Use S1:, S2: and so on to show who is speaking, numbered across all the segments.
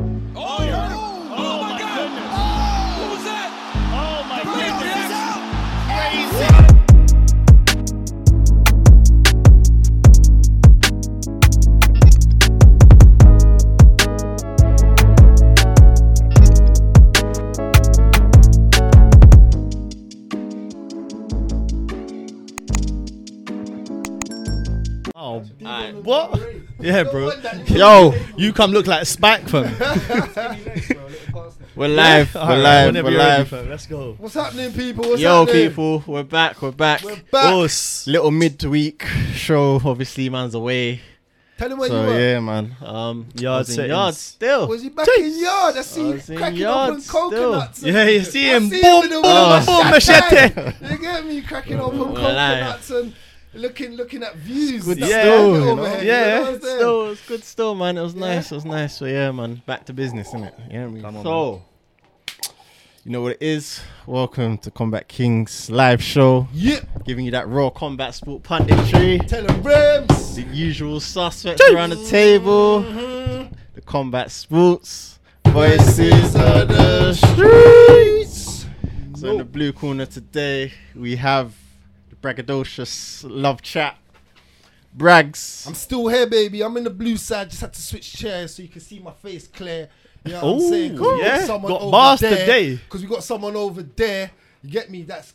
S1: Oh Oh,
S2: Alright.
S1: What?
S2: Yeah, bro.
S1: Yo, you come look like Spike, fam.
S2: We're live. We're live.
S1: Alright, whenever
S2: We're
S1: you're ready,
S2: live.
S1: fam, Let's go.
S3: What's happening, people? What's
S2: Yo,
S3: happening?
S2: people. We're back. We're back.
S3: We're back.
S1: Us.
S2: Little midweek show. Obviously, man's away.
S3: Tell him where you
S2: So
S3: were.
S2: yeah, man. Um,
S1: Yard
S2: I was in
S1: settings.
S2: yard still.
S3: Was he back in yard? I see
S2: was in
S3: you cracking
S2: yard
S3: open coconuts.
S2: still.
S3: and-
S1: Yeah, you see
S3: I
S1: him.
S3: see
S1: boom,
S3: in the
S1: boom,
S3: window,
S1: boom, machete.
S3: You get me cracking open
S2: Well,
S3: coconuts and looking, looking at views.
S2: Good
S3: That's
S1: yeah,
S3: the
S2: still, you
S3: overhead, know
S2: know?
S3: what I'm
S1: Yeah,
S3: saying?
S2: Still, it was good. Still, man. It was
S3: Yeah.
S2: nice. It was nice. So yeah, man. Back to business, innit? Yeah. Me.
S1: Come on,
S2: so, you know what it is. Welcome to Combat Kings live show,
S3: Yeah,
S2: giving you that raw combat sport punditry.
S3: tell him Rams.
S2: The usual suspects around the table. The combat sports. Voices of the streets. So in the blue corner today, we have the braggadocious love chat. Brags.
S3: I'm still here, baby. I'm in the blue side. Just had to switch chairs so you can see my face clear. You know what
S1: Ooh,
S3: I'm saying? 'Cause we
S1: yeah.
S3: got someone
S1: Got
S3: over
S1: bars
S3: there.
S1: today.
S3: Because we got someone over there. You get me? That's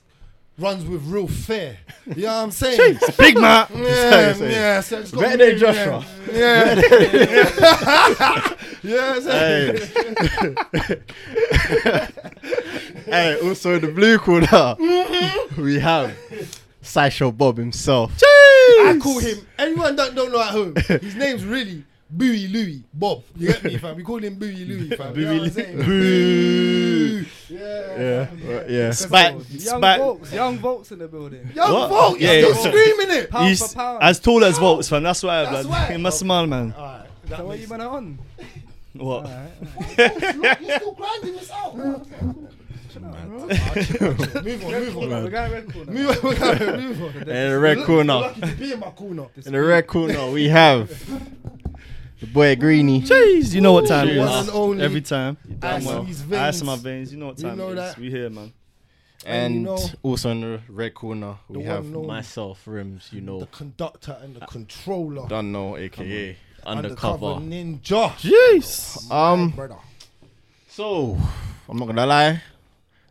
S3: runs with real fair. You know what I'm saying?
S1: Big man.
S3: Yeah, yeah. So it's got
S2: Better
S3: me-
S2: than Joshua.
S3: Yeah. Yeah. yeah
S2: Hey. hey, also in the blue corner,
S3: Mm-hmm.
S2: we have Sideshow Bob himself.
S3: I call him. Anyone that don't know at home, his name's really Bowie Louie Bob. You get me, fam? We call him Bowie Louie, fam. you know what I'm saying?
S1: Boo.
S3: Yeah.
S2: Yeah, uh, yeah.
S1: Spike.
S4: Young
S1: Spike.
S4: Volks, young Volks in the building.
S3: Young
S1: What?
S3: Volk,
S1: Yeah,
S3: yeah, you're
S1: yeah.
S3: screaming it.
S4: Pound
S1: He's
S4: for pound.
S1: as tall as Volts, fam. That's why,
S3: That's
S1: blood.
S3: why.
S1: In my smile, man.
S3: Alright,
S4: so what you man are on?
S1: What?
S4: Alright,
S3: look, you're still grinding this out. move on, move
S1: Oh,
S3: on.
S4: We're going red corner.
S3: Move on, move on, move on.
S2: In the red
S3: Look, You're
S2: corner,
S3: lucky to be in my corner.
S2: in the red corner, we have the boy Greeny.
S1: Jeez, you know what time it
S3: One and
S1: is.
S3: only.
S1: Every time.
S3: Ice
S1: Damn
S3: in
S1: well.
S3: his
S1: Ice
S3: veins.
S1: in my veins. You know what
S3: You
S1: time
S3: know
S1: it is.
S3: that.
S1: We here, man.
S2: And
S3: And you know-
S2: also in the red corner, we
S3: The
S2: have
S3: one known-
S2: myself, Rims, you
S3: The
S2: know,
S3: conductor and the controller.
S2: don't know, aka Undercover.
S3: ninja.
S1: Jeez.
S2: Um,
S3: brother.
S2: so I'm not gonna lie,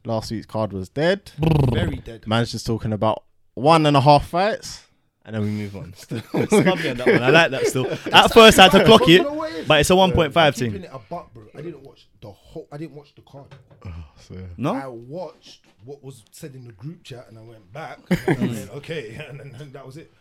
S2: last week's card was dead.
S3: Very dead.
S2: Man's just talking about one and a half fights, and then we move on.
S1: Love me on that one. I like that still. At first, I had to clock it, but it's a 1.5
S3: Keeping
S1: thing.
S3: it a buck, bro. I didn't watch the whole. I didn't watch the card. I
S1: No?
S3: watched what was said in the group chat, and I went back. And I went, okay, and then and that was it.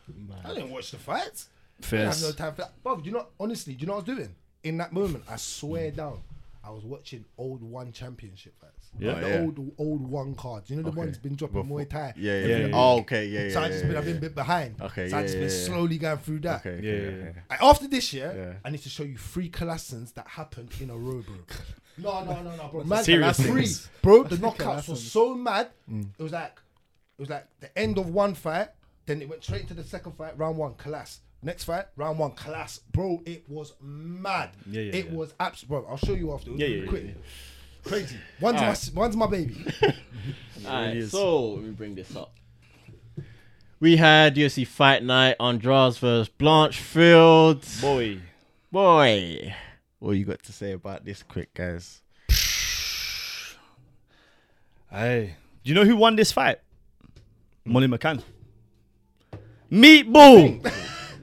S3: I didn't watch the fights. I didn't have no
S1: First.
S3: time for that. Bro, do you know? Honestly, do you know what I was doing in that moment? I
S2: Hmm.
S3: swear down, I was watching old one championship fights.
S1: Yeah.
S3: Like the
S2: Oh, yeah.
S3: old old one cards. You know the
S2: Okay.
S3: one's been dropping Muay Thai.
S2: Yeah, yeah,
S1: Yeah,
S2: yeah.
S1: yeah.
S2: Oh, okay, yeah, yeah.
S3: So I just
S2: yeah,
S3: been I've been a bit behind.
S2: Okay,
S3: So I
S2: yeah,
S3: just
S2: yeah,
S3: been
S2: yeah.
S3: slowly going through that.
S2: Okay,
S1: Yeah, yeah, yeah.
S3: I- After this year,
S2: Yeah.
S3: I need to show you three Colossians that happened in a row, bro. No, no, no, no, bro.
S1: serious Mm.
S3: Serious three,
S1: things.
S3: bro. The knockouts were so mad. It was like, it was like the end of one fight. Then it went straight into the second fight, round one, class. Next fight, round one, class. Bro, it was mad.
S1: Yeah, yeah,
S3: It
S1: yeah.
S3: was abs, bro. I'll show you after. It was
S1: Yeah, yeah,
S3: quick.
S1: yeah, Ah.
S3: Crazy. One's my, s- one's my baby.
S2: Alright,
S1: is.
S2: so let me bring this up. We had UFC Fight Night, Andras versus Blanchfield.
S1: Boy.
S2: Boy, what you got to say about this, quick guys?
S1: Hey, do you know who won this fight?
S2: Hmm.
S1: Molly McCann. Meatball.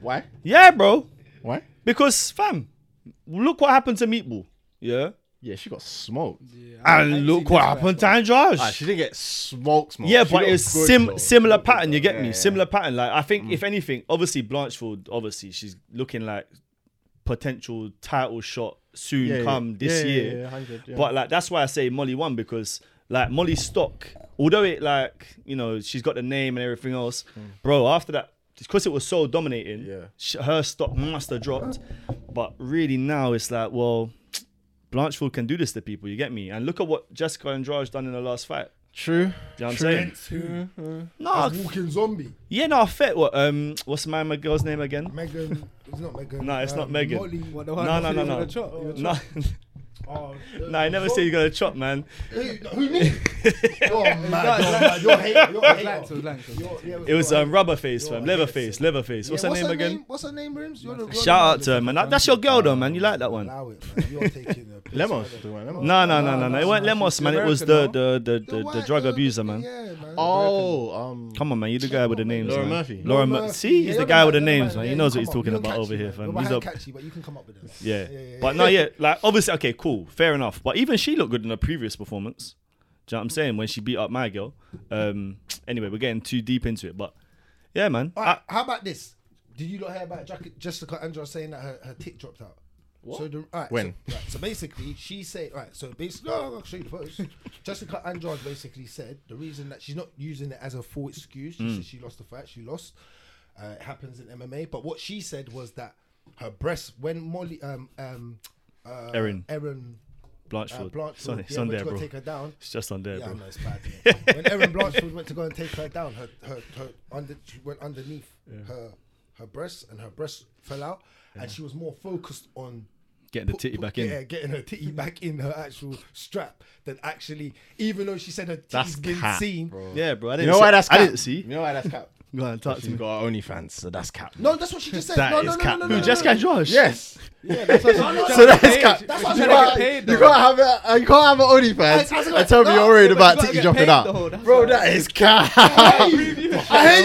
S2: Why?
S1: Yeah, bro.
S2: Why?
S1: Because fam, look what happened to Meatball. Yeah.
S2: Yeah, she got smoked.
S4: Yeah, I- I
S1: And
S4: ain't
S1: look
S4: seen
S1: what
S4: this
S1: happened to
S4: fight.
S2: Ah,
S1: Andrade.
S2: she didn't get smoked, smoked.
S1: Yeah,
S2: She
S1: but
S2: looked
S1: it's
S2: good,
S1: sim-
S2: though.
S1: similar pattern. You get
S2: Yeah,
S1: me?
S2: yeah. Hmm.
S1: Similar pattern. Like I think, if anything, obviously Blanchfield, obviously she's looking like potential title shot soon
S2: yeah.
S1: come this
S2: Yeah, yeah,
S1: year.
S2: yeah, 100, yeah.
S1: But like that's why I say Molly won because like Molly Stock, although it like you know she's got the name and everything else, bro. After that, because it was so dominating,
S2: Yeah.
S1: sh- her stock must have dropped. But really now it's like well. Blanchfield can do this to people, you get me? And look at what Jessica Andrade done in the last fight.
S2: True.
S1: Do you know what I'm
S2: True.
S1: saying?
S3: Two.
S1: No,
S3: Walking zombie.
S1: yeah, no, fit. What? Um, what's my, my girl's name again?
S3: Megan. It's not Megan.
S1: No, it's not Megan.
S3: Molly.
S4: What, the one
S1: No, no,
S4: that
S1: no,
S4: finished
S1: no.
S4: with a chop?
S1: No,
S3: Oh,
S1: Nah, I never say you're gonna chop, man.
S3: Who, who me? You're mad. You're
S4: Exactly.
S3: mad. You're hater. You're
S4: It was Lanks, it
S3: hater.
S4: was Lanks, it was
S3: You're-
S4: Lanks.
S3: yeah,
S1: It was um, rubber face,
S3: You're
S1: fam.
S3: a
S1: Leather
S3: hater.
S1: face, leather face. What's
S3: Yeah,
S1: her name again?
S3: What's her name, Rims? You're the- you're
S1: Shout
S3: the man
S1: out
S3: that's
S1: to her, man. That- that's your girl, though, man. You like that one?
S3: Allow it, man. You're taking the piss.
S2: Lemos,
S3: out of
S2: the
S3: it.
S2: one, Lemos.
S1: No, no, no, no, no. It weren't
S4: American,
S1: Lemos, man. It was the
S4: no?
S1: the the the, the,
S3: white-
S1: drug abuser, man.
S3: Yeah, man.
S2: Oh, um,
S1: Come on, man. You the guy with the names.
S2: Laura
S1: man.
S2: Murphy.
S1: Laura
S3: Murphy.
S1: Murphy. See,
S3: Yeah,
S1: he's the
S3: you're
S1: guy with the
S3: man,
S1: names,
S3: yeah,
S1: man. He
S3: you
S1: knows
S3: come
S1: what he's
S3: up.
S1: talking
S3: You're
S1: about
S3: catchy,
S1: over here, fam.
S3: You're
S1: He's
S3: behind
S1: up.
S3: catchy, but you can come up with them.
S1: Yeah.
S3: yeah, yeah.
S1: But no, yeah, like obviously, okay, cool, fair enough. But even she looked good in her previous performance. Do you know what I'm saying? When she beat up my girl. Um. Anyway, we're getting too deep into it, but yeah, man. Ah,
S3: All right, how about this? Did you not hear about Jack- Jessica Andrews saying that her, her tit dropped out? What? So the, all right,
S2: When?
S3: So, right, so basically, she said, all right, so basically, no, no, I'll show you the photos. Jessica Andrews basically said the reason that she's not using it as a full excuse, she
S1: Mm.
S3: said she lost the fight, she lost. Uh, it happens in MMA. But what she said was that her breasts, when Molly, um, um, uh,
S1: Erin.
S3: Erin uh,
S1: Blanchfield.
S3: Blanchard,
S1: Sorry,
S3: yeah,
S1: it's on
S3: went
S1: there,
S3: to go
S1: bro.
S3: take her down,
S1: It's just on there,
S3: yeah, I
S1: bro.
S3: know it's bad. innit? when Erin Blanchford went to go and take her down, her her, her under, she went underneath her her breasts and her breasts fell out, and she was more focused on
S1: Getting the
S3: put-
S1: titty
S3: put-
S1: back
S3: Yeah,
S1: in.
S3: getting her titty back in her actual strap than actually, even though she said her
S2: That's
S3: titty's been
S2: cap,
S3: seen.
S2: bro.
S1: Yeah, bro. I
S2: You know why that's cap?
S1: I didn't see.
S2: You know why that's cap?
S1: Go on, talk to
S2: She's
S1: me.
S2: got her OnlyFans, so that's cap.
S3: No, that's what she just said.
S2: That
S3: no,
S2: is
S3: no, no,
S2: cap,
S3: no, no,
S2: man.
S3: no,
S2: Dude,
S3: no,
S2: Jessica
S3: no.
S1: Josh.
S2: Yes.
S3: Yeah, that's what I'm
S2: So that's
S4: paid.
S2: cap.
S3: That's what I'm
S2: you,
S3: trying to
S2: can't,
S4: get paid,
S2: you
S4: though.
S2: can't have a, uh, you can't have an OnlyFans
S3: I- I was
S2: and
S3: like,
S2: tell me
S3: no,
S2: you're worried
S4: but
S2: about
S4: you gotta
S2: titty
S4: get
S2: dropping
S4: paid,
S2: out.
S4: though, that's
S2: Bro,
S4: what-
S2: that is cap.
S3: I hate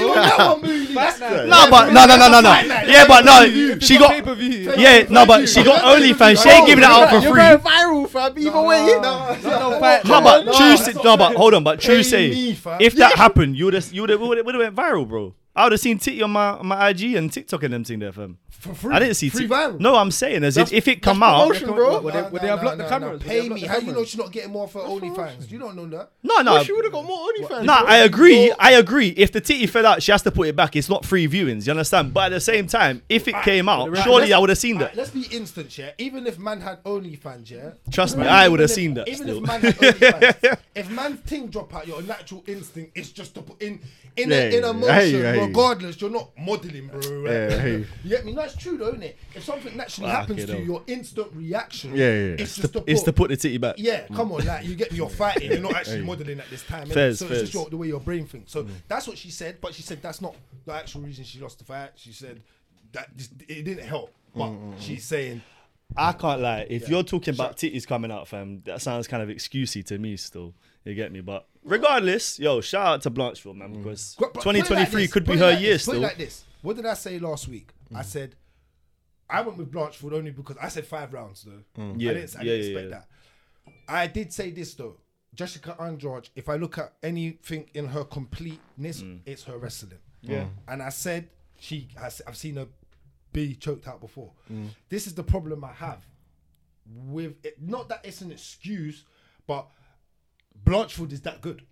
S3: you on that one, Moody. That's
S4: Nah,
S2: No,
S4: yeah,
S2: but no, no, no, no, no. Yeah, but no,
S4: if
S2: she
S4: it's on
S2: got.
S4: pay-per-view.
S1: Yeah, no, but she got OnlyFans. She
S3: Oh,
S1: ain't giving that out for
S2: Oh, You're
S1: free.
S2: going viral, fam. Either way, you know.
S4: No, no, fight.
S1: No, but
S3: No,
S1: true
S3: that's
S1: say,
S3: not
S1: no, but hold on, but true
S3: Pay
S1: say,
S3: me, fam.
S1: if that happened, you would have, you would have, would have went viral, bro. I would have seen titty on my on my IG and TikTok and them thing there, fam.
S3: for free.
S1: I didn't see
S3: free
S1: titty.
S3: viral.
S1: No, I'm saying as if, if it come
S2: that's
S1: out,
S2: promotion, bro.
S4: Would they- would they have blocked the cameras? Would they
S3: Pay
S4: have
S3: me.
S4: blocked the
S3: How you know
S4: cameras?
S3: she's not getting more for OnlyFans? You don't know that.
S1: no, no.
S2: Well, she would have got more OnlyFans.
S1: Nah,
S2: bro.
S1: I agree. I agree. If the titty fell out, she has to put it back. It's not free viewings. You understand? But at the same time, if it came out,
S4: Right,
S1: surely
S3: let's-
S1: I would have seen
S3: Alright,
S1: that.
S3: let's be instant, yeah. Even if man had OnlyFans, yeah.
S1: Trust me,
S3: Even
S1: I would have
S3: if-
S1: seen that.
S3: Even
S1: still.
S3: if man had OnlyFans, if man's thing drop out, your natural instinct is just to put in in
S2: Yeah,
S3: a, in a
S2: yeah,
S3: motion,
S2: I hear you, I hear you.
S3: regardless. You're not modeling, bro. Right?
S2: Yeah, I hear you.
S3: get me? No, it's true, though, isn't it? If something naturally
S1: Fuck
S3: happens
S1: it
S3: to you,
S1: up.
S3: your instant reaction,
S2: Yeah, yeah, yeah.
S3: it's just to,
S1: It's
S3: put-
S1: to put the titty back.
S3: yeah, come on, like you get me, you're fighting, you're not actually modeling at this time. innit?
S1: Fairs,
S3: so it's
S1: fairs.
S3: just your, the way your brain thinks. So that's what she said, but she said that's not the actual reason she lost the fight. She said that just, it didn't help, but she's saying
S1: I can't lie. If you're talking about titties coming out, fam, that sounds kind of excusey to me still. You get me? But regardless, yo, shout out to Blanchfield, man, because
S3: But- but Mm. put it like
S1: 2023
S3: this,
S1: could be
S3: put it
S1: her
S3: like
S1: year
S3: this, Put
S1: still. Mm.
S3: it like this. What did I say last week? I said I went with Blanchford only because I said five rounds though.
S1: Mm. Yeah,
S3: I didn't, I didn't
S1: yeah, yeah,
S3: expect
S1: yeah.
S3: that. I did say this though. Jessica Andrade, if I look at anything in her completeness,
S1: Mm.
S3: it's her wrestling. Yeah. And I said she I, have seen her be choked out before.
S1: Mm.
S3: This is the problem I have with it. Not that it's an excuse, but Blanchford is that good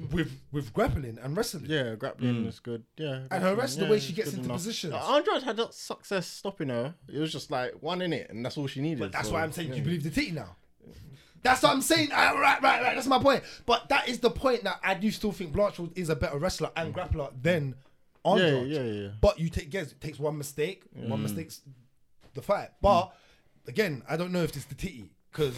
S1: Mm.
S3: with with grappling and wrestling.
S2: Yeah, grappling is good. Yeah,
S3: And her rest, the
S2: grappling,
S3: way
S2: yeah,
S3: she
S2: it's
S3: gets
S2: good
S3: into positions.
S2: Uh, Andrade had that success stopping her. It was just like one in it, and that's all she needed.
S3: But that's
S2: so,
S3: why I'm saying
S2: yeah.
S3: you believe the titty now. That's what I'm saying. Ah, right, right, right. That's my point. But that is the point that I do still think Blanchfield is a better wrestler
S1: Mm.
S3: and grappler than Andrade.
S2: yeah, yeah.
S3: But you take guess it takes one mistake.
S1: Mm.
S3: One mistake's the fight. But again, I don't know if it's the titty because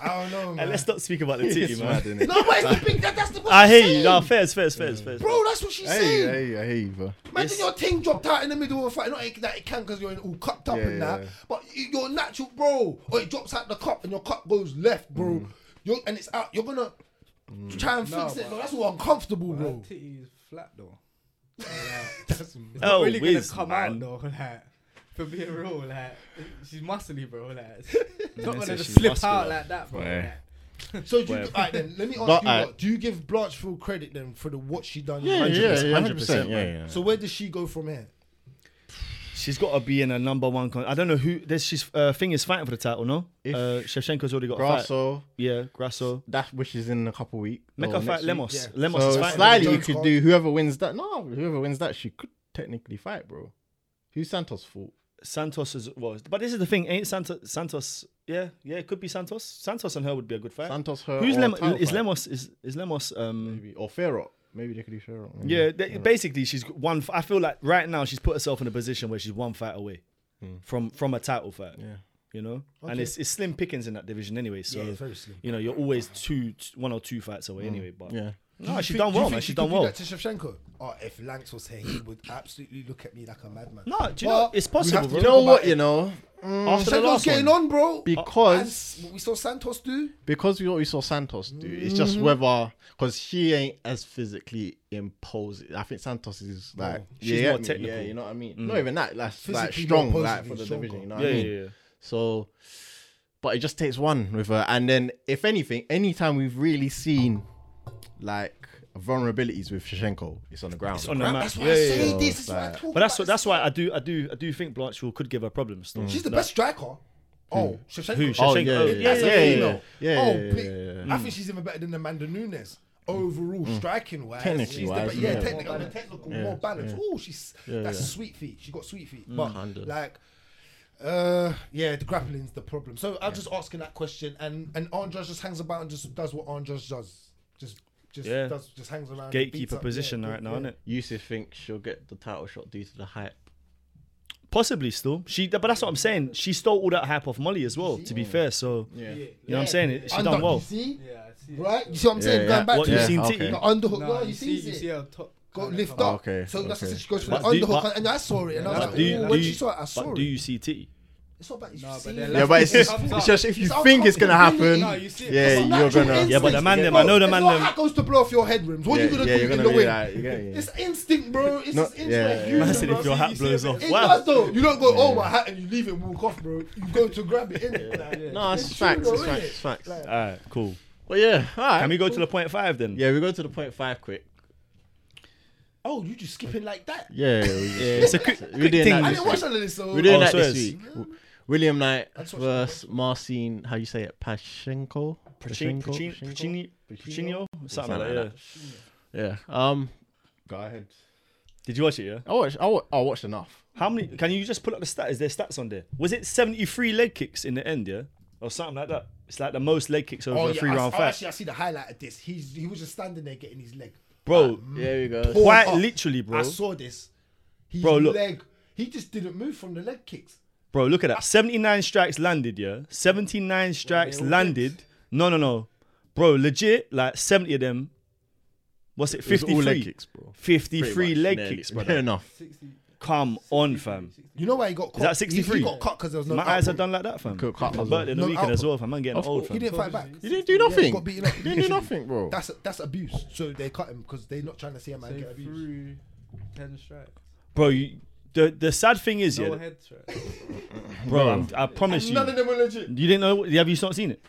S3: I don't know. Man.
S1: And let's not speak about the titty,
S2: It's mad,
S1: man.
S2: innit?
S3: no, but it's the big. That, that's the. What
S1: I
S3: she's
S1: hear you. Nah,
S3: saying.
S1: fairs, fairs, fairs, fairs.
S3: bro. That's what she's
S2: I hear you, I hear
S3: saying.
S2: you, I hear you, bro.
S3: Imagine your thing dropped out in the middle of a fight. Not that it can because you're all cupped up
S2: Yeah,
S3: and
S2: yeah,
S3: that,
S2: yeah.
S3: but you- your natural, bro. Or it drops out the cup and your cup goes left, bro.
S1: Mm.
S3: You're, and it's out. You're gonna try and fix it.
S4: but-
S3: No, that's all uncomfortable, bro.
S4: That titty is flat though.
S3: That's-
S4: It's
S1: Oh,
S4: not really gonna
S1: whiz,
S4: come
S1: man.
S4: out though. Like, for being real, like she's muscly, bro. Like it's not
S1: Yes,
S4: gonna
S1: she's
S4: just slip
S1: muscular.
S4: out like that, bro.
S2: Yeah.
S4: like.
S3: so do you,
S1: Well-
S3: alright then, let me ask
S2: But,
S3: you: what,
S2: alright.
S3: Do you give Blanchfield credit then for the what she done?
S2: Yeah, yeah, yeah,
S1: 100%,
S2: 100%. Yeah, yeah.
S3: So where does she go from here?
S1: She's got to be in a number one. Con- I don't know who. This she's uh, thing is fighting for the title, no?
S2: If-
S1: uh, Shevchenko's already got a fight.
S2: Grasso,
S1: Yeah, Grasso.
S2: that which is in a couple weeks.
S1: Make
S2: or
S1: her
S2: next
S1: fight
S2: week.
S1: Lemos.
S3: Oh, yeah.
S1: Lemos is
S2: So
S1: fighting.
S2: slightly, you
S3: Jones
S2: could
S3: can't-
S2: do whoever wins that. No, whoever wins that, she could technically fight, bro. Who's Santos' fault?
S1: Santos is was, but this is the thing. Ain't Santos? Santos? Yeah, yeah. It could be Santos. Santos and her would be a good fight.
S2: Santos, her.
S1: Uh, Who's
S2: or
S1: Lemos?
S2: title
S1: Is
S2: fight,
S1: Lemos? Is is Lemos? Um,
S2: Maybe. Or Ferrot. Maybe they could do Ferrot. maybe.
S1: yeah. they- basically, she's one. f- I feel like right now she's put herself in a position where she's one fight away from from a title fight.
S2: Yeah.
S1: you know. And
S3: Hmm. Okay.
S1: it's it's slim pickings in that division anyway. So
S3: Yeah, it's very slim. Hmm.
S1: you know you're always two, t- one or two fights away anyway. But
S2: Yeah.
S1: no,
S3: you
S1: she's
S3: think-
S1: done
S3: do you
S1: well,
S3: think
S1: man.
S3: she
S1: She's
S3: could
S1: done
S3: do
S1: well.
S3: that to Shevchenko. Oh, if Lanx was here, he would absolutely look at me like a madman.
S1: No, do you
S3: But
S1: know it's
S3: we have
S1: possible.
S3: to
S1: bro.
S2: You know what? You know,
S1: After the
S3: Shevchenko's
S1: last
S3: getting
S1: one.
S3: on, bro.
S2: because
S3: As what we saw Santos do.
S2: because we what we saw Santos do. It's just whether because she ain't as physically imposing. I think Santos is like
S1: She's
S2: you
S1: more
S2: get me?
S1: technical.
S2: Yeah, you know what I mean. Not even that. Like, like
S3: Physically
S2: strong,
S3: more
S2: like
S3: imposing,
S2: for the
S3: stronger.
S2: division. You know what
S1: Mm. Yeah,
S2: I mean?
S1: yeah, yeah.
S2: So, but it just takes one with her. And then, if anything, anytime we've really seen like vulnerabilities with Shashenko, it's on the ground.
S1: It's on the map.
S3: That's why
S1: Yeah,
S3: I
S1: yeah,
S3: say
S1: yeah.
S2: yeah.
S3: this. Is why I
S2: But
S3: talk
S1: But that's
S3: about
S1: what,
S3: this.
S1: that's why I do I do I do think Blanchfield could give her problems. Still.
S3: She's the
S1: Like,
S3: best striker. Oh, Shevchenko.
S1: Who?
S2: Oh
S1: Shevchenko.
S2: yeah,
S1: Yeah,
S2: yeah,
S3: As
S2: yeah,
S3: a
S2: yeah,
S3: female.
S2: yeah, yeah,
S3: oh,
S2: yeah,
S3: big-
S2: yeah, Hmm. yeah.
S3: I think she's even better than Amanda Nunes. Overall, striking wise,
S2: Technically
S3: she's the
S2: wise,
S3: be- yeah,
S2: yeah.
S3: technical, on the technical, more balanced. Oh, she's that's
S2: yeah. Mm,
S3: sweet feet. She got sweet feet, but
S2: Kinda.
S3: like, uh, yeah, the grappling's the problem. So I'm just asking that question, and and Andras just hangs about and just does what Andras does, just just
S1: Yeah.
S3: does just hangs around. and beats
S1: gatekeeper
S3: up,
S1: position
S3: yeah,
S1: right now,
S3: yeah.
S1: isn't it?
S2: Yusuf thinks she'll get the title shot due to the hype.
S1: Possibly still. She, but that's what I'm saying. She stole all that hype off Molly as well. To be fair, so
S2: Yeah.
S4: Yeah,
S1: you know what I'm saying. It- She
S3: Underhook,
S1: done well.
S3: You see,
S4: yeah, I see. it.
S3: right? You see what I'm saying?
S2: Yeah,
S3: Going
S2: yeah.
S3: back
S1: What
S3: to
S1: you've
S2: Yeah,
S1: seen, E?
S2: okay.
S1: Tiki?
S3: the underhook.
S4: Nah,
S3: no,
S4: you, see, you see her top.
S3: got
S4: kinda
S3: lift
S4: come
S3: up.
S2: Okay,
S3: So that's the
S2: okay.
S3: situation. She
S1: But
S3: goes for
S1: do you-
S3: the underhook,
S1: but-
S3: and I saw it, and I was
S1: But
S3: like,
S1: do you-
S3: "Ooh,
S1: do
S3: when she
S1: you-
S3: saw it, I saw
S1: But
S3: it.
S1: do you see T? E?
S3: It's not about you
S4: No, but
S3: see
S4: then
S3: it.
S2: Yeah, but it's
S4: It's
S2: just,
S4: up, it's
S2: it's
S4: up.
S2: just if you
S3: It's up,
S2: think it's
S3: up,
S2: gonna
S3: up.
S2: happen,
S4: No, you see it.
S2: yeah,
S4: It's
S2: you're
S3: natural
S2: gonna.
S1: Yeah, but the
S3: instinct,
S1: man
S2: yeah.
S1: them, I know the
S3: If
S1: man
S3: your
S1: them.
S3: hat goes to blow off your head rims. What
S2: Yeah,
S3: are you gonna
S2: yeah,
S3: do
S2: you're
S3: in
S2: gonna
S3: the
S2: be
S3: wing?
S2: like, you get it.
S3: It's instinct, bro. It's
S2: No,
S3: just instinct.
S2: yeah,
S3: You,
S1: Man said
S3: bro.
S1: if your
S4: see-
S1: hat
S4: you see
S1: blows
S4: a
S1: off,
S4: bit-
S3: It
S1: wow.
S3: does though. You don't go, oh my hat, and you leave it and walk off, bro. You go to grab it, innit? Like,
S4: Yeah.
S2: No, it's
S3: It's true
S2: facts.
S3: though,
S2: It's
S3: isn't
S2: facts.
S3: it?
S2: It's facts.
S3: Like-
S1: All right, cool.
S2: But yeah, alright.
S1: Can we go to the point five then?
S2: Yeah, we go to the point five quick.
S3: Oh, you just skipping like that?
S2: Yeah, yeah.
S1: It's a quick-
S2: we
S1: quick
S2: did
S1: thing.
S2: that
S3: I
S2: this
S3: didn't watch none of this, so.
S2: We're doing
S1: Oh,
S2: that
S1: so
S2: this
S1: it's-
S2: week. W- William Knight
S3: That's what-
S2: versus Marcin. How you say it? Pashenko.
S1: Pachin- Pachin-
S2: Pashenko?
S1: Pacini- Pachinio? Something
S2: Something
S1: like
S2: like
S1: that.
S2: Yeah. Um. Go ahead.
S1: Did you watch it? Yeah.
S2: I watched. I, wa- I watched enough.
S1: How many? Can you just pull up the stats? Is there stats on there? Was it 73 leg kicks in the end? Yeah, or something like that. It's like the most leg kicks over
S3: Oh,
S1: a
S3: yeah.
S1: three
S3: I,
S1: round
S3: oh,
S1: fight,
S3: actually, I see the highlight of this. He's, he was just standing there getting his leg.
S1: bro.
S2: There we go.
S3: Paul-
S1: Quite
S3: Oh,
S1: literally, bro.
S3: I saw this. His
S1: Bro, look.
S3: leg. He just didn't move from the leg kicks.
S1: Bro, look at that. 79 strikes landed, yeah. 79 strikes
S4: all
S1: landed. No, no, no. Bro, legit, like 70 of them. What's it? 53.
S2: bro.
S1: 53 leg kicks,
S2: bro.
S1: brother.
S2: Fair enough.
S4: 60,
S1: Come on, fam.
S3: You know why he got caught?
S1: that
S3: He-
S1: 63?
S3: He got cut because there was no.
S1: My eyes are
S3: output.
S1: done like that, fam.
S2: Could cut as
S1: But in the
S3: well. No
S1: weekend as
S3: output.
S1: well, fam. I'm getting
S2: Of
S1: old,
S2: course.
S3: He
S1: fam.
S3: didn't fight back.
S2: You didn't do nothing.
S3: got beaten up.
S2: you didn't do nothing, bro.
S3: That's that's abuse. So they cut him because they're not trying to see a man
S4: so
S3: get abused.
S4: through 10 strikes.
S1: Bro, you, the, the sad thing is,
S4: No
S1: yeah,
S4: head strike.
S1: bro, I'm, I promise you.
S3: None of them were legit.
S1: You didn't know? Have you not seen it,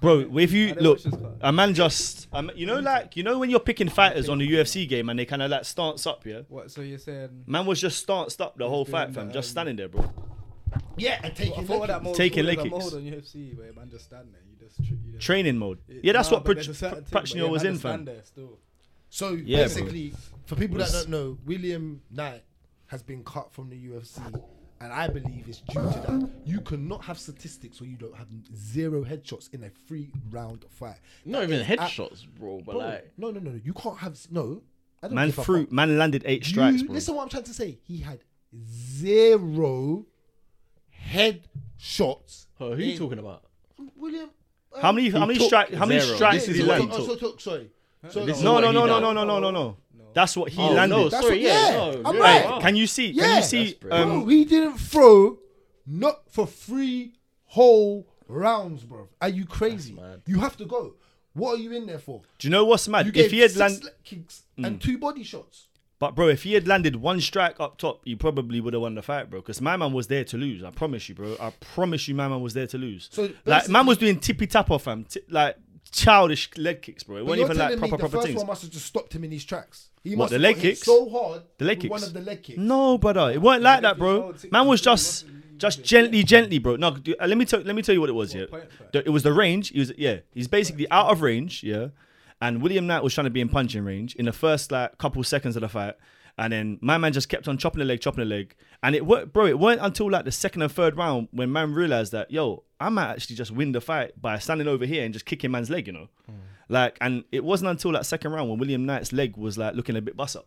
S1: bro? If you
S4: I didn't
S1: look,
S4: watch
S1: Uh,
S4: this part.
S1: a man just, um, you know, like you know when you're picking fighters on the UFC game and they kind of like stance up, yeah.
S4: What, so you're saying.
S1: Man was just stanced up the whole
S4: doing
S1: fight,
S4: that,
S1: fam. Just
S4: um,
S1: standing there, bro.
S3: Yeah, and
S4: I
S3: taking
S4: thought
S3: that.
S4: that mode,
S1: Taking
S4: thought
S1: leg
S4: that
S1: kicks.
S4: mode on UFC where man just stand there. You just. tr- You just
S1: Training mode. Yeah, that's
S4: Nah,
S1: what
S4: but there's a
S1: Prach-
S4: certain thing, but
S1: Prachnio
S4: yeah,
S1: was
S4: man
S1: in,
S4: just stand
S1: fam.
S4: there still.
S3: So
S1: Yeah, bro.
S3: basically, for people that
S1: Was-
S3: don't know, William Knight has been cut from the UFC, and I believe it's due to that. You cannot have statistics where you don't have zero headshots in a three round fight.
S2: Not even
S3: ab-
S2: headshots, bro. But
S3: Bro,
S2: like,
S3: no, no, no, no. You can't have s- no. I don't
S1: Man
S3: give a
S1: threw,
S3: fuck.
S1: man landed eight strikes,
S3: you,
S1: bro.
S3: Listen, what I'm trying to say. He had zero head shots.
S2: who are you talking about?
S3: William. um,
S1: How many, how many
S2: took
S1: strikes, how many
S2: zero. This
S1: strikes did
S2: is
S1: he
S2: what
S1: land?
S2: he
S3: oh, so took, sorry. So,
S2: This is
S1: No,
S2: what
S1: no,
S2: he
S1: no, no,
S2: done.
S1: no, no, no, no, no.
S4: No.
S1: That's what he
S2: Oh, no,
S1: landed.
S3: That's
S2: sorry,
S3: what-
S2: yeah.
S3: yeah,
S2: no,
S3: I'm
S2: yeah.
S3: right.
S1: Can you see? Can
S3: Yeah.
S1: you see?
S2: That's
S1: Um,
S3: bro, he didn't throw not for three whole rounds, bro. Are you crazy?
S2: mad.
S3: You have to go. What are you in there for?
S1: do you know what's mad?
S3: You
S1: If
S3: gave
S1: he had Hmm.
S3: six
S1: landed,
S3: leg kicks and two body shots.
S1: But bro, if he had landed one strike up top, he probably would have won the fight, bro. Because my man was there to lose. I promise you, bro. I promise you, my man was there to lose.
S3: So,
S1: like, man
S3: basically-
S1: was doing tippy tap off, fam. T- like childish leg kicks, bro. It
S3: But
S1: wasn't
S3: you're
S1: even
S3: telling
S1: like
S3: me
S1: proper
S3: the
S1: proper
S3: first
S1: things.
S3: one must have just stopped him in his tracks. He
S1: What,
S3: must
S1: the
S3: have
S1: leg
S3: got hit
S1: kicks?
S3: so hard.
S1: The leg
S3: with One
S1: kicks?
S3: of the leg kicks.
S1: No, brother, it wasn't like that, bro. Man was just just gently, gently, bro. No, dude, uh, let me tell let me tell you what it was. Yeah,
S4: point fight?
S1: The- it was the range. He was yeah. He's basically out of range. Yeah, and William Knight was trying to be in punching range in the first like couple seconds of the fight, and then my man just kept on chopping the leg, chopping the leg, and it worked, bro. It weren't until like the second and third round when man realized that yo, I might actually just win the fight by standing over here and just kicking man's leg, you know. Like, and it wasn't until that second round when William Knight's leg was like looking a bit bust up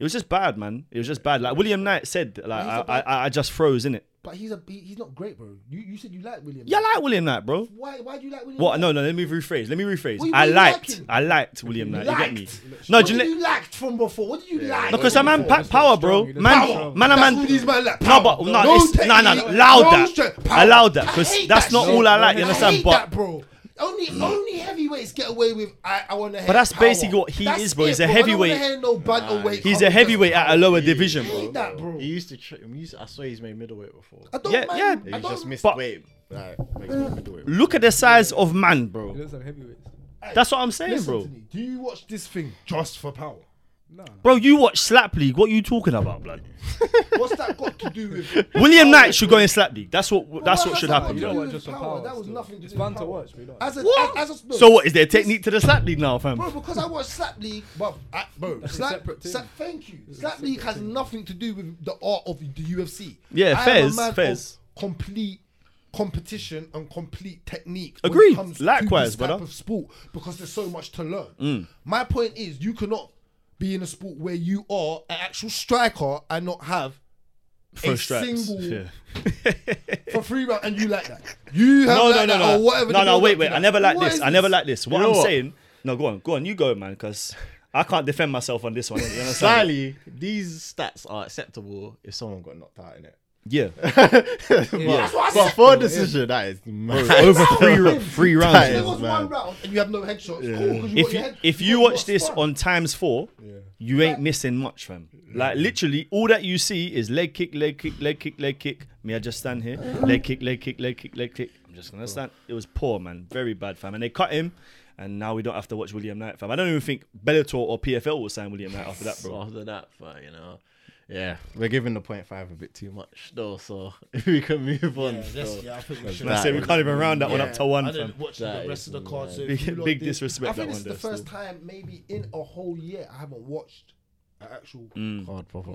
S1: It was just bad, man. It was just bad. Like William Knight said, like I,
S3: He's a
S1: I,
S3: bad-
S1: I, I just froze in it.
S3: But he's a he, he's not great, bro. You you said you like William.
S1: Yeah, I like William Knight, bro.
S3: Why why do you like William?
S1: What? No, no. Let me rephrase. Let me rephrase.
S3: What you-
S1: I
S3: what you
S1: liked,
S3: liking?
S1: I liked William Knight. You get me?
S3: Liked?
S1: No,
S3: what
S1: do you
S3: did
S1: li-
S3: you lacked from before? What did you like?
S1: because that man
S4: That's
S1: packed
S4: not
S1: power,
S4: strong,
S1: bro.
S4: you
S1: Man,
S4: know,
S1: man,
S4: that's strong.
S1: man,
S3: That's
S1: man.
S3: all these man like.
S1: No,
S3: Power.
S1: but no,
S3: No
S1: it's, no, no,
S3: technique, no
S1: loud that,
S3: strength,
S1: I
S3: power.
S1: loud that,
S3: I
S1: because
S3: hate
S1: that's
S3: that
S1: not
S3: shit.
S1: all I like. You
S3: I
S1: understand?
S3: hate
S1: But
S3: that, bro. Only, only heavyweights get away with. I, I want to.
S1: But that's basically what he is, bro. He's a heavyweight.
S3: no bantamweight
S1: he's
S3: come
S1: a
S3: with
S1: heavyweight
S3: us.
S1: at a lower
S2: Yeah.
S3: I
S1: division, bro.
S3: hate that, bro.
S2: He used to trick him. He used- I swear he's made middleweight before.
S3: I don't
S1: Yeah,
S3: mind-
S1: yeah.
S3: I
S2: He
S3: don't,
S2: just missed
S1: but-
S2: weight. Like, makes him middleweight.
S1: Look at the size of man,
S4: You
S1: bro.
S4: know some heavyweights.
S1: That's what I'm saying,
S3: Listen
S1: bro.
S3: to me. Do you watch this thing just for power?
S4: Nah.
S1: Bro, you watch Slap League. What are you talking about, blood?
S3: What's that got to do with?
S1: William Knight should go in Slap League. That's what. That's
S3: Well,
S1: what should
S3: not
S1: happen.
S3: got to
S4: You know
S1: bro.
S4: what,
S3: do
S4: just
S3: with
S4: for
S3: power.
S4: power
S3: That was
S4: still.
S3: nothing to do
S4: It's
S3: with
S4: fun to
S3: power.
S4: watch, but you don't-
S3: As a, As, as a, no,
S1: So what is there technique to the Slap League now, fam?
S3: Bro, because I watch Slap League, but I, bro,
S4: a
S3: Slap,
S4: separate thing.
S3: Slap, thank you. Slap League has nothing to do with the art of the UFC.
S1: Yeah,
S3: I am
S1: Fez,
S3: a man
S1: Fez.
S3: Of complete competition and complete technique. When
S1: Agreed.
S3: it comes
S1: Likewise,
S3: to this type
S1: brother. Mm.
S3: of sport because there's so much to learn. My point is, you cannot be in a sport where you are an actual striker and not have
S1: Throw
S3: a
S1: strikes.
S3: single
S1: Yeah.
S3: for free round, and you like that. You have
S1: No,
S3: like
S1: no, no,
S3: that
S1: no.
S3: or whatever.
S1: No,
S3: they
S1: no.
S3: call
S1: Wait,
S3: that
S1: wait.
S3: thing.
S1: I never like
S3: What
S1: this.
S3: is
S1: I never like this. What
S2: You know
S1: I'm
S2: what?
S1: saying. No, go on, go on. You go, man, because I can't defend myself on this one. You understand?
S2: Slightly, these stats are acceptable if someone got knocked out in it.
S1: Yeah.
S2: but, but for a decision, that is mad.
S1: Over three three rounds.
S3: If
S1: yeah.
S3: it was one round and you have no headshots, cool. 'cause You got
S1: if
S3: your
S1: you,
S3: head,
S1: if
S3: got
S1: you
S3: your
S1: watch this
S3: spine.
S1: on times four, you ain't missing much, fam. Like literally, all that you see is leg kick, leg kick, leg kick, leg kick. Me, I just stand here, leg kick, leg kick, leg kick, leg kick. I'm just gonna stand. It was poor, man. Very bad, fam. And they cut him, and now we don't have to watch William Knight, fam. I don't even think Bellator or PFL will sign William Knight after that,
S3: Oh,
S2: So
S1: bro.
S2: after that, but you know, yeah, we're giving the point five a bit too much though. So if we can move on, so.
S3: yeah, I think we should.
S1: And I say we can't even round that one up to one,
S3: I
S1: fam.
S3: didn't watch
S2: That
S3: the rest
S2: is
S3: of the card. So
S1: Big-
S3: if you lot
S1: big
S3: did-
S1: disrespect
S3: I
S1: that
S3: think
S1: one
S3: this is the
S1: there
S3: first time maybe in a whole year I haven't watched an actual.
S2: hard proper.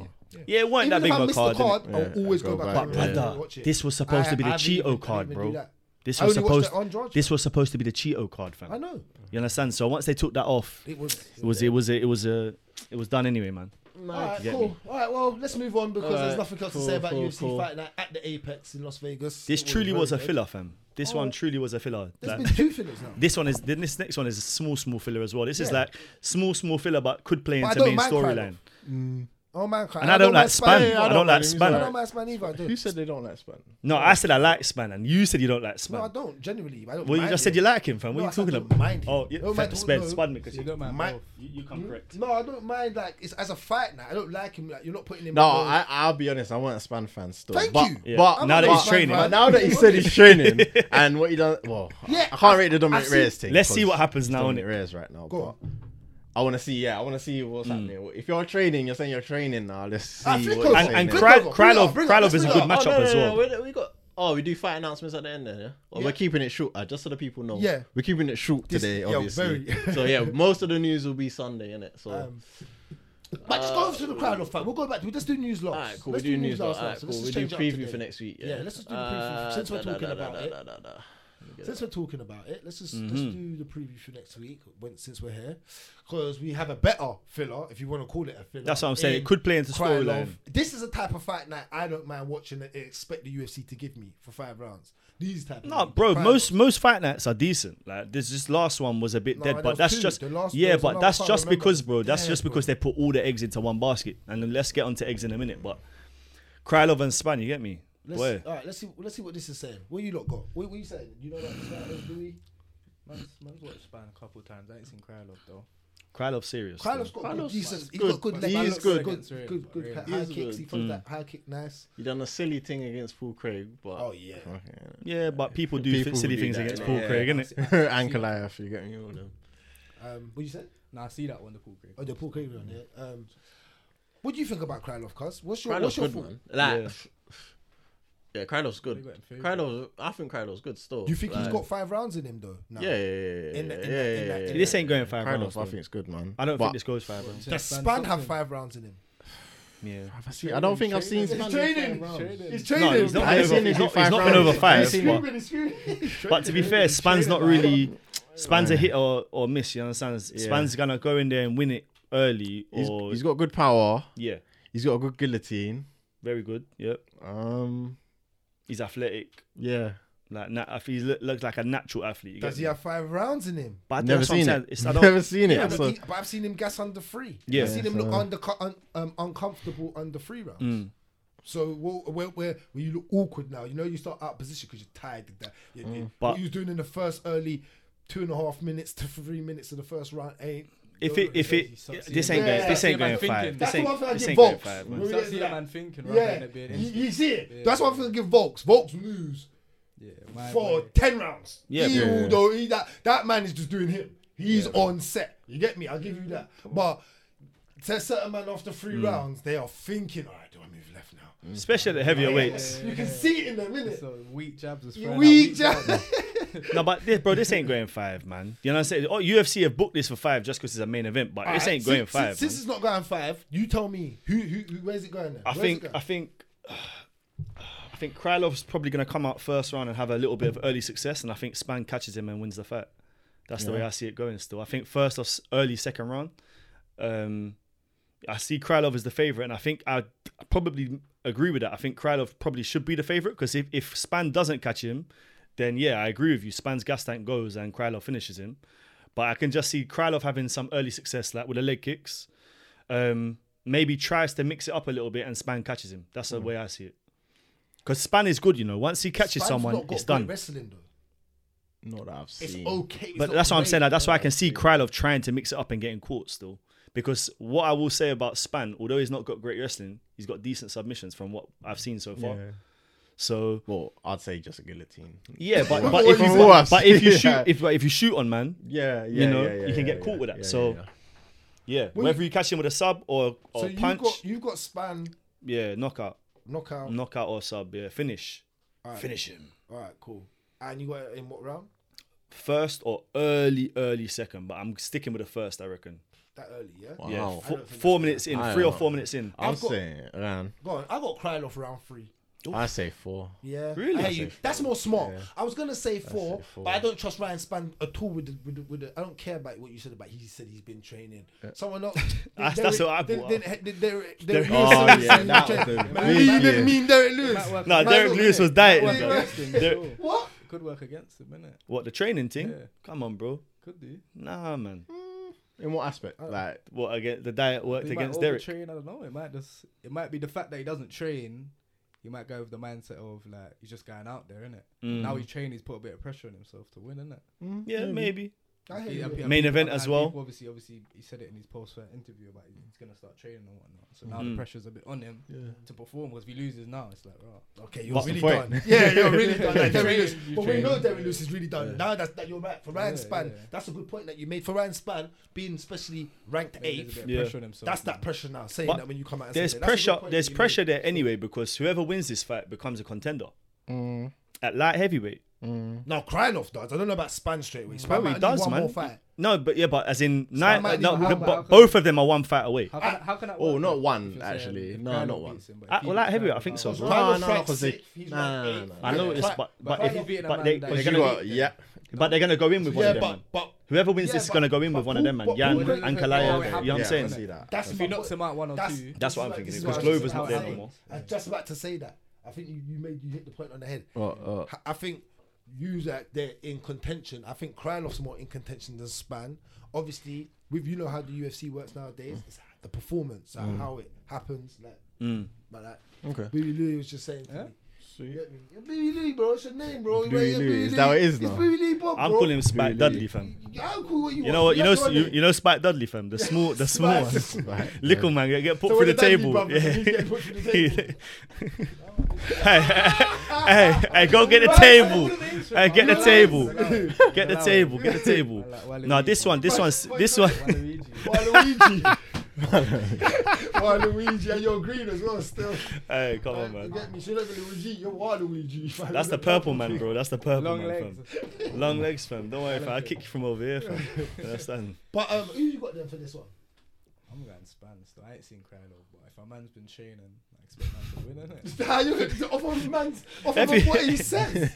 S1: Yeah, it weren't
S3: Even
S1: that big
S3: if
S1: of
S3: I
S1: a
S3: missed
S1: card.
S3: the card,
S1: innit?
S2: innit?
S3: I'll
S2: Yeah,
S3: always
S2: go
S3: go back.
S2: back.
S3: and
S2: But
S3: re-
S1: brother,
S3: watch it.
S1: this was supposed
S3: I-
S1: to be the
S3: I haven't
S1: Cheeto
S3: even- I didn't
S1: card,
S3: even
S1: bro.
S3: do that.
S1: This
S3: I
S1: was
S3: only watched
S1: supposed.
S3: it on George.
S1: This was supposed to be the Cheeto card, fam.
S3: I know
S1: You understand? So once they took that off,
S3: it was.
S1: It was it was it was a it was done anyway, man.
S3: All right,
S2: get
S3: cool. All right, well, let's move on because
S2: All
S3: there's
S2: right,
S3: nothing else
S2: cool,
S3: to say about
S2: cool,
S3: UFC
S2: cool.
S3: Fight Night at the Apex in Las Vegas.
S1: This
S3: It
S1: truly
S3: very
S1: was a
S3: good. Oh.
S1: filler, fam. This one truly was a filler.
S3: There's
S1: Like,
S3: been two fillers now.
S1: this one is then this next one is a small small filler as well. This is
S3: Yeah.
S1: like small small filler, but could play
S3: But I
S1: into
S3: don't
S1: main
S3: mind Krylov.
S1: storyline.
S3: Oh man, Christ.
S1: And I don't like span.
S2: Span. Yeah,
S1: I
S2: I
S1: don't
S2: don't
S1: like
S2: mind him. He's
S3: I
S1: span.
S3: don't like span either. I do.
S2: Who said they don't like span?
S1: No, I said I like span, and you said you don't like
S3: No, I
S1: span.
S3: don't. Generally, I don't.
S1: Well, you
S3: mind
S1: just said
S3: it.
S1: you like him, fam. What
S3: No,
S1: are
S3: I
S1: you
S3: said
S1: talking
S3: I don't
S1: about?
S3: mind him.
S1: Oh, yeah,
S3: No,
S1: fam,
S3: mind-
S1: span,
S3: no. Mm.
S1: span because
S4: You
S1: you,
S4: don't mind
S3: My-
S4: both.
S1: you, you come correct.
S3: No, I don't mind. Like it's as a fight now. I don't like him. Like you're not putting him.
S2: No,
S3: in the-
S2: I, I'll be honest. I weren't a Span fan still.
S3: Thank
S2: but,
S3: you.
S1: Yeah.
S2: But
S3: I'm
S1: now
S3: not
S1: that
S3: a
S1: he's
S3: Span
S1: training,
S3: fan.
S2: But now that he said he's training and what he done, well,
S3: Yeah,
S2: I can't
S3: I-
S2: rate the Dominic
S3: I've seen-
S2: Reyes thing.
S1: Let's see
S2: 'cause
S1: what happens
S2: it's
S1: now,
S2: Dominic
S1: innit?
S2: Reyes right now.
S3: Go
S2: but I want to see. Yeah, I want to see what's
S3: Hmm.
S2: happening. If you're training, you're saying you're training now. Let's see.
S3: Ah,
S2: what
S3: flick
S2: you're
S3: over.
S2: saying
S1: And, and
S2: next.
S3: Bring it
S1: Krylov,
S3: over, bring it
S1: Krylov,
S3: up, bring it up,
S1: Krylov is a
S3: bring it
S1: good
S3: up.
S2: Oh,
S1: matchup
S2: no, no,
S1: as
S2: no,
S1: well.
S2: no, we- We got. Oh, we do fight announcements at the end there. Yeah? Well, We're
S3: Yeah.
S2: keeping it short, uh, just so the people know.
S3: Yeah.
S2: we're keeping it short
S3: This-
S2: today,
S3: yeah,
S2: obviously.
S3: very.
S2: so yeah, most of the news will be Sunday, innit? So
S3: Um, but just go over to the crowd off fight. We'll go back. We'll just do news last.
S2: all right, cool.
S3: Let's
S2: we do news last.
S3: last.
S2: All right,
S3: last. So
S2: cool.
S3: let's
S2: We
S3: just
S2: do
S3: change it up
S2: preview
S3: today.
S2: for next week. Yeah, Uh,
S3: Yeah, let's just do the preview, since we're talking about it. Since we're talking about it, let's just let's
S2: Mm-hmm.
S3: do the preview for next week. When since we're here, because we have a better filler, if you want to call it a filler.
S1: That's what I'm saying. It
S3: in
S1: could play into
S3: Krylov.
S1: storyline.
S3: This is a type of fight night I don't mind watching. That I expect the UFC to give me for five rounds. These type.
S1: No,
S3: of
S1: bro.
S3: Krylov.
S1: Most most fight nights are decent. Like this, this last one was a bit
S3: No,
S1: dead,
S3: there
S1: but
S3: was
S1: that's
S3: two.
S1: just
S3: The last- there
S1: yeah,
S3: was
S1: but
S3: another
S1: that's
S3: fight, I
S1: just
S3: remember.
S1: because, bro. That's
S3: Yeah,
S1: just
S3: bro.
S1: because they put all the eggs into one basket. And then let's get onto eggs in a minute. But Krylov and Span, you get me?
S3: Let's,
S1: Boy.
S3: all right, let's see. Let's see what this is saying. What you lot got? What, what you saying? You know what this fight is, do we?
S4: Man's, man's watched Span a couple times. I ain't seen Krylov though.
S1: Krylov serious.
S3: Krylov's
S1: Krylov.
S3: got
S2: Krylov's
S3: good, decent. He's
S2: good.
S3: got good.
S2: He's
S3: left hooks,
S2: good.
S3: Good, good, good,
S4: He's
S3: high kicks.
S2: good.
S3: He follows that high kick nice.
S2: You done a silly thing against Paul Craig, but
S3: Oh yeah.
S1: Yeah, but people do
S2: People
S1: silly
S2: do
S1: things
S2: that,
S1: against
S2: innit?
S1: Paul
S2: Yeah.
S1: Craig, innit?
S2: and Goliath, you get me all them.
S3: Um, what you said?
S4: Nah, I see that one, the pool
S3: Oh,
S4: grade.
S3: the Paul Craig one. Yeah. Um, what do you think about Krylov, cuz? What's your
S2: Krylov's
S3: What's your
S2: good,
S3: thought?
S2: man. Like,
S1: Yeah.
S2: yeah. Krylov's
S4: They
S2: good.
S4: got him favourite.
S2: Krylov, I think Krylov's good still.
S3: Do you think he's
S2: Like,
S3: got five rounds in him though? No.
S2: Yeah, yeah, yeah, yeah.
S3: In the-
S2: yeah,
S3: in the- in
S2: yeah,
S3: the-
S2: yeah,
S1: This
S2: yeah.
S1: ain't going five
S2: Krylov,
S1: rounds.
S2: I
S1: though.
S2: think it's good, man.
S1: I don't
S2: But
S1: think this goes five rounds.
S3: Does Span have five rounds in him?
S1: Yeah.
S2: Have I seen- I don't think I've seen.
S3: He's
S2: Span-
S3: training. He's training.
S1: No, he's not
S2: I ain't
S1: been over,
S2: seen him
S1: he's
S2: do
S1: not, he's
S2: five
S1: not been
S2: rounds.
S1: over
S2: I ain't
S1: five.
S2: seen
S1: But,
S2: him.
S1: but to be fair, Span's not really Span's a hit or, or miss. You understand? Span's gonna go in there and win it early
S2: He's,
S1: or
S2: he's got good power.
S1: oh, yeah,
S2: He's got a good guillotine.
S1: very good. Yep,
S2: Um,
S1: he's athletic.
S2: yeah.
S1: Like na- if he look, looks like a natural athlete. you
S3: Does
S1: get
S3: he
S1: me?
S3: have five rounds in him?
S1: But I think
S2: Never
S1: that's what I'm
S2: seen
S1: saying.
S2: it.
S1: It's- I don't-
S2: Never seen it.
S3: Yeah,
S2: so-
S3: but, he- but I've seen him gas under three.
S1: Yeah.
S3: I've seen him look
S2: So-
S3: under un, um, uncomfortable under three rounds.
S1: Mm.
S3: So well, where, where where you look awkward now, you know you start out of position because you're tired. of That You- you-
S1: Mm. But-
S3: what you was doing in the first early two and a half minutes to three minutes of the first round ain't.
S1: If it, if it,
S4: sucks.
S1: this
S4: Yeah.
S1: ain't going,
S3: Yeah.
S1: this
S4: Yeah,
S1: ain't going
S4: man,
S1: five.
S4: thinking.
S1: This
S3: That's the
S1: ain't,
S3: one thing I
S1: this
S3: give
S1: ain't going
S3: Volks.
S1: five.
S3: Really?
S1: Man.
S4: Start
S3: Yeah,
S4: seeing
S3: yeah.
S4: a man thinking rather than
S3: yeah,
S4: it being
S3: you,
S4: instant.
S3: you see it.
S4: Yeah.
S3: That's what I'm gonna give Volks. Volks moves
S4: Yeah, my
S3: for
S4: boy.
S3: ten rounds.
S1: Yeah,
S3: he
S2: yeah,
S3: will
S2: yeah.
S3: though. He, that that man is just doing him. He's on set. You get me? I'll give you that. But to a certain man after three
S1: Mm.
S3: rounds, they are thinking, all right, do I move left now?
S1: Especially at the heavier weights.
S3: You can see it in them, innit?
S4: So weak jabs was
S3: You
S4: throwing out
S3: weak jab.
S1: No, but this, bro, this ain't going five, man. You know what I'm saying? Oh, UFC have booked this for five just because it's a main event, but this
S3: Alright,
S1: ain't going
S3: since-
S1: five.
S3: Since,
S1: man.
S3: it's not going five, you tell me who who, who where's it going? Then?
S1: I
S3: Where's
S1: think,
S3: It
S1: I
S3: going?
S1: think, I think Krylov's probably going to come out first round and have a little bit of early success, and I think Span catches him and wins the fight. That's the way I see it going. Still, I think first or s- early second round. Um, I see Krylov as the favorite, and I think I probably agree with that. I think Krylov probably should be the favorite because if, if Span doesn't catch him, then yeah, I agree with you. Span's gas tank goes and Krylov finishes him, but I can just see Krylov having some early success, like with the leg kicks. Um, maybe tries to mix it up a little bit, and Span catches him. That's the way I see it. Because Span is good, you know. Once he catches
S3: Mm. Span's
S1: someone,
S3: not got
S1: it's
S3: great
S1: done.
S3: Wrestling though,
S2: Not that I've
S3: it's
S2: seen.
S3: okay. It's
S1: But
S3: not
S1: that's what I'm saying.
S3: great.
S1: Like, that's why I can see Krylov trying to mix it up and getting caught still. Because what I will say about Span, although he's not got great wrestling, he's got decent submissions from what I've seen so far.
S2: Yeah.
S1: So
S2: Well, I'd say just a guillotine.
S1: yeah, but
S2: From what
S1: but if, you,
S2: you've seen.
S1: but if you shoot
S2: Yeah.
S1: if if you shoot on man,
S2: Yeah, yeah,
S1: know, you can get caught with that, so- yeah,
S3: Well,
S1: whether you catch him with a sub or
S3: So
S1: or
S3: you
S1: Oh, punch,
S3: got you got span
S1: yeah, knockout,
S3: knockout.
S1: knockout or sub, yeah, finish,
S3: Alright.
S1: finish him
S3: All right, cool. And you got it in what round?
S1: first or early early second. But I'm sticking with the first, I reckon.
S3: That early, yeah.
S2: Wow.
S1: Yeah,
S2: I
S1: four,
S3: don't think
S1: four
S3: that's
S1: minutes in,
S2: Oh. I
S1: three or
S2: don't
S1: four
S2: know.
S1: minutes in.
S2: I'm
S3: I've got-
S2: saying around.
S3: Go on. I got Krylov round three.
S2: I say four.
S3: Yeah,
S1: Really?
S3: I
S1: I'd
S3: hear you.
S2: say
S3: That's more smart.
S2: Yeah.
S3: I was gonna say four,
S2: four.
S3: but I don't trust Ryan Span at all. With the, with the, with the, I don't care about what you said about he said he's been training. Someone else.
S1: That's-
S3: Derek-
S1: that's what I
S3: Derek-
S1: brought
S3: Derek- Derek- Derek- Derek
S1: Oh,
S3: Lewis said he's
S2: yeah,
S3: been
S2: that
S3: training.
S2: was a
S3: Man,
S2: big
S3: he didn't
S2: year.
S3: mean Derek Lewis.
S4: Might work
S1: Nah,
S4: against
S1: Derek
S4: him,
S1: Lewis
S4: innit?
S1: was
S4: Might
S1: dieting,
S4: work
S1: bro.
S4: against him,
S1: Derek-
S4: sure.
S3: What?
S4: Could work against him, innit?
S1: What the training thing?
S4: Yeah.
S1: Come on, bro.
S4: Could do.
S1: Nah, man.
S2: In what aspect? Like,
S1: What against the diet worked
S4: He might
S1: against Derek?
S4: overtrain, I don't know. It might just. It might be the fact that he doesn't train. He might go with the mindset of like he's just going out there, innit?
S1: Mm.
S4: Now he trained, he's put a bit of pressure on himself to win, innit?
S1: Yeah, maybe.
S3: I hear you.
S1: Main event as well.
S4: Obviously, obviously, he said it in his post-fight interview about he's gonna start training and whatnot. So now
S1: Mm-hmm.
S4: the pressure's a bit on him to perform because if he loses now, it's like, right.
S3: Okay, you're
S2: What's the
S3: really
S2: point?
S3: done. Yeah, you're really done. Like,
S4: You
S3: Derek Lewis.
S4: trained, you
S3: But we
S4: trained.
S3: know Derek Lewis is really done. Now that's that you're right. For Ryan
S4: Yeah,
S3: Span,
S4: yeah.
S3: that's a good point that you made. For Ryan Span being especially ranked
S4: Maybe there's a
S3: eighth,
S4: bit of
S1: Yeah.
S4: pressure on himself.
S3: that's
S4: now.
S3: that pressure now. Saying
S1: But
S3: that when you come out, and say
S1: There's
S3: that. That's a good
S1: pressure.
S3: point
S1: There's
S3: that you
S1: pressure
S3: made.
S1: there anyway because whoever wins this fight becomes a contender
S3: Mm.
S1: at light heavyweight.
S3: No, Krylov does. I don't know about Span straight away. Span
S1: Bro, he
S3: might need
S1: does,
S3: one
S1: man.
S3: more fight.
S1: No, but yeah, but as in nine.
S3: might
S1: No,
S3: need-
S1: the-
S4: how-
S1: but
S4: how-
S1: both of them are one fight away.
S4: How can, how can that
S2: oh,
S4: work,
S2: not
S4: though,
S2: one,
S4: if you're saying
S2: actually.
S4: if
S2: No,
S4: Kylo
S2: not one.
S4: beats him, but if
S1: Ah,
S4: he
S1: well, light
S4: beats
S1: heavyweight,
S4: Kylo
S1: I think
S4: now,
S1: so.
S4: it's
S2: No,
S4: like-
S2: no,
S3: Krylov
S2: no,
S3: ranked
S2: 'cause they-
S3: sixth, he's
S2: nah,
S3: ranked
S2: nah,
S3: eighth.
S2: nah.
S1: I know it's
S3: Right.
S1: but
S4: but
S1: but,
S4: Kylo
S1: they,
S4: beating a
S1: but
S4: man
S1: they
S4: down
S1: are
S4: there.
S2: You
S1: gonna
S2: are, yeah.
S1: but they're gonna go in with one
S3: Yeah,
S1: of them.
S3: but
S1: man.
S3: but
S1: Whoever wins
S3: yeah,
S1: this is
S3: but-
S1: gonna go in
S3: but
S1: with one
S3: who-
S1: of them, man.
S3: but
S1: Jan
S3: who-
S1: and
S4: how it
S1: Kalaya. You know what I'm
S4: happens,
S2: yeah, I
S1: saying?
S2: see that.
S3: That's
S4: If
S3: my
S4: he knocks
S3: point.
S4: him out one or
S3: That's-
S4: two-
S1: That's what I'm
S3: this
S1: thinking,
S3: is
S1: because
S3: what I was
S1: Glover's not
S3: just
S1: there
S3: about
S1: no
S3: to
S1: more.
S3: say. I was just about to say that. I think you, you made you hit the point on the head.
S2: Well, uh,
S3: I- I think you that they're in contention. I think Krylov's more in contention than Span. Obviously, with you know how the UFC works nowadays,
S1: Mm.
S3: it's the performance, uh, how it happens, like,
S1: Mm.
S3: like that.
S2: Okay.
S3: Billy Louie was just saying. To
S4: Yeah?
S3: me, you get me? Yeah, Billy Louie, bro. It's your name, bro.
S2: Billy
S3: yeah,
S2: Louie,
S3: Billy
S2: is that what it is
S3: It's
S2: now?
S3: Billy Louie Bob,
S1: I'm
S3: bro.
S1: calling him Spike Dudley, fam.
S3: You- I'll call what you,
S1: You
S3: want.
S1: know what? You know
S3: That's your
S1: you,
S3: name.
S1: you know Spike Dudley, fam. The small the small one.
S2: right.
S1: Little man get, get put
S3: So what
S1: through the
S3: did that do,
S1: table.
S3: brother?
S1: Yeah.
S3: You get put through the table.
S1: hey, hey, hey, hey, go get the table. Hey, get the table. Get the table. Get the table. No, this one, this one's, this one.
S3: Waluigi. Waluigi, and you're green as well, still.
S1: Hey, come on,
S3: You
S1: man.
S3: get me? So you're not Luigi, you're Waluigi. fam.
S1: That's the purple man, bro. That's the purple
S4: Long
S1: man,
S4: legs.
S1: fam. Long legs, fam. Don't worry, fam. I'll kick you from over here, fam. You understand?
S3: But um, who you got then for this one?
S4: I'm going spans though. I ain't seen Krylov, but if a man's been training, like expect man to win, innit?
S3: How you off of man's off
S1: Every-
S3: of what he says.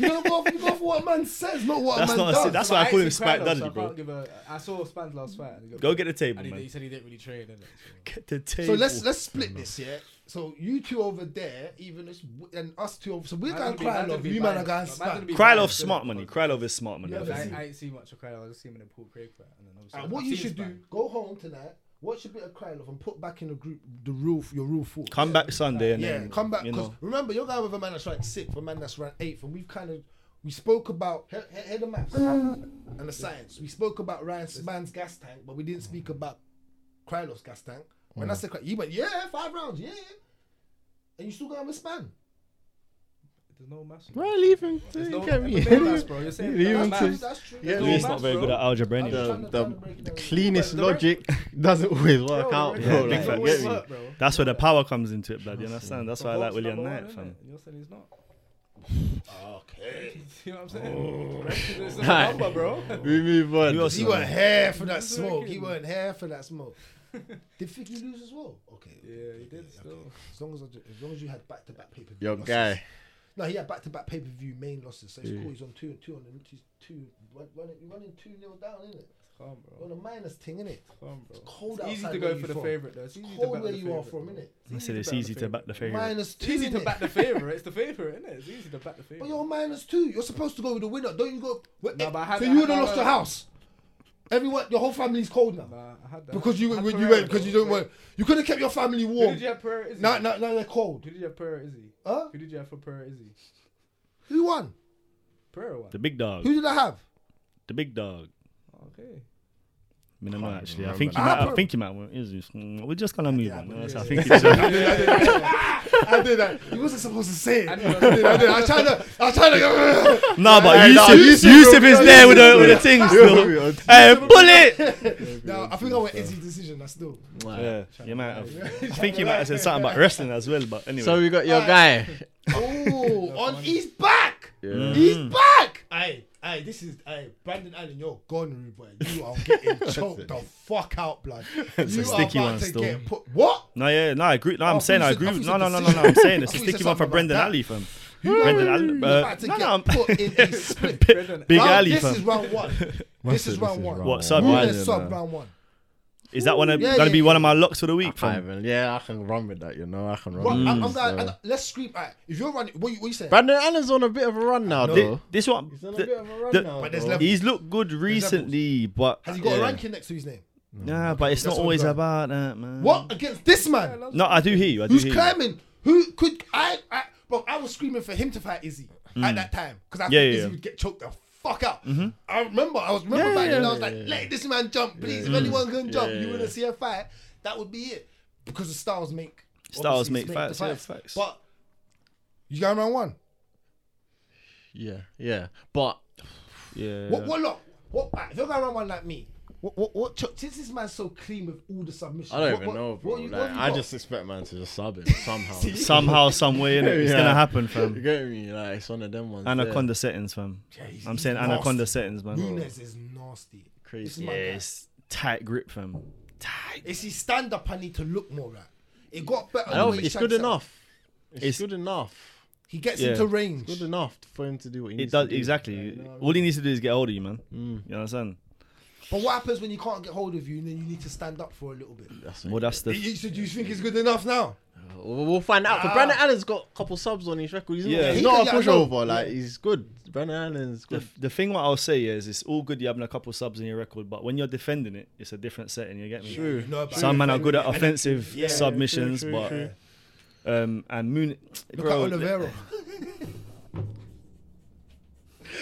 S3: you know what you go off what a man says, not what
S1: That's
S3: a man
S1: not a-
S3: does.
S1: that's
S4: But
S1: why I call him
S4: actually cried
S1: Spike
S4: though,
S1: Dudley,
S4: so I
S1: bro.
S4: can't give a- I saw Span's last fight. And he, got,
S1: Go get the table,
S4: and he, he
S1: man.
S4: said he didn't really train, innit? So.
S1: Get the table.
S3: so let's let's split this, yeah. So you two over there, even us and us two over. So we're going
S4: Man's
S3: to
S4: gonna be-
S3: cry
S4: man's
S3: love.
S4: gonna be
S3: You man are
S4: biased.
S3: going
S4: Man's gonna be
S3: to
S1: Krylov
S4: biased,
S1: smart
S4: innit?
S1: money. Krylov is smart money.
S3: Yeah,
S1: I
S3: but
S1: think.
S4: I,
S3: Obviously.
S4: I ain't seen much of Crowder. I just seen him in the Paul Craig fight. And then obviously
S3: And
S4: I've
S3: what you
S4: seen
S3: should do,
S4: Span.
S3: go home tonight, watch a bit of cry love, and put back in the group the rule your rule four.
S1: Come back Sunday and
S3: yeah,
S1: then
S3: come back.
S1: You
S3: 'cause
S1: know,
S3: remember, you're going with a man that's ranked sixth, a man that's ranked eighth, and we've kind of we spoke about he- he- head of maths and the science. We spoke about Ryan's man's gas tank, but we didn't speak about Krylov's gas tank. When
S1: Mm.
S3: I said Kry- he went, yeah, five rounds, yeah, and you still going with Span.
S4: There's no mass.
S2: Bro, leave him.
S4: There's no
S2: You get me?
S4: MMA maths, bro. You're saying
S2: You
S4: no
S2: even
S4: maths.
S2: say-
S3: That's true.
S2: Yeah,
S4: There's
S2: Lee-
S4: no
S1: he's
S2: He's
S4: maths,
S1: not very
S4: bro.
S1: good at algebra
S3: I'm
S1: anyway.
S3: just
S2: The,
S3: trying to-
S2: the
S3: trying to break it down.
S2: cleanest
S4: But the re-
S2: logic doesn't always work
S4: Bro,
S2: out,
S4: the
S2: bro.
S4: record
S1: big
S2: like,
S1: fact,
S4: always
S1: yeah.
S4: work, bro.
S1: That's where the power comes into it, blood. You understand? That's
S4: The
S1: why I like
S4: Volt's
S1: William
S4: number
S1: Knight,
S4: one,
S1: fam.
S4: innit? You're saying he's not.
S3: Okay.
S4: You know what I'm saying? It's a number, bro.
S2: We move on.
S1: Who else
S3: He
S1: is
S3: weren't
S1: on?
S3: here for that
S4: That's
S3: smoke.
S4: wicked.
S3: He weren't here for that smoke. Did Figgy lose as well? Okay.
S4: Yeah, he did still.
S3: As long as I, ju- as long as you had back to back pay per view.
S2: Your guy.
S3: No, he had back to back pay per view main losses. So it's
S2: Yeah.
S3: cool. He's on two two on the he's two run- running running two nil down, isn't it?
S4: Calm,
S3: On
S4: bro.
S3: a minus thing, isn't it?
S4: Calm, bro.
S3: Cold
S4: It's easy
S3: outside
S4: to
S3: where
S4: go
S3: you
S4: for the
S3: from.
S4: favorite, though. It's easy to
S3: Cold
S4: back
S3: where
S4: the
S3: you are
S4: favourite,
S3: from,
S4: bro.
S3: innit?
S1: I said it's
S4: to back
S1: easy
S4: the
S1: to back the favorite.
S3: Minus
S4: It's
S3: two.
S4: easy to
S3: innit?
S4: back the favorite. It's the favorite, isn't it? It's easy to back the
S3: But
S4: favorite.
S3: you're minus two. You're supposed to go with the winner. Don't you go? Wait,
S4: No, but I had-
S3: so
S4: I
S3: you would
S4: had-
S3: have lost your house. Everyone, your whole family's cold now.
S4: Nah, I had that.
S3: Because you
S4: I had
S3: when you
S4: Pereira,
S3: went because
S4: though.
S3: you don't
S4: Wait,
S3: want you could have kept your family
S4: Who
S3: warm.
S4: did you have Pereira Izzy?
S3: Now, now, now they're cold.
S4: Who did you have Pereira Izzy?
S3: Huh?
S4: Who did you have for Pereira Izzy?
S3: Who won?
S4: Pereira won.
S1: The big dog.
S3: Who did I have?
S1: The big dog.
S4: Okay.
S1: I mean, I'm not
S2: Can't
S1: actually. I
S2: remember
S1: think you
S2: now.
S1: might. I
S3: Ah,
S1: think you might. want- is this- mm, We're just gonna move
S3: Yeah,
S1: on.
S3: but
S1: Honestly,
S4: yeah.
S1: I think it's.
S3: I did, I did, I did. I did that. You wasn't supposed to say it.
S4: I
S3: I
S4: did, I
S3: did,
S4: did.
S3: I did. I was trying to. I was trying to.
S1: No, but
S2: Hey, nah,
S1: Yusuf,
S2: Yusuf,
S1: Yusuf
S2: bro,
S1: is
S2: bro,
S1: there with the
S2: Yusuf,
S1: with the
S2: bro.
S1: thing
S2: Yo,
S1: still.
S2: yo,
S1: Hey, bullet.
S3: No, I think I went easy decision. I still.
S1: Yeah, you might have. I think you might have said something about wrestling as well, but anyway.
S2: So we got your guy.
S3: Oh, on he's back.
S2: Yeah.
S3: He's back. Aye, aye. This is aye. Brandon Allen, you're gone, rude boy. You are getting choked the fuck out, blood.
S1: It's a
S3: You
S1: sticky
S3: are
S1: one
S3: about to
S1: still.
S3: get put. What?
S1: no, yeah, no, I agree. No,
S3: Oh, I
S1: I'm
S3: thought
S1: saying
S3: you
S1: I
S3: said-
S1: agree.
S3: I
S1: with-
S3: thought
S1: No,
S3: you
S1: no,
S3: said decision.
S1: no, no, no. I'm saying it's
S3: I
S1: a
S3: thought you
S1: sticky
S3: said
S1: one for
S3: something
S1: Brendan
S3: about
S1: Ali, fam. Brendan Ali.
S3: You're
S1: uh,
S3: about to
S1: No,
S3: get
S1: no, I'm-
S3: put in a split.
S4: Brendan.
S1: Big
S3: Round-
S1: Ali,
S3: This is
S1: fam.
S3: round one. This is round one.
S1: What,
S3: Who
S1: sub?
S2: one.
S1: Why
S3: is
S1: then,
S3: sub
S1: uh,
S3: round one?
S1: Is that one of,
S3: Yeah,
S1: gonna
S3: yeah,
S1: be
S3: yeah.
S1: one of my locks for the
S2: I
S1: week,
S2: can't
S1: fam?
S2: even- Yeah, I can run with that. You know, I can run.
S3: Right,
S2: with
S3: I'm,
S2: that,
S1: Mm.
S3: I'm going.
S2: so.
S3: I- let's scream. Right, if you're running, what you, what you saying?
S2: Brandon Allen's on a bit of a run now,
S3: No.
S2: though.
S1: This one,
S2: He's on a
S1: the-
S2: bit of a run
S1: the-
S2: now.
S3: But there's
S2: though.
S3: level-
S1: he's looked good recently, but
S3: Has he got a
S1: yeah.
S3: ranking next to his name?
S1: Nah, but it's
S3: That's
S1: not
S3: what
S1: always
S3: we've
S1: about that, man.
S3: What against this man?
S1: No, Mm. I do hear you. I do
S3: Who's
S1: hear you.
S3: climbing? Who could I? I bro, I was screaming for him to fight Izzy at that time because I
S1: Mm. Yeah,
S3: think
S1: yeah,
S3: Izzy
S1: yeah.
S3: would get choked the fuck out. I remember. I was remember
S1: Yeah,
S3: back
S1: yeah,
S3: then.
S1: yeah,
S3: I was like, let this man jump, please. If anyone can jump, you want to see a fight? That would be it because the styles make
S1: Styles
S3: obviously
S1: make
S3: the
S1: fights, yeah, facts.
S3: But you got round one.
S2: Yeah, yeah. But
S1: Yeah.
S3: What what look? What back? If you're going around one like me, what what what? Cho- since this man's so clean with all the submissions,
S2: I don't
S3: what-
S2: even
S3: what-
S2: know, bro.
S3: what you- what
S2: like,
S3: have you
S2: I
S3: got?
S2: just expect man to just sub him somehow.
S1: Somehow, some way, innit? It's
S2: Yeah.
S1: gonna happen,
S2: You
S1: fam.
S2: get me? Like it's one of them ones.
S1: Anaconda settings, fam.
S3: he's-
S1: I'm saying
S3: he's
S1: anaconda
S3: nasty.
S1: settings, man.
S3: Nunes is nasty.
S2: Crazy.
S3: This is
S1: Yeah,
S3: my guy.
S1: it's tight grip, fam. Tight.
S3: It's his stand up I need to look more at. It got better.
S2: There. I don't
S3: when
S2: think
S3: he
S2: it's good
S3: shanks out.
S2: enough. It's,
S1: It's-
S2: good enough.
S3: He gets
S1: Yeah.
S3: into range.
S2: Good enough for him to do what he
S1: It
S2: needs
S1: does
S2: to do.
S1: exactly. All he needs to do is get hold of you, man.
S3: Mm.
S1: You understand?
S3: But what happens when you can't get hold of you and then you need to stand up for a little bit?
S2: That's
S1: Well, that's the.
S3: You- so do you think it's good enough now?
S2: We'll we'll find out. But Brandon Allen's got a couple subs on his record. He's not,
S1: Yeah.
S2: he's
S1: He
S2: not a
S3: can- yeah, I know.
S2: pushover. Like he's good. Brandon Allen's
S1: The,
S2: good.
S1: the thing what I'll say is it's all good you having a couple subs in your record, but when you're defending it, it's a different setting. You get me?
S3: You know about
S1: Some
S3: it.
S1: men are
S3: And
S1: good at
S3: then-
S1: offensive
S3: Yeah,
S1: submissions,
S2: true,
S1: but
S2: true.
S1: um and Moon.
S3: Look
S1: bro,
S3: at Oliveira.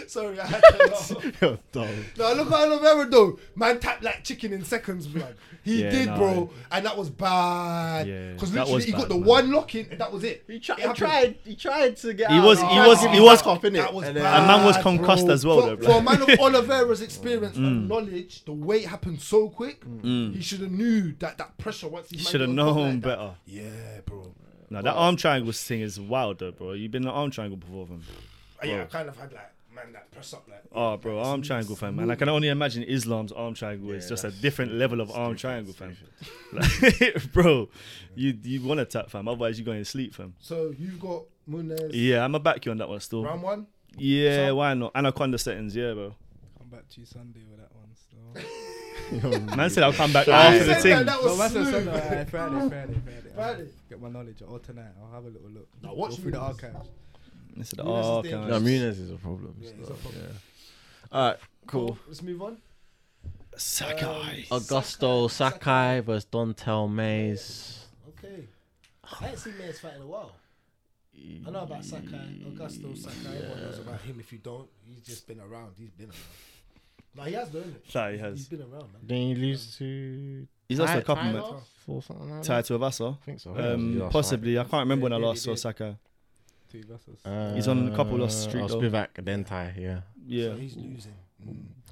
S3: Sorry, I had to laugh.
S2: You're dumb.
S3: No, look at Oliveira though. Man tapped like chicken in seconds, blood. He
S1: Yeah,
S3: did,
S1: nah.
S3: bro, and that was bad.
S1: Yeah,
S3: Because
S1: that
S3: literally,
S1: was
S3: he got
S1: bad,
S3: the
S1: man.
S3: one lock in, and that was it.
S2: He, tri-
S3: It
S2: he
S3: happened.
S2: tried. He tried to get.
S1: He
S2: out.
S1: was-
S2: He,
S1: he
S2: tried
S1: was-
S2: to give
S1: he
S2: it
S1: was-
S2: back up,
S3: That
S2: innit?
S3: was
S2: And then-
S1: A man was
S3: bad,
S1: concussed
S3: bro.
S1: as well,
S3: For,
S1: though,
S3: for
S1: Mm.
S3: a
S1: blood.
S3: man of Oliveira's experience and knowledge, the way it happened so quick, he should have knew that that pressure once he
S1: should have Mm. known better.
S3: Yeah, bro.
S1: No, that arm triangle thing is wild, though, bro. You've been in an arm triangle before, fam.
S3: Yeah, I kind of had like. man that press up like.
S1: Oh, bro, arm triangle, fam, man. I can only imagine Islam's arm triangle is
S2: Yeah,
S1: just a
S2: that's-
S1: different level of
S2: it's
S1: arm
S2: different,
S1: triangle, fam.
S2: it's
S1: Like, bro, you you want to tap, fam. Otherwise, you're going to sleep, fam.
S3: So you've got Munez.
S1: Yeah, I'm going to back you on that one still.
S3: Round one.
S1: Yeah, why not? Anaconda settings, yeah, bro.
S4: Come back to you Sunday with that one. So.
S1: Man said I'll come back
S2: After
S1: after the
S2: that,
S3: That
S1: thing.
S4: Well,
S3: was
S4: that's a
S3: smooth.
S4: Sunday. alright, Friday, Friday, Friday.
S3: Friday.
S4: I'll Get my knowledge, or tonight I'll have a little look.
S3: Now watch
S4: Go through the
S3: Munez.
S4: archives.
S1: I said,
S3: Munez is
S1: oh,
S3: dangerous.
S2: No,
S1: okay.
S2: Munez is a problem.
S3: Yeah,
S2: so,
S3: he's a problem.
S2: yeah. All right, cool.
S3: Let's move on. Uh,
S1: Sakai.
S2: Augusto Sakai versus Dontel Mays.
S5: Okay. I ain't seen Mays fight in a while. I know about Sakai, Augusto Sakai.
S3: Everyone knows about him. If you don't, he's just been around. He's been around.
S5: No, he has done it.
S1: Sorry, he
S5: He's
S1: has.
S5: been around, man.
S2: Then he lose to
S1: He's lost
S2: Ty-
S1: a couple, man.
S5: Tyler?
S2: or something like
S1: Tied to Avassa.
S2: I think so.
S1: Um, possibly. I can't remember when I last saw Saka.
S4: Two vessels.
S3: Uh.
S1: He's on a couple lost streak
S2: Oh,
S1: though.
S2: Spivak, then Ty, yeah.
S1: Yeah.
S3: So he's losing.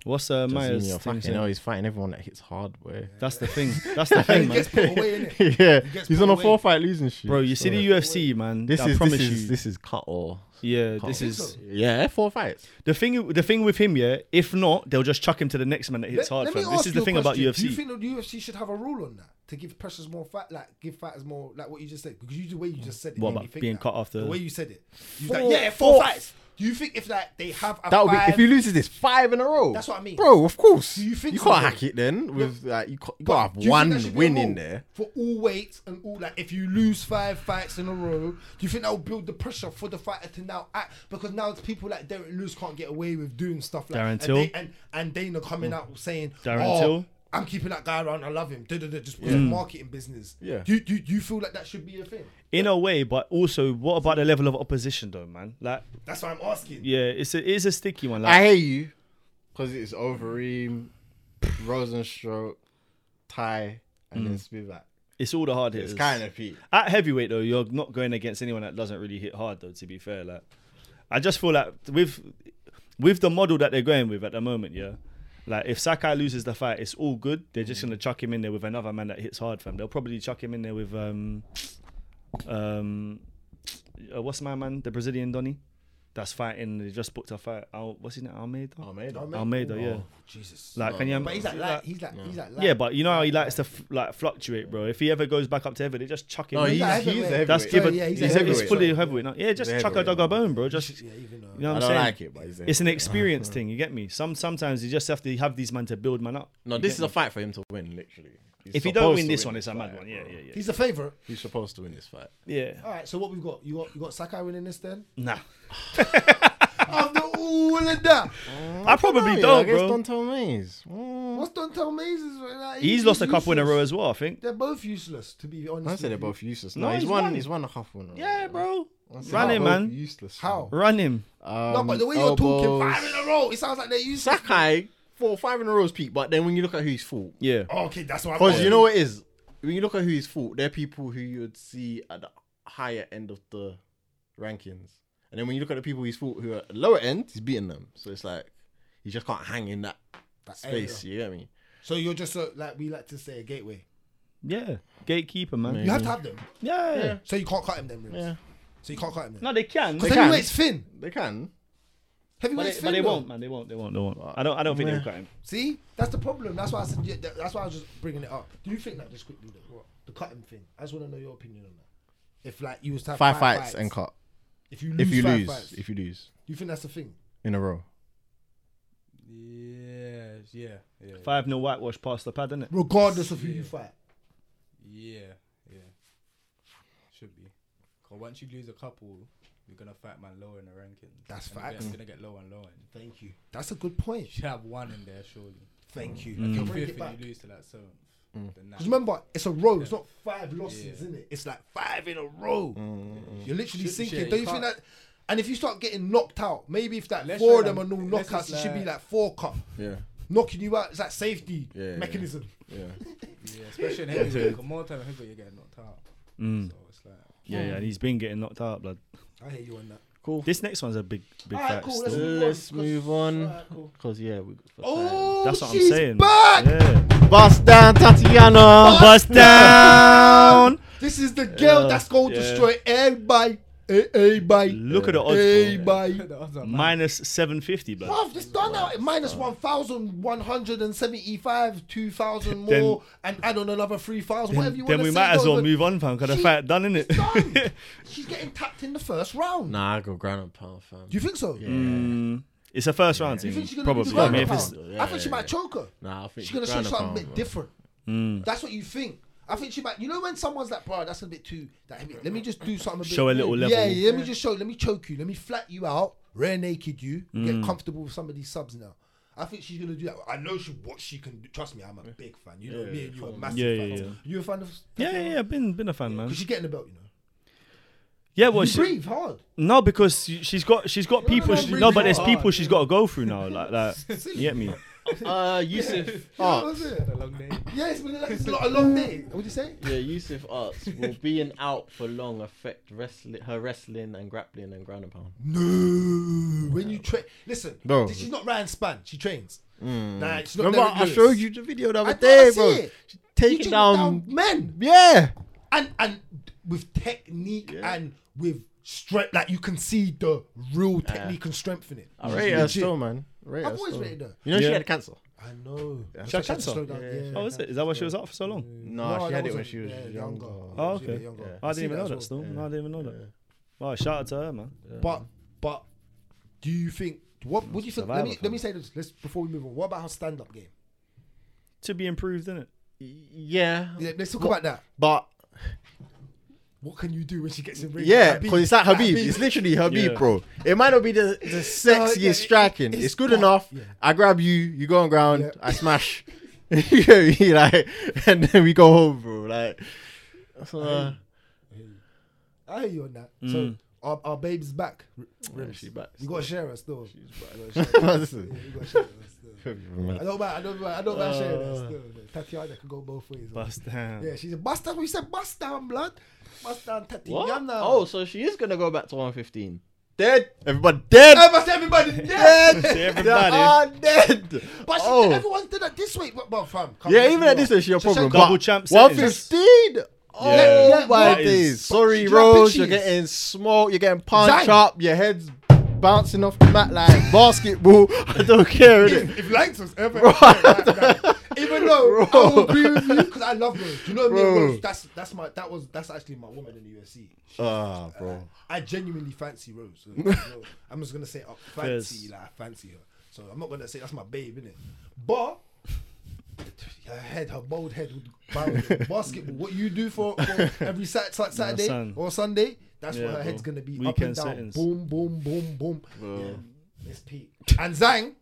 S1: What's uh, Maya's
S2: Jorginho,
S1: thing?
S2: fucking hell,
S1: saying?
S2: he's fighting everyone that hits hard, boy.
S1: That's the thing. That's the thing,
S3: He
S1: man.
S3: gets put away in it.
S2: yeah,
S3: He gets
S2: he's
S3: put
S2: on a
S3: away.
S2: four fight losing streak.
S1: Bro, you see the
S2: so-
S1: UFC, man.
S2: This
S1: I
S2: is
S1: promise
S2: this is
S1: you.
S2: this is cut or
S1: yeah,
S2: Can't
S1: this
S2: think
S1: is
S3: so.
S2: yeah, four fights.
S1: the thing. The thing with him, yeah. If not, they'll just chuck him to the next man that hits hard.
S3: me
S1: Fam. This
S3: ask
S1: is the
S3: you a
S1: thing about
S3: question. Do
S1: UFC.
S3: you think that the UFC should have a rule on that to give pressures more fight, like give fighters more, like what you just said? Because you, the way you just said it,
S1: What
S3: made
S1: about
S3: me think
S1: being
S3: that.
S1: cut after-
S3: the way you said it? You
S2: Four-
S3: like, yeah, four,
S2: four-
S3: fights. Do you think if like they have a
S2: That would be
S3: five,
S2: if he loses this five in a row.
S3: That's what I mean.
S2: bro. Of course,
S3: Do you think
S2: you
S3: so,
S2: can't
S3: though?
S2: hack it then with like you, ca- you
S3: But
S2: gotta
S3: do
S2: have
S3: you think that
S2: one
S3: should be a
S2: win
S3: rule
S2: in there.
S3: for all weights and all that. If you lose five fights in a row, do you think that will build the pressure for the fighter to now act? Because now it's people like Derek Lewis can't get away with doing stuff like
S1: Darren
S3: and
S1: Till.
S3: they- and and Dana coming out saying
S1: Darren
S3: oh,
S1: Till. Mm.
S3: I'm keeping that guy around. I love him. Duh, duh, duh, just marketing business.
S2: Yeah.
S3: Do, you- do, you- do you feel like that should be a thing?
S1: In a way, but also, what about the level of opposition, though, man? Like,
S3: That's what I'm asking.
S1: yeah, it's a it's a sticky one. Like,
S2: I hear you because it's Overeem, Rosenstroke, Ty, and then Spivak.
S1: it's all the hard hitters.
S2: It's kind of peak.
S1: At heavyweight though, you're not going against anyone that doesn't really hit hard though. To be fair, like I just feel like with with the model that they're going with at the moment, yeah. Like if Sakai loses the fight, it's all good. They're just gonna chuck him in there with another man that hits hard, fam. They'll probably chuck him in there with um um uh, what's my man, the Brazilian Donny, that's fighting. They just booked a fight. Al, what's his name? Almeida.
S3: Oh,
S2: Almeida.
S3: Almeida.
S1: Almeida, yeah.
S3: Oh, Jesus.
S1: Like, can you?
S3: but he's like, like he's like, he's like,
S1: yeah, but you know how he likes to f- like fluctuate, bro. If he ever goes back up to heaven, they just chuck him.
S2: No,
S1: in.
S2: he's,
S3: like
S2: he's a
S3: heavyweight.
S2: heavyweight.
S1: That's give
S3: Sorry,
S1: a,
S3: yeah, he's
S1: he's,
S3: a
S1: he's
S3: heavyweight,
S1: fully
S2: sorry.
S1: heavyweight now. Yeah, just
S2: He's a
S1: chuck a
S2: heavyweight,
S1: dog a
S2: man.
S1: bone, bro. Just
S3: yeah, even though.
S1: you know
S2: I
S1: what
S2: don't
S1: I'm saying.
S2: like it, but he's a
S1: It's an
S2: heavyweight.
S1: experience thing. You get me? Some sometimes you just have to have these man to build man up.
S2: No,
S1: You
S2: this
S1: get
S2: is a
S1: me?
S2: fight for him to win, literally. He's
S1: if you don't
S2: supposed
S1: win
S2: to
S1: this one, it's
S2: this
S1: a mad
S2: fight,
S1: one. Yeah,
S2: bro.
S1: yeah, yeah.
S3: He's the favorite.
S2: He's supposed to win this fight.
S1: Yeah.
S3: All right. So what we've got? You got you got Sakai winning this then?
S1: Nah,
S3: After all of that,
S1: I probably don't, bro.
S2: Against Dontel Mays.
S3: what's Dontel Mays? is Like,
S1: He's lost a couple in a
S3: useless.
S1: row as well, I think.
S3: They're both useless, to be honest.
S2: I say
S3: with
S2: they're
S3: you.
S2: both useless.
S1: No,
S2: No, he's
S1: he's
S2: won.
S1: won.
S2: He's won a half one.
S1: Yeah, bro.
S2: I say
S1: Run
S2: they're
S1: him,
S2: both
S1: man.
S2: Useless.
S3: How?
S1: Run him.
S3: No, but the way
S2: Um,
S3: you're talking, five in a row, it sounds like they're useless.
S2: Sakai four five in a row is peak, but then when you look at who he's fought,
S1: Yeah.
S3: Oh, okay, that's what. I'm
S2: because you
S3: asking.
S2: know what it is when you look at who he's fought, they're people who you'd see at the higher end of the rankings, and then when you look at the people he's fought who are at the lower end, he's beating them. So it's like he just can't hang in that, space. You get me?
S3: So you're just uh, like we like to say a gateway.
S1: Yeah. Gatekeeper, man.
S2: Maybe.
S3: You have to have them,
S1: Yeah.
S3: so you can't cut him then. Ribs.
S2: Yeah.
S3: So you can't cut him then.
S1: No, they can. They
S3: Because
S1: can.
S3: heavyweight's thin.
S2: They can.
S1: But
S3: Heavyweight's
S1: they,
S3: thin.
S1: but they
S3: though.
S1: won't, man. They won't. They won't. They won't. I don't. I don't think they'll cut him.
S3: See, that's the problem. That's why I said. Yeah, that- that's why I was just bringing it up. Do you think that just quickly? Though, what the cutting thing? I just want to know your opinion on that. If like you was to have
S2: Five, fights, Mm. and cut.
S3: If you lose,
S2: If you
S3: five
S2: lose,
S3: fights,
S2: if you lose
S3: you think that's the thing?
S2: in a row.
S4: Yeah, yeah, yeah,
S1: Five no whitewash past the pad, innit?
S3: regardless of who you fight.
S4: yeah, yeah. Should be. 'Cause once you lose a couple, you're gonna fight man lower in the rankings.
S3: That's
S4: and It's
S3: facts.
S4: gonna get lower and lower. You
S3: Thank you. That's a good point.
S4: should have one in there surely.
S3: Thank you.
S4: If
S3: Okay,
S4: you're
S3: Mm. bring it
S4: fifth
S3: back.
S4: and you lose to that seventh, then that
S3: Because remember, it's a row. It's not five losses, isn't it? It's like five in a row. You're literally
S4: Shouldn't
S3: sinking.
S4: share,
S3: Don't
S4: you
S3: you think
S4: can't-
S3: that? And if you start getting knocked out, maybe if that
S4: Unless
S3: four
S4: you're
S3: of them are
S4: like-
S3: no
S4: unless it's
S3: knockouts, it should be
S4: like-
S3: like four cup
S2: Yeah,
S3: knocking you out. It's like safety
S2: Yeah, yeah,
S3: mechanism.
S2: yeah.
S4: yeah, especially in heavyweight. 'cause more time in heavyweight, you're getting knocked out.
S3: Mm.
S4: So it's like
S1: Yeah, yeah. And he's been getting knocked out, blood.
S3: I hear you on that.
S2: Cool.
S1: This next one's a big, big
S3: Alright,
S1: fight.
S3: cool,
S1: still.
S2: Let's move on.
S3: Alright, cool.
S2: Cause yeah, we got
S3: Oh,
S1: That's what I'm
S3: she's
S1: saying.
S3: Back!
S1: Yeah.
S2: Bust down Tatiana.
S1: Bust down.
S3: This is the girl
S1: Yeah,
S3: that's going
S1: yeah.
S3: to destroy everybody. Hey, hey, bye.
S1: Look at the odds.
S3: Hey,
S1: bro.
S3: bye.
S4: The odds are mad.
S1: Minus 750, blood.
S3: Bruv, this done now at minus 1,175, 2,000
S1: Then-
S3: more, and add on another 3,000, whatever you
S1: Then,
S3: want
S1: then
S3: to
S1: we
S3: say.
S1: might as
S3: don't
S1: well
S3: even-
S1: move on, fam, because the
S3: She-
S1: fight done,
S3: It's done.
S1: innit?
S3: She's getting tapped in the first round.
S6: Nah, I go ground and pound, fam.
S3: Do you think so? Yeah.
S1: Mm, it's a first round
S3: You
S1: thing.
S3: think she's gonna
S1: Probably.
S3: do
S6: I
S1: I
S3: ground
S1: mean,
S3: and
S1: if
S3: pound?
S1: it's,
S3: I,
S6: yeah,
S3: think she
S6: yeah,
S3: might choke her.
S6: Nah, I think
S3: She's gonna show
S6: ground and
S3: something
S6: pound,
S3: a bit
S6: bro.
S3: different.
S1: Mm.
S3: That's what you think. I think she might. You know when someone's like, bro, that's a bit too. That heavy. Let me just do something. A bit,
S1: Show a little level.
S3: Yeah, yeah. Let me just show. Let me choke you. Let me flat you out. Rear naked you.
S1: Mm.
S3: Get comfortable with some of these subs now. I think she's gonna do that. I know she what she can do. Trust me, I'm a big fan. You know me and you are massive
S1: Yeah, yeah,
S3: fans.
S1: yeah.
S3: You a fan of?
S1: yeah, yeah, yeah. Been, been a fan, man.
S3: Because she's getting the belt, you know.
S1: Yeah, well,
S3: you
S1: she,
S3: breathe hard.
S1: no, because she- she's got she's got people.
S3: no,
S1: she-
S3: breathe
S1: No, but there's
S4: hard.
S1: people she's got to go through now, like that. You get me?
S2: Uh, Yusuf
S3: Oh,
S2: Arts.
S4: The long day.
S3: Yeah, it's been like it's been a long day. What'd you say?
S2: Yeah, Yusuf Arts will being out for long affect wrestling, her wrestling and grappling and ground and pound.
S3: No, when you train, listen,
S2: Bro.
S3: she's not Ryan Span. She trains.
S1: Mm.
S3: Nah, she's not
S2: Remember,
S3: Derek
S2: I
S3: Lewis.
S2: showed you the video the
S3: I
S2: other
S3: thought I
S2: day,
S3: see
S2: bro.
S3: it.
S2: She
S3: You
S2: Taking
S3: took
S2: down,
S3: men,
S2: yeah.
S3: and and with technique and with strength, like you can see the real technique and strength in it.
S2: I
S3: She's
S2: rate her
S3: legit.
S2: still, man. Rate
S3: I've
S2: her
S3: always
S2: still.
S3: rated her.
S2: You know
S1: Yeah.
S2: she had cancer.
S3: I know.
S2: had
S3: She had
S1: cancer?
S3: slow down, yeah.
S1: Oh, is it? Is that why she was out for so long?
S2: No,
S3: No,
S2: she
S3: that
S2: had it when
S3: wasn't-
S2: she was
S3: yeah,
S2: younger.
S1: Oh,
S3: She was a bit
S1: okay.
S3: younger.
S1: Oh, I didn't
S3: see
S1: even know
S3: as
S1: that
S3: well.
S1: still. No, I didn't even know that. Oh, shout out to her, man.
S3: But but do you think what what do you think? Let me
S1: Survival
S3: let me say this. Let's before we move on. What about her stand up game?
S1: To be improved, innit?
S2: Yeah,
S3: Yeah, let's talk about that.
S2: but
S3: What can you do when she gets in ring?
S2: yeah,
S3: Habib-
S2: because it's like Habib.
S3: Habib.
S2: It's literally Habib,
S1: Yeah.
S2: bro. It might not be the, the sexiest
S3: yeah, it-
S2: striking.
S3: it's
S2: It's, good
S3: that-
S2: enough.
S3: yeah.
S2: I grab you, you go on ground,
S3: Yeah.
S2: I smash. you get me? Like, and then we go home, bro. Like, so, uh,
S3: I hear you on that. So our, our babe's back. Rims.
S2: she back
S3: You gotta share her still. She's
S2: Listen.
S3: you gotta share her still. I don't mind. I don't mind. I don't mind sharing her still.
S2: Uh.
S3: Tatiana can go both ways.
S1: Bust down.
S3: yeah, she's a bust down. We said bust down, blood. Bust down, Tatiana.
S2: what? Oh, so she is gonna go back to 115. Dead. Everybody dead.
S3: I must everybody dead.
S1: To
S2: They
S1: everybody.
S2: are dead.
S3: But she,
S2: Oh.
S3: everyone's did that this way. But, but fam, come
S2: yeah,
S3: on,
S2: even at
S3: you
S2: this
S3: know.
S2: stage, she a
S3: Just
S2: problem.
S3: like
S1: double
S2: but
S1: champ
S2: 115? Oh
S1: Yeah.
S3: Yeah,
S2: my
S1: that is-
S2: days. Sorry,
S3: Do you know how big
S2: Rose.
S3: she
S2: You're
S3: is?
S2: getting smoked. You're getting punched
S3: Zai.
S2: up. Your head's bouncing off the mat like basketball. I don't care. innit?
S3: If Lanks was ever like that, even though I will agree with you because I love Rose. Do you know what I mean?
S2: Bro.
S3: Rose, that's that's my that was that's actually my woman in the UFC.
S2: Ah, bro.
S3: I genuinely fancy Rose. so, you know, I'm just gonna say I fancy,
S1: Yes.
S3: like I fancy her. So I'm not gonna say that's my babe, innit? But her head, her bald head would bounce. basketball. What you do for, for every Sat- Sat- Saturday
S1: son.
S3: or Sunday, that's
S1: Yeah,
S3: what her
S1: bro.
S3: head's gonna be up and
S1: Weekend
S3: down.
S1: settings.
S3: Boom, boom, boom, boom. Yeah, it's Pete and Zhang.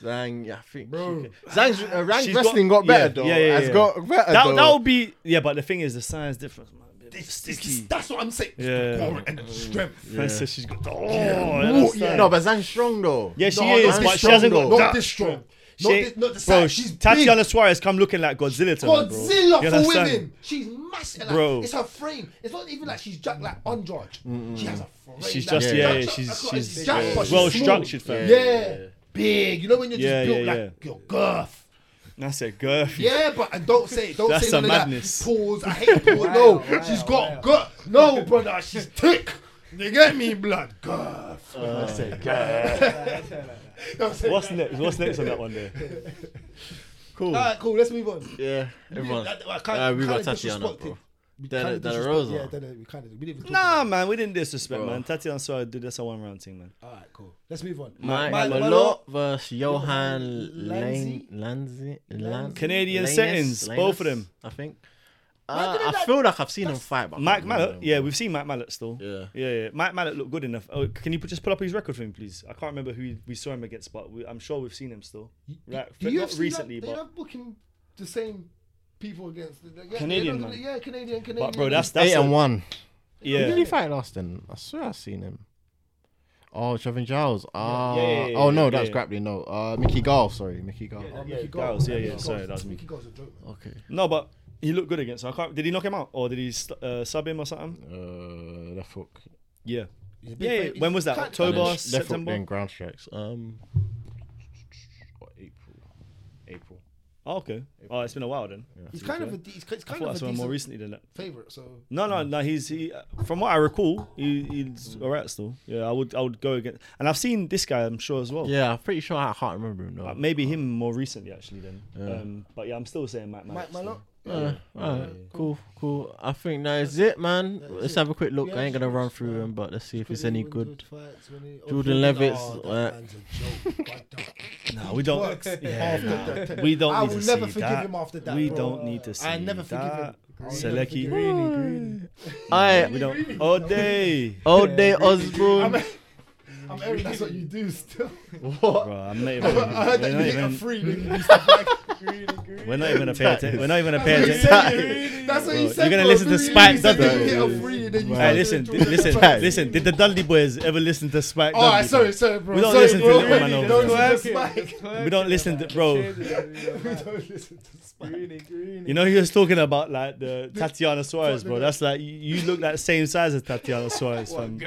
S2: Zhang, yeah, I think.
S3: Bro.
S2: Bro. Zhang's, uh, Rang's
S1: She's got-
S2: wrestling got,
S1: yeah,
S2: better, though.
S1: yeah, yeah,
S2: Has
S1: yeah.
S2: got better,
S1: That
S2: though.
S1: that would be yeah, but the thing is the size difference, man. Bit
S3: It's, it's,
S1: sticky.
S3: that's what I'm saying.
S1: Yeah. Mm.
S3: Power and strength.
S1: Man says she's got. Oh,
S3: Ooh,
S1: yeah.
S3: yeah.
S2: No, but Zhang's strong, though.
S1: Yeah, she
S3: No,
S1: is,
S3: not
S1: but
S3: this
S1: she hasn't
S3: strong,
S1: got
S3: though.
S1: that.
S3: not this strong.
S1: She
S3: Not
S1: ain't-
S3: this, not the
S1: bro,
S3: size. She's big.
S1: Tatiana Suarez come looking like Godzilla. To me, bro.
S3: Godzilla
S1: You
S3: for
S1: understand?
S3: women. She's massive. Like,
S1: Bro.
S3: It's her frame. It's not even like she's jacked like Andrade. She has a frame.
S1: She's
S3: like-
S1: just
S2: Yeah.
S3: Jack-
S1: yeah, yeah.
S3: Jack-
S1: She's
S3: Jack-
S1: she's
S3: Jack- but she's
S1: well
S3: small.
S1: structured, fam.
S3: Yeah. Big. You know when you're just
S1: Yeah,
S3: built
S1: yeah,
S3: like your girth.
S1: That's a girth.
S3: Yeah, but and don't say don't
S1: That's
S3: say
S1: a
S3: none of that.
S1: madness.
S3: Pause. I hate pause. no, she's got girth. No, brother, she's thick. You get me, blood. Girth. Don't say
S1: Uh, What's next? What's next on that one there?
S2: Cool.
S3: All right, cool. Let's move on.
S2: yeah, everyone.
S3: that- I can't-
S2: Uh, we
S3: kinda
S2: got Tatiana,
S3: disrespected.
S2: bro.
S3: We
S2: Dana-
S3: kinda
S2: Dana
S3: disrespect-
S2: Rosa.
S3: Yeah, Dana, we kind of we didn't even talk about
S1: Nah, man, we didn't disrespect,
S2: Bro.
S1: man. Tatiana Suarez did that's a one round thing, man.
S3: All right, cool. Let's move on.
S2: Mike
S3: Mike
S2: Malot versus Johan Lanzi.
S3: Lanzi?
S2: Lanzi. Lan-
S1: Canadian
S2: Lanus?
S1: settings, both of
S2: Lanus,
S1: them.
S2: I think.
S3: Why
S2: Uh,
S3: did they
S2: I
S3: like-
S2: feel like I've seen him fight. but I
S1: Mike
S2: can't
S1: Mallet,
S2: remember.
S1: yeah, we've seen Mike Mallet still.
S2: Yeah.
S1: yeah, yeah. Mike Mallet looked good enough. Oh, can you put- just pull up his record for him, please? I can't remember who he- we saw him against, but we, I'm sure we've seen him still. Right,
S3: Do
S1: but
S3: you
S1: not
S3: have
S1: recently,
S3: that,
S1: but
S3: They have booking the same people against the, yeah,
S1: Canadian,
S3: they don't-
S1: man.
S3: Yeah, Canadian, Canadian.
S1: but bro, that's that's
S2: Eight
S1: a-
S2: and one. Who did
S1: Yeah,
S2: he fight last then? I swear I've seen him. Oh, Trevin Giles. Ah,
S1: yeah, yeah, yeah,
S2: oh no,
S1: yeah,
S2: that's
S1: yeah.
S2: grappling. No, uh, Mickey Gall. Sorry, Mickey Gall.
S3: Oh,
S1: yeah,
S3: Mickey
S1: Giles, yeah,
S3: Mickey
S1: yeah, sorry,
S3: Giles-
S1: that was me.
S3: Mickey Giles a joke. Man.
S2: Okay.
S1: no, but he looked good against. him. I can't. Did he knock him out or did he st- uh, sub him or something?
S2: Uh, left hook.
S1: Yeah.
S3: He's a big
S1: Yeah, yeah.
S3: fan-
S1: when was that?
S3: Can't-
S2: And then sh-
S1: October,
S2: left hook,
S1: September.
S2: then ground strikes. Um, or April. April.
S1: Oh, okay. Oh, it's been a while then.
S5: He's
S1: To be
S5: kind of
S1: fair.
S5: a de- he's ki- he's
S1: I
S5: kind
S1: thought I
S5: of a
S1: saw him more
S5: decent
S1: recently than that.
S5: favorite. So
S1: No, no, no. He's he. From what I recall, he, he's alright still. Yeah, I would, I would go again. And I've seen this guy, I'm sure as well.
S2: Yeah, I'm pretty sure I can't remember him though.
S1: Uh, maybe him more recently actually. Then,
S2: Yeah.
S1: um, but yeah, I'm still saying Mike.
S5: Mike Mallock.
S2: Uh, alright, cool, cool. I think that is it, man.
S5: That is
S2: Let's
S5: it.
S2: have a quick look.
S5: Yeah,
S2: I ain't gonna
S5: sure,
S2: run
S5: sure.
S2: through them, but let's see if
S5: Because
S2: it's
S5: when
S2: any
S5: he
S2: good.
S5: wins fights, when he-
S2: Jordan
S5: Jordan-
S2: Levitt's,
S5: Oh, that
S2: uh,
S5: man's a joke. I don't-
S1: No, we don't.
S3: Works
S1: yeah,
S3: after
S1: nah.
S3: that.
S1: We don't
S3: I
S1: need
S3: will
S1: to
S3: never
S1: see
S3: forgive
S1: that.
S3: him after that.
S1: we
S3: bro.
S1: don't need to see
S5: I never forgive him.
S1: that.
S5: Greeny,
S1: Seleki.
S5: greeny, greeny.
S2: Alright,
S1: We don't. Oh, day.
S2: Old Day Osborne. Um,
S3: I'm, I'm Eric, that's what you do still.
S1: Bro, I'm not even.
S3: I heard that
S1: We're
S3: you
S1: not
S3: hit a
S1: even.
S3: free. nigga. You stuff like-
S1: We're not even a pair.
S2: That is-
S1: We're not even a pair.
S3: That's what you said, you- that's what
S1: Bro,
S3: you
S1: you're
S3: said.
S1: gonna
S3: bro.
S1: listen to
S3: You
S1: Spike
S3: said you
S2: Dudley.
S3: hit a free and then you
S2: Wow.
S1: Hey,
S3: started
S1: listen,
S3: doing
S1: did, listen,
S2: Dudley.
S1: listen. Did the Dudley boys ever listen to Spike?
S3: All right,
S1: Dudley,
S3: sorry, sorry, bro.
S1: We don't
S3: sorry,
S1: listen to
S3: bro.
S1: them, man, no.
S3: Don't listen to Spike.
S1: bro? We don't listen to
S3: Oh.
S1: bro.
S3: We don't listen to Spike.
S1: You know he was talking about like the Tatiana Suarez, bro. That's like you, you look that same size as Tatiana
S3: Oh
S1: Suarez, fam.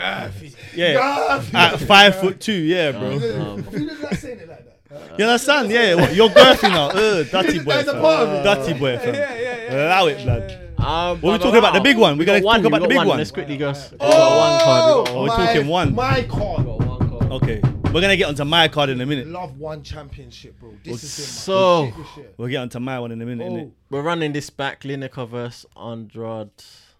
S1: Yeah, at five foot two, yeah, bro.
S2: Um,
S3: Who does that saying it like that?
S1: You understand? Yeah, what, you're girthy now. Uh, dirty boy,
S3: That's a
S1: fam.
S3: part of it.
S1: Dirty boy, fam. Allow it, blood.
S2: um,
S1: What are we
S2: but-
S1: talking about? The big one. We
S2: got
S1: gotta talk
S2: we
S1: about the
S2: got
S1: big one.
S2: Let's quickly go. We
S3: Oh,
S2: got
S1: Oh, we're
S3: my-
S1: talking one.
S3: My card.
S2: one card. We got one card.
S1: Okay, we're gonna get onto my card in a minute.
S3: Love one championship, bro. This is it, man.
S2: So
S3: Good shit.
S1: We'll get onto my one in a minute.
S3: Oh.
S1: innit?
S2: we're running this back. Lineker versus Andrade.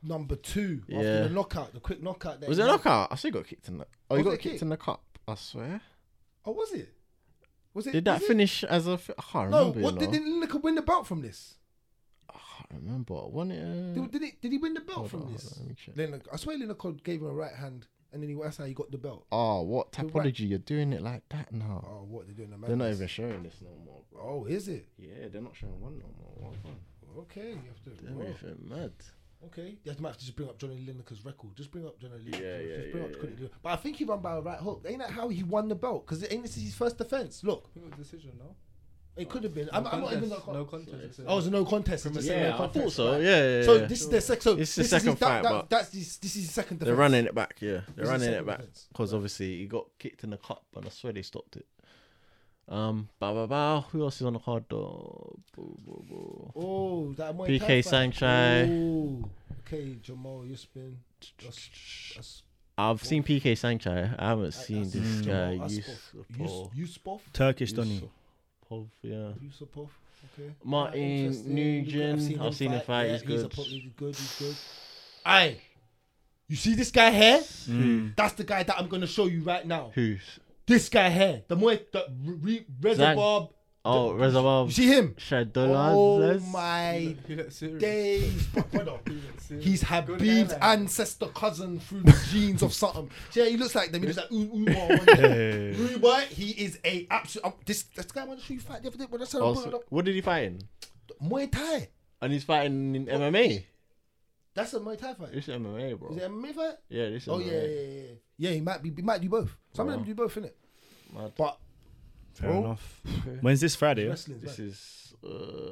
S3: Number two.
S2: Yeah.
S3: After the knockout, the quick knockout. That
S2: Was
S3: he
S2: it a
S3: had.
S2: knockout? I still got kicked in the. Oh, you
S3: Was it
S2: got
S3: a kick?
S2: kicked in the cup. I swear.
S3: Oh, was it? Was it?
S2: Did that
S3: was it?
S2: finish as a? Fi- I can't
S3: No.
S2: remember.
S3: What
S2: you
S3: did
S2: know.
S3: Lineker win the belt from this?
S2: I can't remember. Won it? Uh,
S3: Did, did, it, did he win the belt
S2: hold
S3: from
S2: on, hold
S3: this?
S2: on, let me check.
S3: Lineker, I swear Lineker gave him a right hand, and then he, that's how he got the belt.
S2: Oh, what
S3: You're
S2: typology?
S3: right.
S2: You're doing it like that now.
S3: Oh, what they're doing? The
S2: They're not
S3: madness.
S2: even showing this no more.
S3: Oh, is it?
S2: Yeah, they're not showing one no more. What
S3: Okay, you have to.
S2: They're
S3: whoa,
S2: mad.
S3: okay, you might have to just bring up Johnny Lineker's record. Just bring up Johnny Lineker's
S2: Yeah,
S3: record.
S2: yeah,
S3: just bring
S2: yeah,
S3: up
S2: yeah.
S3: quickly. But I think he won by a right hook. Ain't that how he won the belt? Because ain't this his first defense? Look,
S4: It was a decision, no?
S3: it could have been.
S4: No
S3: I'm, I'm not even.
S4: contest, no contest.
S3: Oh, it's a no contest. It's just a no
S2: Yeah, I
S3: contest,
S2: thought so.
S3: right.
S2: Yeah, yeah,
S3: So
S2: yeah.
S3: this is their sec. So
S2: It's the
S3: this is
S2: second
S3: his- that-
S2: fight,
S3: that-
S2: but-
S3: that's his, this is his second defense.
S2: They're running it back, yeah. They're
S3: This is
S2: running it
S3: second
S2: back
S3: offense.
S2: because obviously he got kicked in the cup, and I swear they stopped it. Um, bow, bow, bow. Who else is on the card though? Boo, boo, boo.
S3: Oh, that Muay
S2: BK
S3: Thai fight.
S2: Sanchai.
S3: Ooh. Okay, Jamal, you spin. That's, that's,
S2: I've seen PK Sanchai. I haven't
S3: that's
S2: seen this guy.
S3: Jamal
S2: Yusupov.
S3: Aspov. Yus- Yusupov.
S1: Turkish, Donny.
S2: Yusupov, Oh, yeah.
S3: Yusupov. Okay.
S2: Martin
S3: Interesting.
S2: Nugent. I've seen him fight, he's
S3: He's, a
S2: good.
S3: pro- he's good. He's good. Aye. You see this guy here? That's the guy that I'm gonna show you right now.
S2: Who's?
S3: This guy here, the Muay the re, Reservoir.
S2: Oh, Reservoir.
S3: You see him? Oh
S2: Shadolaz.
S3: my
S4: He looked serious.
S3: days, brother.
S4: He looked serious.
S3: He's
S4: Good
S3: Habib's
S4: hairline.
S3: ancestor cousin through the genes of something. Yeah, he looks like them. He looks like Uber. Uber, he is a absolute. um, this this guy wants to show you fight the other day when I said
S2: Oh, so-
S3: oh,
S2: what did he fight in?
S3: Muay Thai.
S2: And he's fighting in MMA.
S3: That's a Muay Thai fight.
S2: It's MMA, bro.
S3: Is it a MMA fight?
S2: Yeah, this is.
S3: Oh yeah, yeah,
S2: MMA.
S3: yeah, yeah. Yeah, he might be. He might do both. Some of them
S2: Wow.
S3: do both, innit?
S2: Mad.
S3: But
S1: Fair
S3: Oh.
S1: enough. When's this Friday? yeah?
S3: wrestling,
S2: This is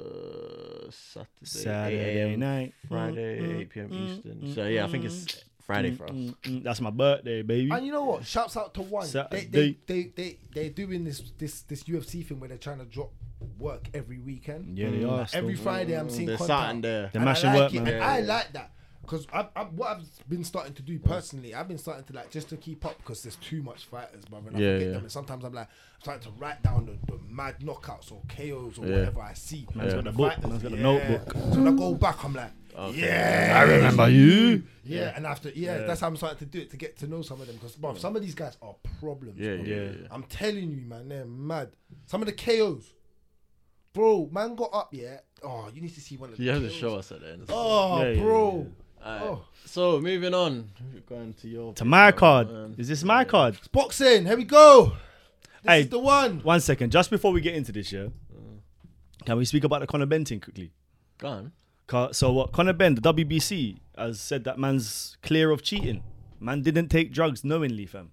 S2: uh, Saturday,
S1: Saturday
S2: 8
S1: night.
S2: Friday, 8 p.m. Eastern. So yeah, I think it's Friday for us.
S1: Mm, mm, That's my birthday, baby.
S3: And you know what? Shouts out to one. They,
S1: Saturday.
S3: they, they, they, they're doing this, this, this UFC thing where they're trying to drop work every weekend. Mm.
S1: Yeah, they are.
S3: Every
S1: still.
S3: Friday, I'm seeing
S2: There's
S3: content.
S2: something there.
S1: They're
S3: And I
S1: mashing
S3: like
S1: work,
S3: it,
S1: man.
S3: and I like that because I, I, what I've been starting to do personally, I've been starting to like just to keep up because there's too much fighters, brother. And I
S2: Yeah,
S3: forget
S2: yeah.
S3: them, and sometimes I'm like I'm starting to write down the, the mad knockouts or KOs or
S2: Yeah.
S3: whatever I see.
S1: Man's
S3: So
S1: got
S3: the
S1: a book,
S3: fighters-
S1: man's got a
S3: yeah.
S1: notebook. Oh,
S3: So when I go back, I'm like, yeah, I
S1: remember you.
S3: yeah, and after yeah, that's how I'm starting to do it to get to know some of them because some of these guys are problems.
S2: Yeah,
S3: bruv.
S2: yeah, yeah.
S3: I'm telling you, man, they're mad. Some of the KOs, bro, man got up. Yeah, oh, you need to see one of. the
S2: You have to
S3: KOs.
S2: show us at the end.
S3: Oh,
S1: Yeah, yeah,
S3: bro,
S2: Alright,
S3: Oh.
S2: So moving on, We're going to your Um,
S1: To my card. Is this my card?
S3: it's boxing. Here we go. This
S1: Hey.
S3: is the one.
S1: One second, just before we get into this, yeah. Can we speak about the Conor Benton quickly?
S2: Gone.
S1: Co- So what Conor Ben, the WBC, has said that man's clear of cheating. Man didn't take drugs knowingly, fam.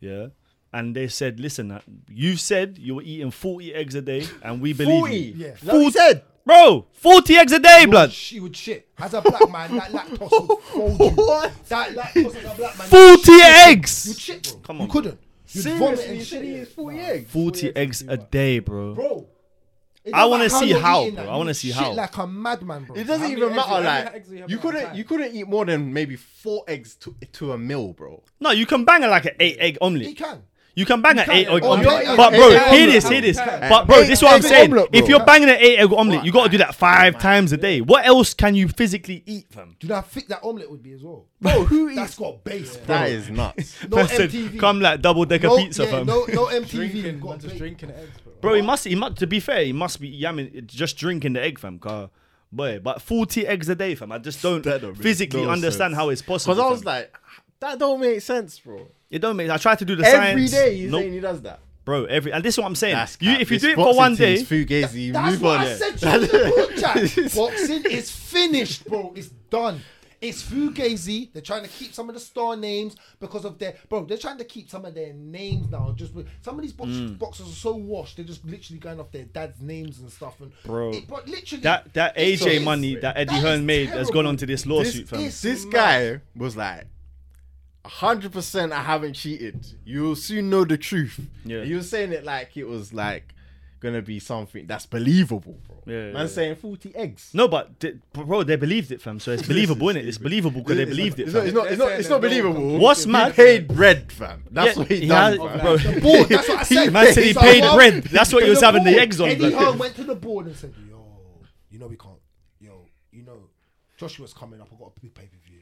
S1: Yeah. And they said, listen, uh, you said you were eating 40 eggs a day, and we believe
S2: 40?
S1: you.
S3: Yeah.
S2: Is that what he said?
S1: Bro, 40 eggs a day, blood.
S3: She would shit. As a black man, that lactose would fold you.
S2: What?
S3: That lactose as a black man.
S1: 40
S3: You'd
S1: eggs.
S3: shit, bro.
S1: Come
S3: You
S1: on.
S3: couldn't. You'd vomit and shit.
S2: forty eggs.
S1: 40 eggs a day, bro.
S3: Bro, It
S1: I
S3: doesn't
S1: want to
S3: matter
S1: see
S3: you're
S1: how,
S3: eating
S1: bro.
S3: that,
S1: I want to
S3: you
S1: see
S3: shit
S1: how.
S3: like a madman, bro.
S2: It doesn't
S4: How many
S2: even
S4: eggs- how
S2: matter.
S4: many
S2: Like
S4: eggs do you have
S2: you
S4: at one
S2: couldn't
S4: time?
S2: you couldn't eat more than maybe four eggs to, to a meal, bro.
S1: no, you can bang a, like an eight egg
S3: He
S1: omelette.
S3: can.
S1: You can bang an
S4: can,
S1: eight egg
S4: yeah.
S1: omelette.
S2: Oh, yeah,
S1: but
S2: yeah,
S1: bro,
S2: yeah,
S1: hear
S2: yeah,
S1: this,
S2: yeah.
S1: hear this.
S4: Yeah.
S1: But bro,
S2: Egg-
S1: this is what I'm
S2: egg
S1: saying.
S2: omelette, bro.
S1: if you're banging an eight egg omelette, you got to do that five times a day. What else can you physically eat, fam?
S3: Do you know how thick that omelette would be as well?
S2: Bro, who eats
S3: That's got base, bro.
S2: that is nuts.
S3: No
S1: Man said,
S3: MTV.
S1: Come like double decker
S3: no,
S1: pizza,
S3: yeah,
S1: fam.
S3: No, no MTV.
S4: Drinking,
S3: got
S4: man, just
S3: base.
S4: drinking eggs, bro.
S1: Bro, he must. He must. To be fair, he must be yamming, just drinking the egg, fam. Car, boy, but forty eggs a day, fam. I just don't
S2: That don't make
S1: physically
S2: no
S1: understand
S2: sense.
S1: how it's possible.
S2: Because I was
S1: fam.
S2: like, that don't make sense, bro.
S1: it don't make. I try to do the
S2: Every
S1: science.
S2: day he's
S1: Nope.
S2: saying he does that.
S1: bro. Every and this is what I'm saying.
S2: That's
S1: You,
S2: cap.
S1: if you
S2: This
S1: do it for
S2: boxing
S1: one
S2: thing is
S1: day,
S2: Fugazi,
S3: That's
S2: move
S3: what
S2: on.
S3: I said to you in the group chat. Boxing is finished, bro. It's done. It's fugazi. They're trying to keep some of the star names because of their bro. They're trying to keep some of their names now. Just some of these box,
S1: Mm.
S3: boxers are so washed. They're just literally going off their dad's names and stuff. And
S1: Bro,
S3: it- but literally
S1: that that
S3: it's
S1: AJ
S3: just-
S1: money that Eddie
S3: is
S1: Hearn made has gone
S3: terrible.
S1: onto this
S2: This,
S1: lawsuit, fam.
S3: is-
S2: this
S3: mad.
S2: guy was like, 100% I haven't cheated. You'll soon know the truth.
S1: Yeah.
S2: He was saying it like it was like gonna be something that's believable, bro.
S1: Yeah,
S2: Man
S1: yeah,
S2: saying 40 eggs.
S1: no, but th- bro, they believed it, fam. So it's believable, innit? It's believable because they
S2: It's-
S1: believed it.
S2: It's
S1: fam.
S2: not, it's not, it's not, it's not
S4: They're saying
S2: believable.
S1: What's
S2: He
S1: mad-
S2: paid bread, fam. That's
S1: Yeah,
S2: what he,
S1: he
S2: done,
S1: has-
S2: fam.
S1: bro.
S3: The board. That's what I said.
S1: Man said he
S3: It's
S1: paid
S3: like,
S1: bread. That's what he
S3: to
S1: was
S3: the
S1: having the
S3: board.
S1: eggs on,
S3: Eddie
S1: bro.
S3: Hearn went to the board and said, "Yo, you know we can't. Yo, you know, Joshua's coming up. I have got a big pay per view.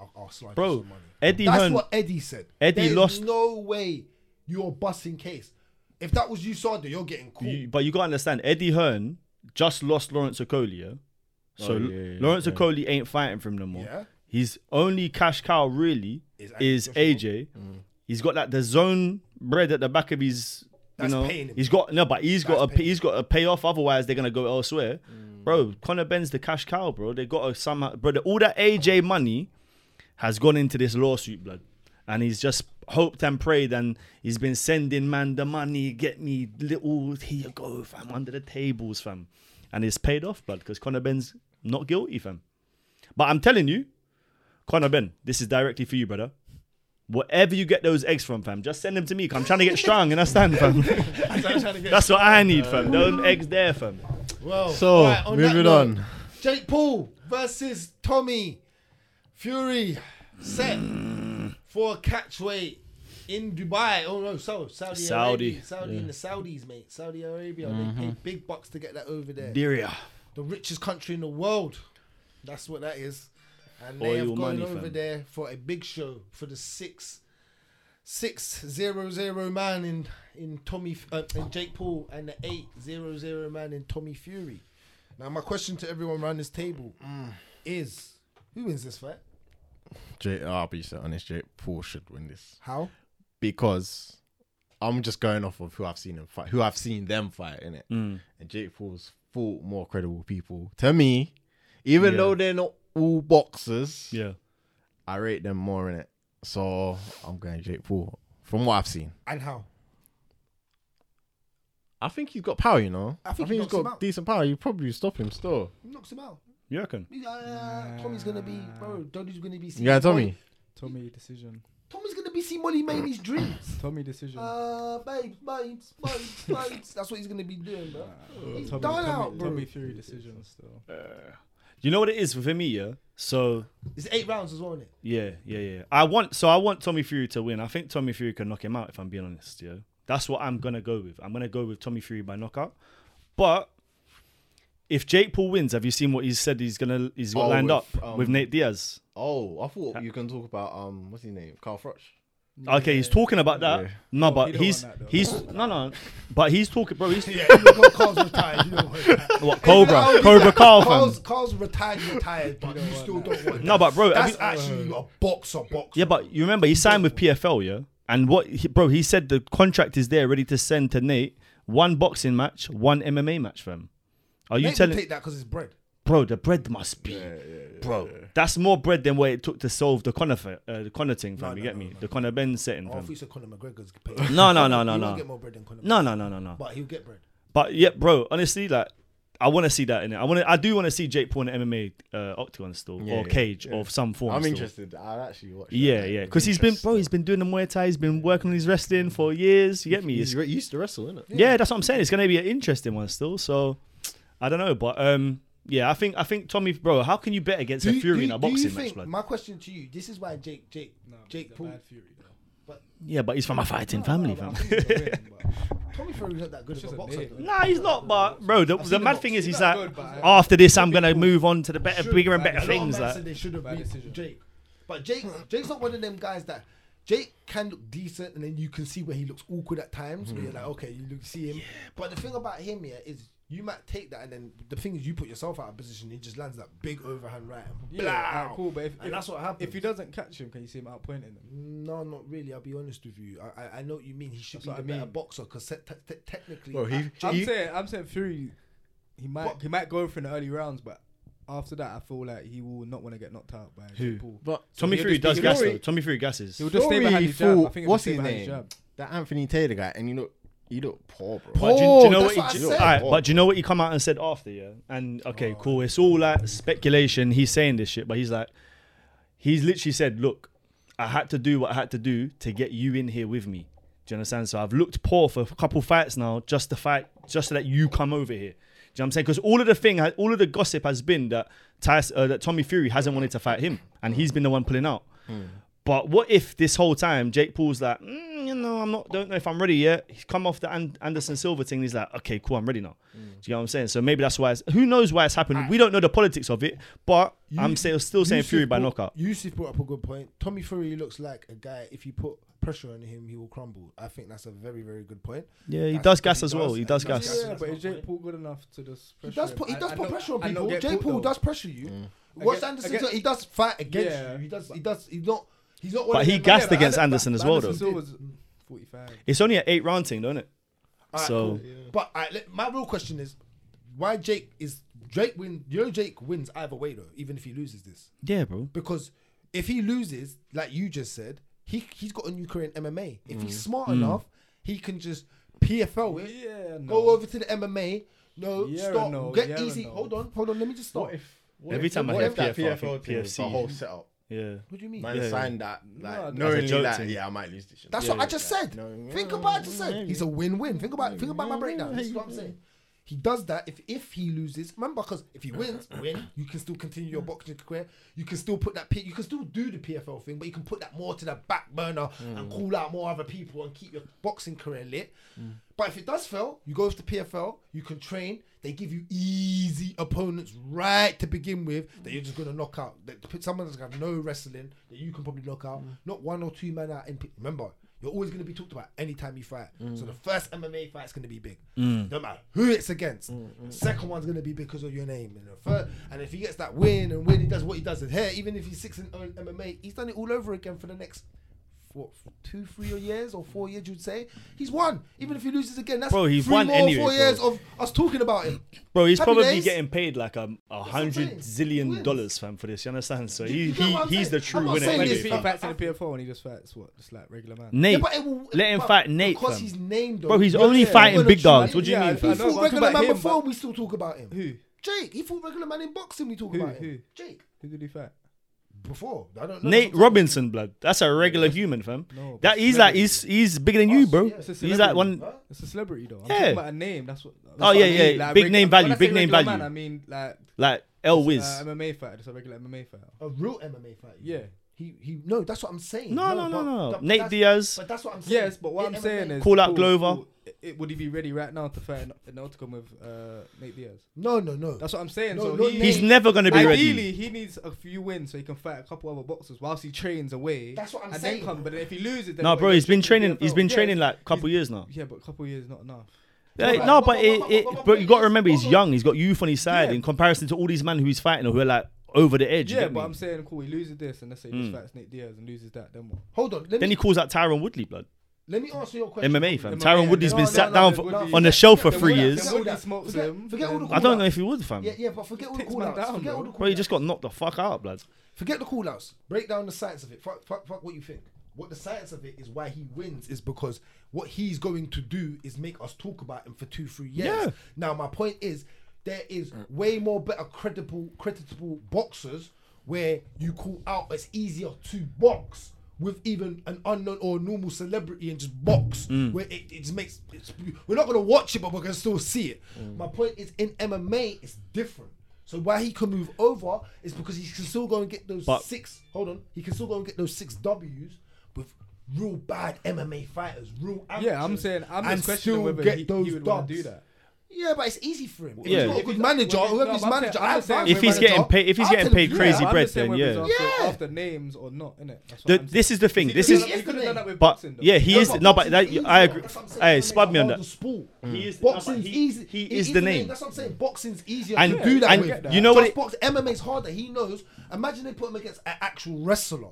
S3: I'll, I'll slide you
S1: bro.
S3: some money."
S1: Eddie
S3: That's
S1: Hearn.
S3: what Eddie said.
S1: Eddie
S3: There's
S1: lost-
S3: No way, you're busting case. If that was you, Sada, you're getting caught.
S1: You, but you gotta understand, Eddie Hearn just lost Lawrence Okoli, yeah? So
S2: Oh, yeah, yeah,
S1: Lawrence
S2: yeah.
S1: Okoli ain't fighting for him no more.
S3: Yeah.
S1: His only cash cow really
S3: Is
S1: is,
S3: Andy Joshua.
S1: AJ. He's got like the zone bread at the back of his. You
S3: That's
S1: know,
S3: paying him.
S1: he's got no, but he's
S3: That's
S1: got a
S3: paying
S1: he's got a payoff. Otherwise, they're gonna go elsewhere, bro. Conor Ben's the cash cow, bro. They got to somehow, bro. the- All that AJ money has gone into this lawsuit, blood. And he's just hoped and prayed, and he's been sending man the money, get me little, here you go, fam, under the tables, fam. And it's paid off, blood, because Conor Ben's not guilty, fam. But I'm telling you, Conor Ben, this is directly for you, brother. Whatever you get those eggs from, fam, just send them to me. 'cause I'm trying to get strong, and I stand, fam. That's what I need, fam. Those eggs there, fam.
S3: Well,
S2: So,
S3: right, that
S2: moving
S3: note,
S2: on.
S3: Jake Paul versus Tommy Fury set for a catchweight in Dubai. Oh no, so Saudi,
S1: Saudi,
S3: Arabia. Saudi and the Saudis, mate. Saudi Arabia, they paid big bucks to get that over there.
S1: Diria.
S3: the richest country in the world. That's what that is. And they
S1: Oil
S3: have gone
S1: money,
S3: over
S1: fam.
S3: there for a big show for the six six zero zero man in in Tommy uh, in Jake Paul and the eight zero zero man in Tommy Fury. Now my question to everyone around this table is who wins this fight?
S2: J- I'll be so honest, Jake Paul should win this.
S3: How?
S2: because I'm just going off of who I've seen him fight, who I've seen them fight in it. And Jake Paul's fought more credible people to me, even
S1: Yeah.
S2: though they're not all boxers.
S1: Yeah.
S2: I rate them more in it. So I'm going Jake Paul from what I've seen.
S3: And how?
S2: I think he's got power, you know.
S3: I think he
S2: he's
S3: knocks him
S2: got
S3: out.
S2: decent power. You probably stop him still.
S3: Knocks him out.
S1: You reckon?
S3: He- uh, Tommy's gonna be bro. Tommy's gonna be.
S2: You gotta tell me.
S4: Tommy decision.
S3: Tommy's gonna be seeing Molly Maney's dreams.
S4: Tommy decision.
S3: Uh, babes, babes, babes, babes. That's what he's gonna be doing, bro. He's
S4: Tommy,
S3: done
S4: Tommy,
S3: out, bro.
S4: Tommy Fury decision still.
S1: You know what it is for me, yeah? So
S3: It's eight rounds as well, isn't it?
S1: Yeah, yeah, yeah. I want so I want Tommy Fury to win. I think Tommy Fury can knock him out if I'm being honest, yeah. That's what I'm gonna go with. I'm gonna go with Tommy Fury by knockout. But if Jake Paul wins, have you seen what he's said he's gonna he's got
S2: Oh,
S1: lined up
S2: with, um,
S1: with Nate Diaz?
S2: Oh, I thought you can talk about um, what's his name, Carl Froch.
S1: Okay, he's talking about that.
S2: Yeah.
S1: No,
S4: he
S1: but
S4: don't
S1: he's
S4: want that though.
S1: he's no no but he's talking bro, he's
S3: Yeah, you know, Carl's retired. You don't want that.
S1: what Cobra, Cobra Carl fam.
S3: Carl's, Carl's retired, retired, but you still don't want
S1: No, but bro, have
S3: that.
S1: you-
S3: That's actually a boxer, boxer.
S1: Yeah, but you remember he signed with PFL, yeah. And what, he, bro? He said the contract is there, ready to send to Nate. One boxing match, one MMA match, fam. Are you
S3: Nate would
S1: telling,
S3: take that because it's bread.
S1: bro? The bread must be, bro. That's more bread than what it took to solve the Conor, fi- uh, the Conor thing, fam.
S3: No,
S1: you
S3: no,
S1: get
S3: no,
S1: me?
S3: no,
S1: the Conor Ben setting,
S3: Oh, I thought
S1: fam.
S3: you said Conor McGregor's paid.
S1: No, no, no, no,
S3: He
S1: no.
S3: won't get more bread than Conor.
S1: No, no, no, no, no.
S3: but he'll get bread.
S1: But yeah, bro. Honestly, like I want to see that in it. I want to. I do want to see Jake Paul in an MMA uh, octagon still
S2: Yeah,
S1: or
S2: yeah,
S1: cage
S2: yeah.
S1: of some form.
S2: I'm
S1: still.
S2: interested. I'll actually watch. that.
S1: Yeah, yeah, because he's been bro. He's been doing the Muay Thai. He's been working on his wrestling for years. You get me?
S2: He's
S1: It's-
S2: re- used to wrestle, isn't it?
S1: yeah, that's what I'm saying. It's gonna be an interesting one still. So I don't know, but um, yeah, I think I think Tommy, bro, how can you bet against a
S3: you-
S1: Fury
S3: you-
S1: in a
S3: do you
S1: boxing match?
S3: think-
S1: Blood?
S3: My question to you: This is why Jake, Jake, Jake Paul.
S1: yeah, but he's from a fighting family, fam.
S3: Tommy Fury's not that good of a
S4: just a
S3: boxer.
S4: name.
S3: though.
S1: Nah, he's not, but bro, the, the
S3: seen the
S1: mad
S3: box.
S1: thing is,
S4: He's
S1: he's
S4: not
S1: like,
S4: good, but- uh,
S1: after this, I'm gonna move on to the better,
S4: Should,
S1: bigger and
S4: man.
S1: better
S4: A lot of
S1: things.
S3: man
S1: Like,
S3: said they should have
S4: Bad
S3: beat
S4: decision.
S3: Jake, but Jake, Jake's not one of them guys that. Jake can look decent, and then you can see where he looks awkward at times. Where you're like, okay, you look, see him. But the thing about him here is, you might take that, and then the thing is, you put yourself out of position. He just lands that big overhand right. and
S4: Yeah,
S3: blow.
S4: alright, cool. But if,
S3: And
S4: if,
S3: that's what happens.
S4: if he doesn't catch him, can you see him outpointing him?
S3: No, not really. I'll be honest with you. I, I, I know what you mean. He should
S4: That's
S3: be
S4: what
S3: a
S4: I
S3: better
S4: mean.
S3: boxer because technically,
S2: Bro, he,
S4: I'm
S2: he-
S4: saying, I'm saying Fury. He might,
S3: But-
S4: he might go for in the early rounds, but after that, I feel like he will not want to get knocked out by
S1: Who?
S4: Jake Paul.
S2: but
S1: Tommy
S4: he'll
S1: Fury
S4: just
S1: does
S4: be-
S1: gas
S2: Fury-
S1: though. Tommy Fury gasses.
S4: He'll just stay behind his jab. I think he'll
S2: what's
S4: just stay
S2: his
S4: behind his
S2: name?
S4: jab.
S2: That Anthony Taylor guy, and you look, you look poor, bro.
S1: But do, you- do you know what?
S3: that's what
S1: he,
S3: I
S1: do you-
S3: said.
S1: alright, but do you know what he come out and said after? Yeah, and okay, cool. It's all like speculation. He's saying this shit, but he's like, he's literally said, "Look, I had to do what I had to do to get you in here with me." Do you understand? So I've looked poor for a couple fights now, just to fight, just so that you come over here. Do you know what I'm saying? Because all of the thing, all of the gossip has been that Tyson, uh, that Tommy Fury hasn't wanted to fight him, and he's been the one pulling out. But what if this whole time Jake Paul's like, mm, you know, I'm not, don't know if I'm ready yet. He's come off the An- Anderson Silva thing. He's like, okay, cool, I'm ready now.
S3: Mm.
S1: Do you know what I'm saying? So maybe that's why. It's, who knows why it's happened? We don't know the politics of it, but I'm say, still saying Fury by knockout.
S3: Yusuf brought up a good point. Tommy Fury looks like a guy. If you put pressure on him, he will crumble. I think that's a very, very good point.
S1: Yeah, he
S3: That's
S1: does
S3: what
S1: gas
S3: he
S1: as well.
S3: does.
S1: He does
S3: That's-
S1: gas.
S4: Yeah,
S3: that's
S4: but
S3: my
S4: is Jake
S3: point.
S4: Paul good enough to just pressure
S3: He does
S4: him?
S3: put he
S4: I-
S3: does
S4: I
S3: put
S4: know-
S3: pressure on
S4: I know
S3: people.
S4: get
S3: Jay
S4: caught,
S3: Paul
S4: though. Mm.
S3: does pressure you. Watch
S4: Against-
S3: Anderson.
S4: against-
S3: Silva, he does fight against
S4: Yeah.
S3: you. He does. He does. He's not. He's not. one
S1: But
S3: of
S1: he
S3: them
S1: gassed
S3: guys that-
S1: against
S3: that-
S1: Anderson
S3: that-
S1: as
S4: But
S1: well,
S4: Anderson
S1: though.
S4: Silva's 45.
S1: It's only an eight round thing, don't it?
S3: Alright,
S1: So-
S3: cool. but alright, let- my real question is, why Jake is Drake win? You know, Jake wins either way though, even if he loses this,
S1: Yeah, bro.
S3: because if he loses, like you just said, he he's got a new career in MMA. If
S1: Mm.
S3: he's smart enough, he can just PFL it,
S4: Yeah, no.
S3: go over to the MMA. No,
S4: Yeah,
S3: stop.
S4: no,
S3: get
S4: yeah,
S3: easy.
S4: no.
S3: Hold on, hold on. Let me just stop.
S2: What if? What
S1: Every
S2: if,
S1: time I
S2: what
S1: hear
S2: if that
S1: PFL, I think
S2: PFL team was the
S1: PFC.
S2: whole setup?
S1: Yeah.
S3: what do you mean?
S2: Man
S1: Yeah.
S2: signed that,
S4: No,
S2: like
S4: that's a
S2: knowing
S1: joke
S2: that,
S1: thing.
S2: yeah, I might lose this. You know?
S3: That's what I just said.
S2: No,
S3: think
S2: yeah,
S3: about what I just said.
S2: maybe.
S3: He's a win-win. Think about think about my breakdown. This is what I'm saying. He does that if if he loses. Remember, because if he wins, win, you can still continue your boxing career. You can still put that P, you can still do the PFL thing, but you can put that more to the back burner and call out more other people and keep your boxing career lit. But if it does fail, you go to PFL. You can train. They give you easy opponents right to begin with that you're just gonna knock out. That put someone that's gonna have no wrestling that you can probably knock out. Not one or two men out. In P- remember, you're always gonna be talked about anytime you fight. So
S1: Mm.
S3: the first MMA fight's gonna be big. No matter who it's against.
S1: Mm,
S3: The second one's gonna be because of your name. And the third, and if he gets that win and win, he does what he does in here. Even if he's six oh in MMA, he's done it all over again for the next. What two, three years or four years? You'd say he's won. Even if he loses again, that's
S1: Bro, he's
S3: three
S1: won
S3: more
S1: anyway,
S3: four
S1: bro.
S3: years of us talking about him.
S1: Bro, he's
S3: Happy
S1: probably
S3: days.
S1: getting paid like a, a
S3: what I'm
S1: hundred
S3: saying. He
S1: zillion
S3: wins.
S1: dollars, fam, for this. You understand? So
S3: Do
S1: he,
S3: you get
S1: he
S3: what I'm
S1: he's
S3: saying?
S1: the
S3: I'm
S1: true
S3: not
S1: winner.
S3: saying
S4: When
S3: this
S1: anyway,
S4: he
S3: is-
S1: fam.
S4: fights in the PFL and he just fights what? Just like regular man.
S3: Yeah,
S1: Nate,
S3: but it will-
S1: let him
S3: but
S1: fight Nate,
S3: because
S1: fam.
S3: he's named.
S1: Bro, he's
S3: though.
S1: only
S3: Yeah.
S1: fighting
S3: We're
S1: big
S3: gonna
S1: dogs.
S3: try-
S1: What do you
S4: Yeah,
S1: mean,
S4: I-
S3: He
S1: fam?
S4: know, but
S3: fought
S4: I'm talking
S3: regular
S4: about
S3: man
S4: him,
S3: before. We still talk about him.
S4: Who?
S3: Jake, he fought regular man in boxing. We talk
S4: Who?
S3: about
S4: Who?
S3: him. Jake
S4: Who did he fight?
S3: before. I don't know.
S1: Nate
S3: That's what I'm
S1: Robinson, blood. That's a regular human, fam.
S4: No, but
S1: that he's like
S4: celebrity.
S1: he's he's bigger than you,
S3: Us,
S1: bro.
S3: yeah.
S4: It's a
S1: He's like
S4: celebrity,
S1: one.
S3: huh?
S4: It's a celebrity though. I'm
S1: Yeah.
S4: talking about a name. That's what. that's
S1: Oh,
S4: what
S1: yeah,
S4: I mean,
S1: yeah.
S4: like
S1: Big
S4: regu-
S1: name
S4: when I
S1: value,
S4: say
S1: big name
S4: regular
S1: value.
S4: Man, I mean like
S1: Like El Wiz.
S4: uh, MMA fighter, just a regular MMA fighter.
S3: saying. A real MMA fighter.
S4: Yeah.
S3: He he. No, that's what I'm saying.
S1: No, no, no,
S3: but-
S1: no.
S3: but
S1: Nate
S3: that's-
S1: Diaz.
S3: But that's what I'm saying.
S4: Yes, but what
S3: In
S4: I'm
S3: MMA,
S4: saying is, oh,
S1: Call out Glover.
S4: It, it- would he be ready right now to fight an, an outcome with uh, Nate Diaz?
S3: no, no, no.
S4: That's what I'm saying.
S3: No,
S4: so
S3: no
S4: he,
S3: name.
S1: he's never gonna be ready.
S4: Ideally, he needs a few wins so he can fight a couple other boxers whilst he trains away.
S3: That's what I'm
S4: and
S3: saying.
S4: Then come, but then if he loses, then
S1: No,
S4: what,
S1: bro, he's been training. He's been
S4: Yeah,
S1: training like a couple
S4: he's-
S1: years now.
S4: Yeah, but a couple years not enough.
S1: Hey,
S3: Right.
S1: no,
S3: But-
S1: but
S3: but-
S1: it,
S3: but-
S1: it,
S3: but- but-
S1: but you got to remember, he's
S3: but-
S1: young. He's got youth on his side
S4: Yeah.
S1: in comparison to all these men who he's fighting or who are like over the edge. you
S4: Yeah,
S1: get
S4: but
S1: me? Mm.
S4: I'm saying, cool, he loses this, and let's say he just fights Nate Diaz and loses that, then what?
S3: Hold on. Let
S1: then
S3: me
S1: he calls out Tyron Woodley, blood.
S3: let me answer your question.
S1: MMA fam.
S4: MMA,
S1: Tyron
S4: yeah.
S1: Woodley's
S4: No,
S1: been
S4: no,
S1: sat
S4: no,
S1: down
S4: no,
S1: for,
S4: Woodley-
S1: on the shelf for
S4: Yeah,
S1: three
S4: Woodley-
S1: years.
S4: yeah, Woodley smokes
S3: forget,
S4: him,
S3: Forget all the
S4: then-
S3: call
S1: I don't know
S3: outs.
S1: if he would, fam.
S3: Yeah, yeah, but forget all the
S4: Takes
S3: call
S4: man
S3: outs.
S4: down,
S3: Forget all
S4: bro.
S3: the
S1: Bro, he
S3: call
S1: just got knocked the fuck out, blood.
S3: Forget the call outs. Break down the science of it. Fuck, fuck, fuck what you think. What the science of it is why he wins is because what he's going to do is make us talk about him for two, three years.
S1: Yeah.
S3: Now, my point is, There is way more better credible creditable boxers where you call out. It's easier to box with even an unknown or normal celebrity and just box where it, it just makes. It's, we're not gonna watch it, but we're gonna still see it. My point is in MMA, it's different. So why he can move over is because he can still go and get those
S1: But-
S3: six. Hold on, he can still go and get those six Ws with real bad MMA fighters, real.
S4: Yeah, I'm
S3: amateurs,
S4: saying I'm
S3: and
S4: just questioning
S3: still
S4: whether
S3: get
S4: he,
S3: those
S4: he would want to do
S3: dubs.
S4: that.
S3: Yeah, but it's easy for him. If
S1: Yeah.
S3: he's got a
S4: If
S3: good
S4: he's-
S3: manager,
S4: well,
S3: whoever
S4: no,
S3: his
S4: I'm saying-
S3: manager,
S4: I'm
S3: I
S4: saying
S3: find
S4: if
S3: my
S4: he's
S3: manager,
S1: getting paid- if he's
S3: I'll
S1: getting
S3: tell
S1: paid
S3: him,
S1: crazy
S3: yeah.
S4: I'm
S1: bread
S4: just saying
S1: then,
S4: whether
S1: yeah.
S4: it's after,
S3: Yeah.
S4: after names or not, innit? That's what
S1: The,
S4: I'm saying.
S1: this is the thing.
S4: He
S1: This
S4: could've
S1: is
S4: done- he could have done that with
S1: but
S4: boxing. Though.
S1: yeah, he
S3: No,
S1: is.
S3: but
S1: No,
S3: boxing's
S1: but that
S3: easy.
S1: I agree.
S3: That's what I'm saying.
S1: Hey,
S3: It's
S1: spud me
S3: a
S1: on
S3: harder
S1: that.
S3: sport. Hmm.
S1: He is-
S3: Boxing's
S1: he-
S3: easy.
S1: he
S3: It
S1: is the name.
S3: That's what I'm saying. Boxing's easier
S1: And-
S3: to do that
S1: and
S3: with.
S1: you know what
S3: Just
S1: it-
S3: box MMA's harder. He knows. Imagine they put him against an actual wrestler.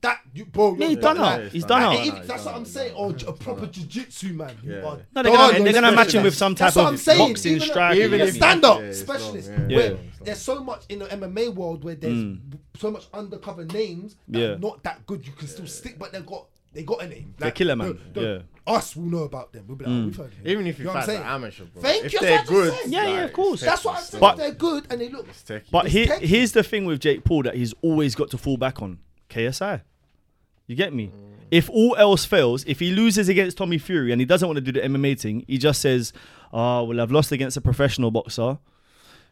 S3: That you, bro.
S1: Hmm. Yeah,
S3: you're
S1: he's done
S3: like-
S1: out. He's done
S3: Like,
S1: out.
S3: even- that's what I'm saying. Or j- a proper jiu-jitsu man. You
S2: Yeah.
S3: are
S1: No, they're gonna-
S3: done
S1: they're
S3: on
S1: gonna match him
S3: specialist.
S1: with some type
S3: That's what
S1: of
S3: I'm saying.
S1: boxing
S3: Even a-
S1: strike.
S3: Even
S2: Yeah,
S3: a
S2: it's
S3: stand-up
S2: long, yeah.
S3: specialist.
S2: Yeah.
S3: Where
S1: Yeah. Mm.
S3: There's so much in the MMA world where there's b- so much undercover names that
S1: Yeah.
S3: are not that good. You can still stick, but they've got they got a name.
S1: They're killer, man.
S3: the- the- Us will know about them. We'll be like, oh, we've heard of them.
S2: Even if
S3: You
S2: you
S3: know what
S2: fight
S3: I'm
S2: the
S3: saying?
S2: amateur, bro.
S3: Thank
S2: if
S3: you,
S2: they're
S3: that's what
S2: good,
S3: I'm saying.
S1: Yeah, yeah, of
S2: it's
S1: course.
S3: That's what I'm
S2: techie
S3: saying.
S2: still.
S1: But-
S3: if they're good and they look.
S2: It's techie.
S1: But
S3: It's
S1: he,
S3: techie.
S1: here's the thing with Jake Paul that he's always got to fall back on KSI. You get me?
S3: Mm.
S1: If all else fails, if he loses against Tommy Fury and he doesn't want to do the MMA thing, he just says, "Oh well, I've lost against a professional boxer."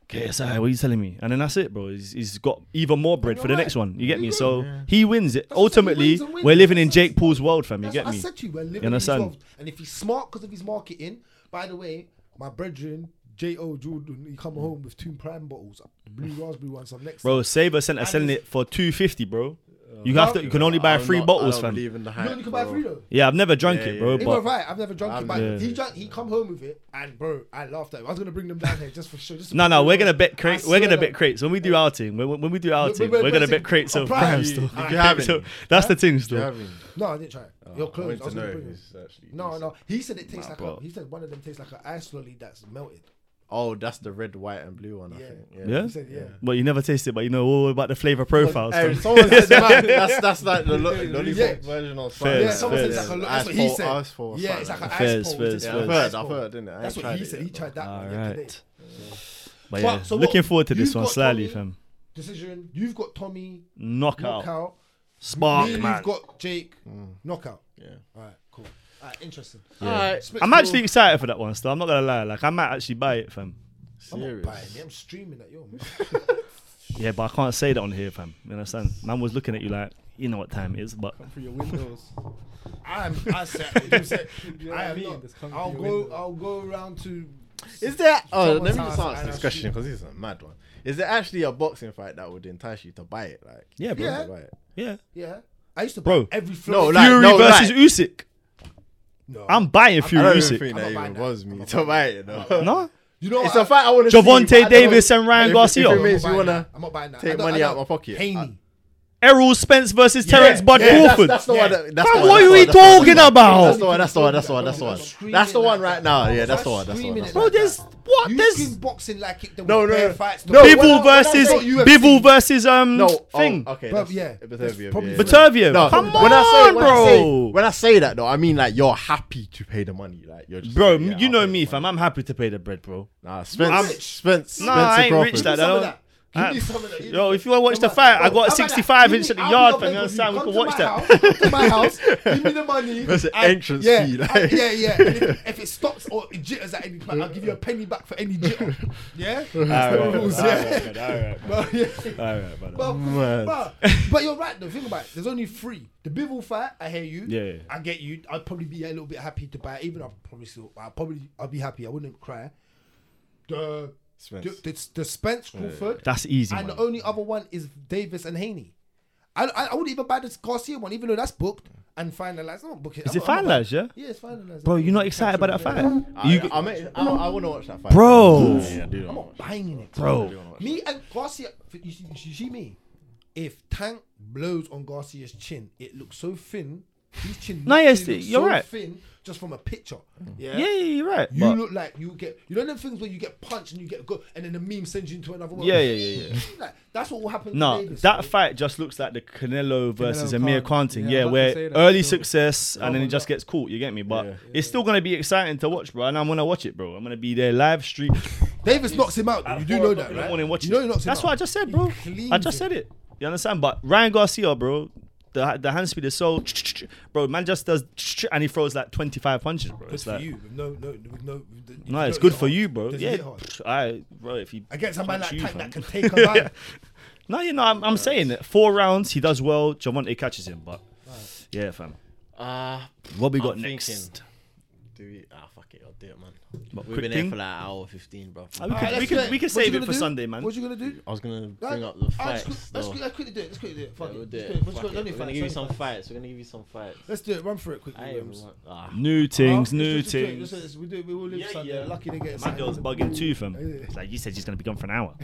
S1: KSI, what are you telling me? And then that's it, bro. He's, he's got even more bread
S3: And
S1: for the
S3: you're
S1: next
S3: right.
S1: one. You get me?
S3: Yeah.
S1: So he wins it.
S3: what I'm saying, he
S1: Ultimately,
S3: wins and wins.
S1: we're living in
S3: That's what I'm
S1: Jake Paul's world, fam. You
S3: That's
S1: get
S3: what
S1: me?
S3: I said to you, we're living in
S1: You understand?
S3: 12. And if he's smart because of his marketing, by the way, my brethren, J.O. Jordan, he come home with two prime bottles, blue raspberry one, some next.
S1: Mm. Bro, Saber Center
S3: And
S1: selling
S3: it's-
S1: it for two fifty, bro.
S3: Uh,
S1: You have to. You can only buy
S2: I'm
S1: three
S2: not- I
S1: bottles,
S2: don't
S1: fam.
S2: believe in the
S3: You
S2: hype,
S3: know you can buy
S2: bro.
S3: free though.
S1: Yeah, I've never drank
S2: Yeah,
S1: it,
S2: yeah,
S1: bro.
S2: yeah.
S3: Even
S1: But
S3: right, I've never drunk it, but
S2: Yeah.
S3: he drank. He come home with it, and bro, I laughed at him. I was gonna bring them down here just for sure. Just to
S1: No,
S3: prove
S1: no,
S3: him
S1: we're gonna
S3: wrong.
S1: bet
S3: I
S1: crates.
S3: swear
S1: We're gonna
S3: that-
S1: bet crates when we do our team. When, when we do our
S3: Look,
S1: team,
S3: we're-
S1: we're gonna
S3: we're-
S1: bet crates
S3: I'm
S1: of
S3: proud of
S1: prime
S3: you.
S1: still.
S2: Did you have
S1: So
S2: it?
S1: that's the thing
S2: Do you
S1: still.
S2: have it?
S3: No, I didn't try it. You're
S2: Oh, I
S3: close.
S2: wanted
S3: I
S2: to
S3: was
S2: know
S3: gonna
S2: if
S3: bring it.
S2: it's actually.
S3: No,
S2: decent.
S3: no. He said it tastes
S1: Nah,
S3: like
S1: bro.
S3: a. He said one of them tastes like an ice lolly that's melted.
S2: Oh, that's the red, white, and blue one. I
S3: Yeah.
S2: think.
S1: Yeah?
S3: He said yeah.
S1: Well, you never taste it, but you know all about the flavor profiles.
S2: Hey,
S1: still.
S2: someone said that. That's that's like the lo- lollipop
S3: Yeah.
S2: version of
S1: Fairs,
S2: something.
S3: yeah, someone said it's like a. That's what he
S2: Asphalt-
S3: said.
S2: asphalt,
S3: Yeah,
S2: something
S3: it's like an
S2: that.
S1: Fairs,
S3: ice pole.
S1: fairs,
S3: just
S2: Yeah, I've
S1: fairs.
S3: an
S2: heard,
S3: ice
S2: I've
S3: pole.
S2: heard, didn't it? I
S3: That's
S2: ain't
S3: what he
S2: tried it
S3: said.
S2: yet,
S3: He tried that
S1: All
S3: one the other day.
S1: right. But
S3: But,
S1: yeah,
S3: so what?
S1: looking forward to this
S3: You've
S1: one
S3: got
S1: slightly,
S3: Tommy-
S1: fam.
S3: Decision. You've got Tommy
S1: Knockout,
S3: knockout.
S1: spark,
S3: Me and
S1: man.
S3: You've got Jake
S2: Mm.
S3: knockout.
S2: Yeah.
S3: All right. Cool. All right. Interesting.
S2: Alright.
S1: I'm actually excited for that one. Still, I'm not gonna lie. Like, I might actually buy it, fam.
S3: I'm not buying
S2: Serious.
S3: it. I'm streaming that. Yo, man.
S1: Yeah, but I can't say that on here, fam. You understand? Man was looking at you like, you know what time it is, but
S4: through your windows.
S3: I'm. I said. You said.
S4: You know what
S3: I
S4: I
S3: am
S4: mean?
S3: not.
S4: Just come
S3: I'll
S4: through
S3: go.
S4: your window.
S3: I'll go around to.
S2: Is there? Oh, let me
S3: Someone's
S2: just
S3: house
S2: answer
S3: and
S2: this
S3: I'll
S2: question
S3: shoot.
S2: because this is a mad one. Is there actually a boxing fight that would entice you to buy it? Like,
S1: yeah, bro.
S3: Yeah.
S2: to buy it?
S1: yeah.
S3: Yeah. I used to
S1: Bro.
S3: buy every
S2: No,
S3: floor.
S2: like-
S1: Fury
S2: no,
S1: versus
S2: like-
S1: Usyk.
S3: no.
S1: I'm buying
S2: I
S1: Fury
S2: don't even
S1: Usyk.
S2: think that
S3: I'm not
S2: even
S3: buying
S2: was
S3: that.
S2: me to buy it. Though.
S1: No,
S3: You know.
S2: it's
S3: I-
S2: a fight I want to
S1: Javonte
S2: see. but I don't-
S1: Davis and Ryan
S2: if-
S1: Garcia.
S2: If
S3: I'm
S2: it
S3: not
S2: makes you
S3: buying
S2: wanna
S3: that. I'm not buying that.
S2: take
S3: I don't-
S2: money
S3: I
S2: out
S3: don't-
S2: my pocket, I-
S3: Haney.
S1: Errol Spence versus Terrence Bud
S2: Yeah, that's-
S1: Crawford.
S2: That's the one. that- That's the one. that's the
S1: Fam, what are we
S2: one, that's the
S1: talking
S2: one.
S1: about?
S2: That's the one. That's the one. That's the one. That's the one.
S3: Screaming
S2: That's the one
S3: like
S2: right now.
S3: that.
S2: Yeah, that's the
S3: Stop
S2: one. That's the one.
S3: screaming
S2: That's the
S3: at
S1: Bro,
S2: one.
S3: that.
S1: there's what?
S3: You
S1: There's
S3: been boxing like it.
S2: No, no, no.
S3: Fights,
S2: No,
S3: the
S2: when I-
S1: Bivol
S2: when I say
S1: versus
S2: UFC-
S1: Bivol versus um
S2: No oh,
S1: thing.
S2: okay,
S3: Bruv,
S2: that's-
S3: yeah, that's
S2: Batavia.
S3: probably
S2: yeah,
S3: fair.
S2: yeah.
S1: Batavia.
S2: No,
S1: Come
S2: when I say,
S1: on,
S2: when I say,
S1: bro.
S2: when I say that though, I mean like you're happy to pay the money, like you're just
S1: Bro,
S2: like, yeah,
S1: you
S2: I'll
S1: know
S2: pay the
S1: me,
S2: money.
S1: fam. I'm happy to pay the bread, bro.
S2: Nah, Spence,
S1: I'm
S2: Spence, Spence,
S1: Nah, I ain't
S2: Crawford.
S1: rich that. I
S3: Give me
S1: don't.
S3: some of that. Give me some
S1: I-
S3: of that. You
S1: Yo,
S3: know-
S1: if you want to watch
S3: Come
S1: the
S3: on.
S1: fight,
S3: Bro, how
S1: I got a
S3: about that?
S1: 65 inch
S3: Give
S1: at the
S3: me- I'll
S1: yard,
S3: be
S1: fam. You
S3: your
S1: understand? We
S3: baby.
S1: can
S3: Come
S1: watch
S3: to
S1: that.
S3: my house, Come to my house. Give me the money.
S2: That's an
S3: and-
S2: entrance
S3: yeah,
S2: fee, like.
S3: and- yeah, yeah. And if, if it stops or it jitters at any point, I'll give you a penny back for any jitter. Yeah. That's the rules, yeah. But, yeah.
S1: Alright, brother.
S3: But,
S2: Mad.
S3: but, but you're right though. Think about it. There's only three. The Bivol fight, I hear you.
S1: Yeah, yeah.
S3: I get you. I'd probably be a little bit happy to buy it. Even I'll probably still. I probably I'll be happy. I wouldn't cry. The
S2: Spence.
S3: the, the, the Spence Crawford.
S1: That's easy.
S3: and
S1: man.
S3: the only other one is Davis and Haney. I I, I wouldn't even buy this Garcia one, even though that's booked and finalized. I don't book it.
S1: Is
S3: I'm
S1: it
S3: not- I'm not buying-
S1: finalized, yeah?
S3: Yeah, it's finalized.
S1: Bro, you're not excited about that fight?
S2: I,
S1: You,
S2: I, mean, I, I want to watch that fight,
S1: Bro.
S2: Yeah, yeah, I do wanna
S3: I'm not
S2: watch
S3: buying it,
S2: that. I do
S1: bro,
S2: wanna watch
S3: Me and Garcia, you see, you see me. If Tank blows on Garcia's chin, it looks so thin. His chin.
S1: No,
S3: literally
S1: yes,
S3: looks
S1: you're
S3: so
S1: right.
S3: Thin, just from a picture. Yeah.
S1: Mm. yeah, yeah, you're right.
S3: You
S1: but-
S3: look like you get. You know them things where you get punched and you get go, and then the meme sends you into another world.
S1: Yeah, yeah, yeah, yeah.
S3: Like, that's what will happen. to
S1: No,
S3: Davis,
S1: that
S3: bro.
S1: fight just looks like the Canelo versus
S4: Canelo
S1: Amir Khan
S4: Khan.
S1: thing.
S4: Yeah,
S1: Yeah,
S4: I'm about to
S1: where
S4: say that
S1: early
S4: still.
S1: success and then
S3: my
S1: it just gets caught. You get me? But
S2: Yeah.
S1: it's still gonna be exciting to watch, bro. And I'm gonna watch it, bro. I'm gonna be there live stream.
S3: Davis knocks him out.
S1: At
S3: You do
S1: four
S3: know
S1: o'clock
S3: that,
S1: in the
S3: right?
S1: morning, watch
S3: you
S1: it.
S3: know he knocks him
S1: That's
S3: out.
S1: what I just said,
S3: He
S1: bro.
S3: cleans
S1: I just said it. You understand? But Ryan Garcia, bro, the the hand speed is so, bro. Man just does, and he throws like twenty five punches, bro.
S3: It's
S1: It's
S3: for
S1: like,
S3: you. with No, no, with no. with- if
S1: no,
S3: you
S1: it's
S3: don't
S1: good
S3: hit
S1: for
S3: hard,
S1: you, bro.
S3: does he
S1: Yeah,
S3: hit hard?
S1: I, bro. If you
S3: Against a man like
S1: punch you,
S3: Tank
S1: fam.
S3: that can take a man.
S1: no, you know, I'm, I'm saying it. Four rounds, he does well. Javante catches him, but yeah, fam.
S3: Ah,
S2: Uh,
S1: What we got
S2: I'm
S1: next?
S2: Do we? Ah, fuck it. I'll do it, man.
S1: But
S2: We've
S1: quick
S2: been
S1: thing.
S2: here for like an hour 15, bro.
S1: Ah, we
S3: Alright,
S1: could, we
S3: let's do
S1: could,
S3: it.
S1: we could
S3: What
S1: save
S3: you
S1: it
S3: gonna
S1: for
S3: do?
S1: Sunday, man.
S3: What you gonna do?
S2: I was gonna
S3: Nah,
S2: bring up the
S3: alright, let's
S2: fights.
S3: quick-
S2: though.
S3: Let's quick- let's quickly do it. Let's quickly do it.
S2: Yeah,
S3: Fuck
S2: we'll
S3: it.
S2: do
S3: Let's
S2: it.
S3: do it. What's
S2: Fuck
S3: going
S2: it.
S3: on? Only
S2: We're gonna
S3: fights,
S2: give you
S3: only
S2: some
S3: fights.
S2: fights. We're gonna give you some fights.
S3: Let's do it. Run through it quickly.
S2: I
S3: Williams.
S2: even want. Ah.
S1: New things, new
S3: Let's just do it.
S1: things.
S3: Let's- We do. We will live
S1: Yeah,
S3: Sunday.
S1: yeah.
S3: Lucky to get
S1: My girl's bugging too, fam.
S3: Yeah.
S1: It's like you said she's gonna be gone for an hour.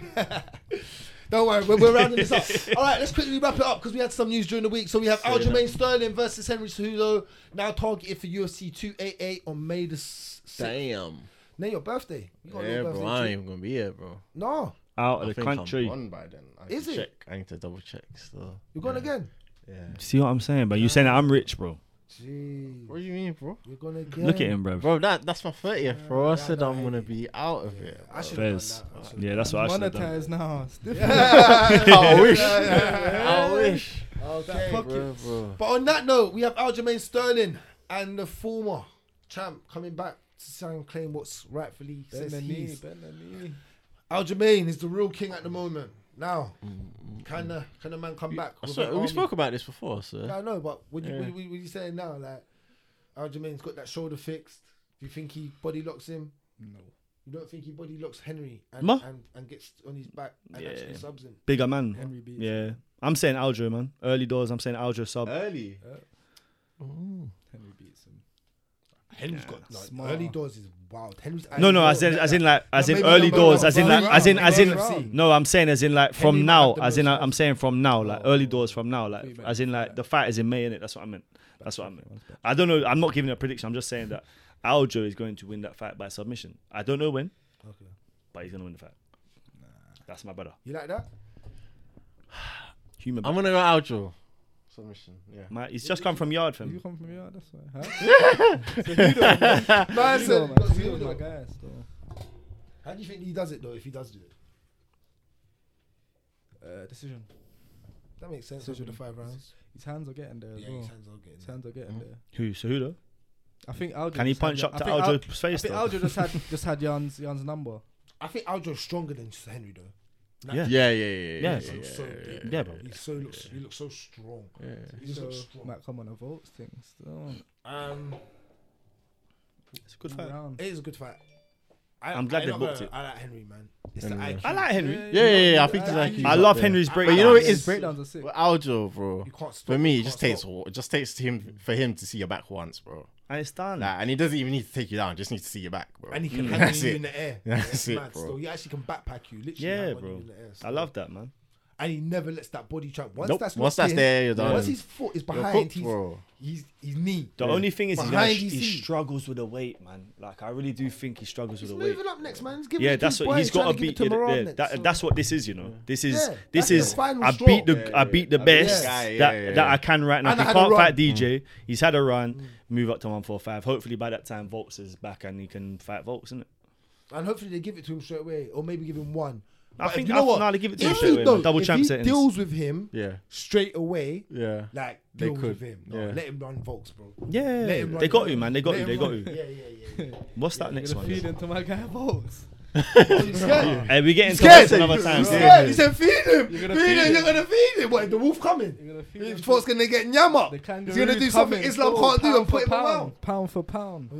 S3: Don't worry, we're, we're rounding this up. All right, let's quickly wrap it up because we had some news during the week. So we have Aljamain Sterling versus Henry Cejudo, now targeted for UFC 288 on May the 6th.
S2: Damn.
S3: Now your birthday. You got
S2: Yeah,
S3: your
S2: bro.
S3: birthday
S2: I
S3: too.
S2: ain't even gonna be here, bro.
S3: No,
S1: Out
S2: I
S1: of the
S2: think I'm
S1: country.
S2: gone by then. I need
S3: Is
S2: to
S3: it?
S2: Check. I need to double check. So.
S3: you're going
S2: yeah.
S3: again.
S2: Yeah.
S1: See what I'm saying? But you saying that I'm rich, bro.
S3: Gee,
S2: What do you mean, bro?
S3: you're going again.
S1: Look at him, bro.
S2: Bro, that that's my thirtieth, bro. I
S3: Yeah,
S2: said
S3: no,
S2: I'm
S3: I-
S2: gonna be out of it.
S3: I should
S1: Fez. Yeah, that's what I should have done.
S4: Monetize now. Stiff
S2: I
S3: Oh,
S2: wish. I
S1: Oh,
S2: wish.
S3: Okay,
S4: fuck
S2: Bro, bro.
S3: But on that note, we have Aljamain Sterling and the former champ coming back to sound claim what's rightfully
S4: Bend
S3: says
S4: the knee,
S3: he's.
S4: bend the knee.
S3: Aljamain is the real king at the moment. Now, can the can the man come back?
S2: I
S3: with
S2: swear,
S3: an
S2: we
S3: army?
S2: spoke about this before,
S3: Yeah,
S2: sir.
S3: I know, but would you,
S2: Yeah.
S3: would, would, would you say now, like, Aljamain's got that shoulder fixed? Do you think he body locks him?
S4: No.
S3: You don't think he body locks Henry and,
S1: Ma?
S3: and, and gets on his back and
S1: Yeah.
S3: actually subs him?
S1: Bigger man.
S4: Henry beats.
S1: Yeah. I'm saying Aljo, man. Early doors, I'm saying Aljo sub.
S2: Early.
S4: Henry beats him.
S3: Henry's got like,
S4: Smart.
S3: early doors is wild. Henry's
S1: No, no,
S3: Henry's
S1: as in,
S3: got
S1: as
S3: that-
S1: in like, as
S3: Yeah,
S1: in
S3: maybe
S1: early
S3: number
S1: doors,
S3: one,
S1: as in
S3: number
S1: like, as in,
S3: one,
S1: as in.
S3: number one.
S1: No, I'm saying as in like
S3: Henry
S1: from
S3: might
S1: now,
S3: have the
S1: as in
S3: most
S1: like, I'm
S3: fights.
S1: saying from now, like
S4: Oh.
S1: early doors from now,
S4: Three
S1: like
S4: men.
S1: as in like the fight is in May, innit? That's what I meant. That's what I meant. I don't know. I'm not giving a prediction. I'm just saying that Aljo is going to win that fight by submission. I don't know when,
S3: Okay.
S1: but he's gonna win the fight. That's my brother.
S3: You like that?
S1: Human.
S2: I'm gonna go outro. Submission. Yeah.
S1: Man, he's just come from yard,
S4: You
S1: fam.
S4: come from here, that's why. Huh?
S3: Man
S4: You
S3: said,
S4: know,
S3: got
S4: man. You know my
S3: Cejudo.
S4: guys, though.
S3: How do you think he does it though? If he does do it,
S4: Uh, decision.
S3: that makes sense. With the five rounds,
S4: His hands are getting there as
S3: yeah,
S4: well.
S3: his hands are getting.
S4: His hands are getting there.
S1: Who? Cejudo?
S4: I think Aljo.
S1: Can he
S4: just had
S1: punch
S4: Yan-
S1: up to
S4: I think Al-
S1: Aljo's
S4: I
S1: face?
S4: think
S1: though?
S4: Aljo just had just had Jan's Jan's number.
S3: I think Aljo's stronger than Henry though.
S1: Yeah.
S2: Yeah, yeah, yeah,
S1: Yeah.
S2: yeah.
S3: He
S2: yeah,
S3: looks so
S2: yeah,
S3: big.
S1: yeah, bro.
S3: He so looks. He looks so strong.
S2: yeah, yeah.
S3: He just
S4: So
S3: looks strong.
S4: might come on a votes thing. Still.
S3: Um,
S1: It's a good fight.
S4: Round.
S3: it is a good fight. I,
S1: I'm glad
S3: I
S1: they
S3: not gonna-
S1: booked it.
S3: I like Henry, man. It's
S2: Henry,
S3: the
S2: man.
S3: IQ.
S1: I like Henry.
S2: Yeah, yeah, yeah, I think
S4: I-
S2: it's
S4: He's
S2: like
S1: I love Henry's break.
S2: But you know what it
S4: His
S2: is?
S4: breakdowns are sick.
S2: Well, Aljo, bro.
S3: You can't stop.
S2: For
S3: him,
S2: me,
S3: you
S2: it just
S3: can't
S2: takes
S3: stop.
S2: it just takes him for him to see your back once, bro.
S1: And it's done.
S2: Nah, and he doesn't even need to take you down; just needs to see your back, bro.
S3: And he can
S2: Mm.
S3: handle
S2: That's
S3: you
S2: it.
S3: in the air.
S2: That's
S3: It's
S2: it,
S3: mad
S2: bro.
S3: Still. He actually can backpack you. Literally,
S1: Yeah,
S3: handle you
S1: bro.
S3: In the air,
S1: I
S3: still.
S1: love that, man.
S3: And he never lets that body trap. Once
S2: Nope.
S3: that's
S2: Once
S3: locked
S2: that's
S3: in,
S2: there, you're done.
S3: Once his foot is
S2: You're
S3: behind,
S2: cooked,
S3: he's,
S2: bro.
S3: he's he's knee.
S1: The only thing is, he's gonna,
S3: Behind
S1: he
S3: DC.
S1: struggles with the weight, man. Like I really do think he struggles
S3: He's
S1: with the weight.
S3: moving up next, man. He's giving
S1: Yeah,
S3: it to
S1: that's
S3: his
S1: what
S3: boy.
S1: he's got
S3: trying
S1: to
S3: give
S1: beat.
S3: it to
S1: yeah,
S3: Moran
S1: yeah,
S3: next,
S1: that,
S3: so-
S1: that's what this is, you know. This is
S3: Yeah,
S1: this
S3: that's his
S1: is
S3: final
S1: I
S3: straw.
S1: beat the
S2: Yeah,
S1: I beat the
S2: yeah.
S1: best
S2: Yeah, yeah,
S1: that
S2: yeah,
S1: that I
S2: yeah.
S1: can right now.
S3: And I
S1: If he
S3: had a
S1: can't
S3: run.
S1: fight DJ. He's had a run. Move up to 145. Hopefully by that time Volks is back and he can fight Volks, isn't it?
S3: and hopefully they give it to him straight away, or maybe give him one.
S1: I
S3: But
S1: think-
S3: you know
S1: I-
S3: what.
S1: no, they give it to
S3: If
S1: him straight
S3: he
S1: away,
S3: don't-
S1: man. Double
S3: if
S1: champ
S3: he
S1: settings.
S3: deals with him
S2: Yeah,
S3: straight away,
S2: yeah.
S3: like
S2: They
S3: deals
S2: could,
S3: with him. No,
S2: yeah.
S3: Let him run Volks, bro. Let
S1: Yeah,
S3: him run
S1: they got
S3: him.
S1: you, man. They got
S3: Let
S1: you.
S3: him
S1: They got
S3: run.
S1: you.
S3: Yeah, yeah, yeah.
S1: What's that next
S4: Gonna
S1: one?
S4: feed into my guy votes.
S3: He's scared.
S1: Hey, we get
S3: He's
S1: into
S3: scared.
S1: this another time.
S3: He's scared.
S2: yeah.
S3: He said, "Feed him. Feed
S4: You're
S3: him.
S4: gonna feed him.
S3: You're gonna feed him. What? The wolf
S4: You're
S3: coming?
S4: gonna feed
S3: His
S4: into-
S3: folks gonna get nyam up.
S4: The
S3: He's
S4: kangaroo
S3: gonna do something
S4: coming.
S3: Islam
S4: Oh,
S3: can't do and
S4: pound
S3: put
S4: for
S3: him
S4: pound,
S3: around."
S4: pound for pound.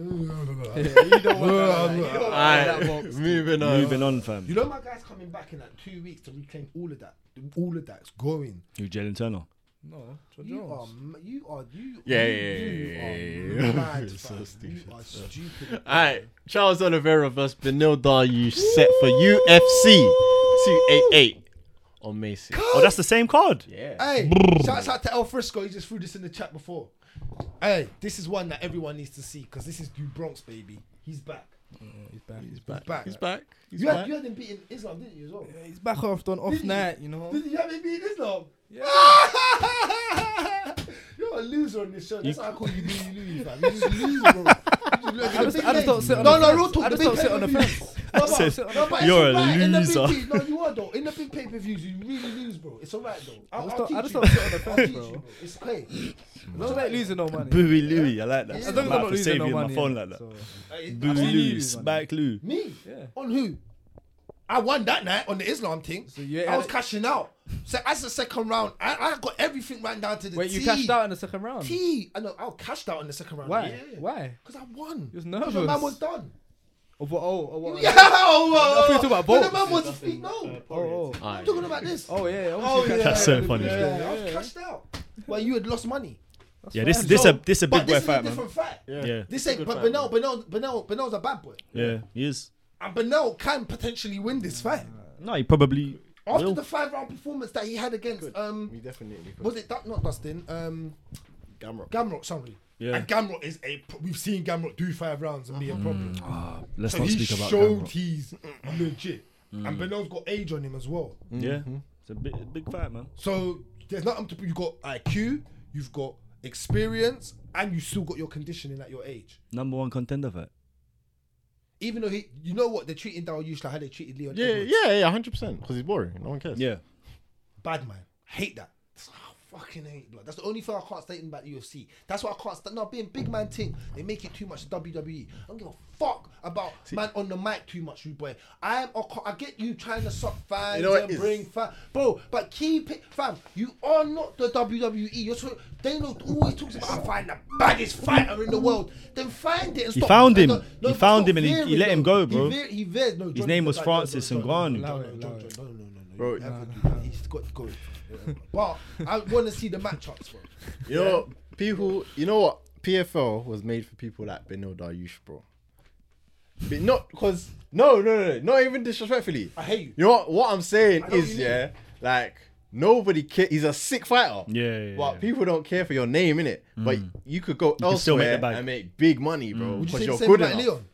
S2: moving on.
S1: Moving on, fam.
S3: You know my guy's coming back in like two weeks to reclaim all of that. All of that's going.
S1: You Jalen Turner.
S4: No, Joe
S3: You are,
S4: Jones.
S3: m- you are, you.
S2: Yeah,
S3: you,
S2: yeah, yeah,
S3: you
S2: yeah,
S3: are
S2: yeah.
S3: mad,
S2: So
S3: fam.
S2: stupid.
S3: You are stupid.
S2: All right, Charles Oliveira versus Benil Daru set for UFC 288 on May 6th.
S1: Oh, that's the same card.
S2: Yeah.
S3: Hey, shouts out to El Frisco. He just threw this in the chat before. Hey, this is one that everyone needs to see because this is Du Bronx, baby. He's back.
S4: He's back.
S2: He's back.
S3: back.
S2: He's back. He's
S3: you,
S2: back.
S3: Had, you had him beating Islam, didn't you, as well?
S4: He's back after an off
S3: Did he?
S4: night, you know.
S3: Did you have him beating Islam?
S4: Yeah.
S3: You're a loser on this show. That's why I call you Louie Louie, fam. You're just a loser, bro. You're just a
S4: I just,
S3: big
S4: I just
S3: name.
S4: don't sit on
S3: No,
S4: the
S3: no,
S4: fence.
S3: real talk,
S4: I just
S3: the
S4: don't
S3: big
S4: sit on the
S3: pay-per-view.
S4: fence.
S3: No, but-
S1: said,
S3: no, but it's
S1: "You're a
S3: alright. In the big
S1: loser."
S3: P- no, you are though. In the big pay per views, you really lose, bro. It's alright though. I'll,
S4: just
S3: I'll
S4: don't-
S3: teach
S4: I just
S3: you.
S4: don't sit on the
S3: I'll
S4: fence,
S3: teach
S4: bro.
S3: you, It's okay.
S4: Not like losing no money.
S1: Booey Louie, I like that.
S3: As
S4: As long
S1: I'm
S4: as I'm
S1: gonna have
S4: not
S1: to
S4: losing
S1: save
S4: no
S1: you in
S4: money.
S1: my phone like that.
S4: so-
S1: Booey
S4: seen you
S1: Louie,
S4: lose money.
S1: Spike Lee.
S3: Me
S4: Yeah.
S3: on who? I won that night on the Islam thing.
S4: you-
S3: I was cashing out. So as the second round, I, I got everything right down to the
S4: Wait, you
S3: T.
S4: cashed out in the second round.
S3: T. I know. I cashed out in the second round.
S4: Um, Why?
S3: Yeah.
S4: Why?
S3: Because I won.
S4: You
S3: Because
S4: was
S3: your
S4: nervous.
S3: man was done.
S4: Of what? Oh, oh, what?
S3: Yeah. Oh,
S4: I thought you were talking about
S3: But the
S4: votes.
S3: man was feet. No.
S4: Oh, oh,
S3: I'm talking about this.
S4: oh, yeah. obviously
S3: Oh, yeah.
S4: you cashed
S1: That's
S4: out
S1: so
S4: in the
S1: funny.
S4: first
S3: Yeah,
S4: round.
S3: I was cashed out. Well, you had lost money.
S1: Yeah, this
S4: fine.
S1: this a
S3: So-
S1: this a
S3: But
S1: big boy
S3: this is a
S1: fight, man.
S3: different fight.
S1: Yeah.
S3: This ain't. But Benel, Benel, Benel, Benel's a bad boy,
S1: Yeah, he is.
S3: and Benel can potentially win this fight
S1: No, he probably
S3: after
S1: will.
S3: the five round performance that he had against um
S2: We definitely
S3: Was it that not Dustin? Um,
S2: Gamrock.
S3: Gamrot, sorry.
S1: Yeah.
S3: And Gamrot is a. pro- We've seen Gamrot do five rounds and be a problem.
S1: ah, Let's
S3: So
S1: not
S3: he
S1: speak about Mm.
S3: showed
S1: Gamrot.
S3: he's legit. And Benel's got age on him as well.
S1: Yeah,
S3: Mm-hmm.
S1: it's a big big fight, man.
S3: So there's nothing to. You've got IQ, you've got experience, and you still got your conditioning at your age.
S1: Number one contender fight.
S3: Even though he, you know what, they're treating Dariush like how they treated Leon.
S2: Yeah,
S3: Edwards.
S2: yeah, yeah, hundred percent. Because he's boring. No one cares.
S1: Yeah,
S3: Bad man. Hate that. That's what I Fucking hate blood. That's the only thing I can't stand about UFC. That's why I can't stand. No, being big man thing. They make it too much WWE. I don't give a fuck about man on the mic too much, rude boy. I am. I can't- I get you trying to suck fans
S2: You know what
S3: and
S2: it is?
S3: bring fans, bro. But keep it, fam. You are not the WWE. You're so. They know, always talks about I find the baddest fighter in the world. Then find it. And
S1: He
S3: stop.
S1: found him.
S3: No, no,
S1: He found
S3: stop
S1: him and he- he
S3: veering,
S1: let him
S3: though.
S1: go, bro.
S3: He veer, he veered. No, Johnny-
S1: name was
S3: no, no,
S1: Francis
S3: no, no,
S1: Ngannou.
S3: no, no, no,
S4: Allow it,
S3: no,
S4: allow
S3: no,
S4: it.
S3: no, no, no, no.
S2: Bro,
S3: You never do that. He's got to go. But I want to see the matchups, bro.
S2: You know, what? people. You know what? PFL was made for people like Benil Dariush, bro. But not because no, no, no, not even disrespectfully.
S3: I hate you.
S2: You know what? What I'm saying
S3: I know
S2: is,
S3: you
S2: yeah, like nobody cares. He's a sick fighter.
S1: Yeah, yeah, yeah,
S2: But
S1: yeah. Mm.
S2: people don't care for your name, innit? But you could go
S1: can still make the
S2: elsewhere
S1: bag.
S2: and make big money, bro.
S3: Would you
S2: Because Mm.
S3: say
S2: you
S3: the
S2: are
S3: same
S2: good
S3: about
S2: enough.
S3: Leon?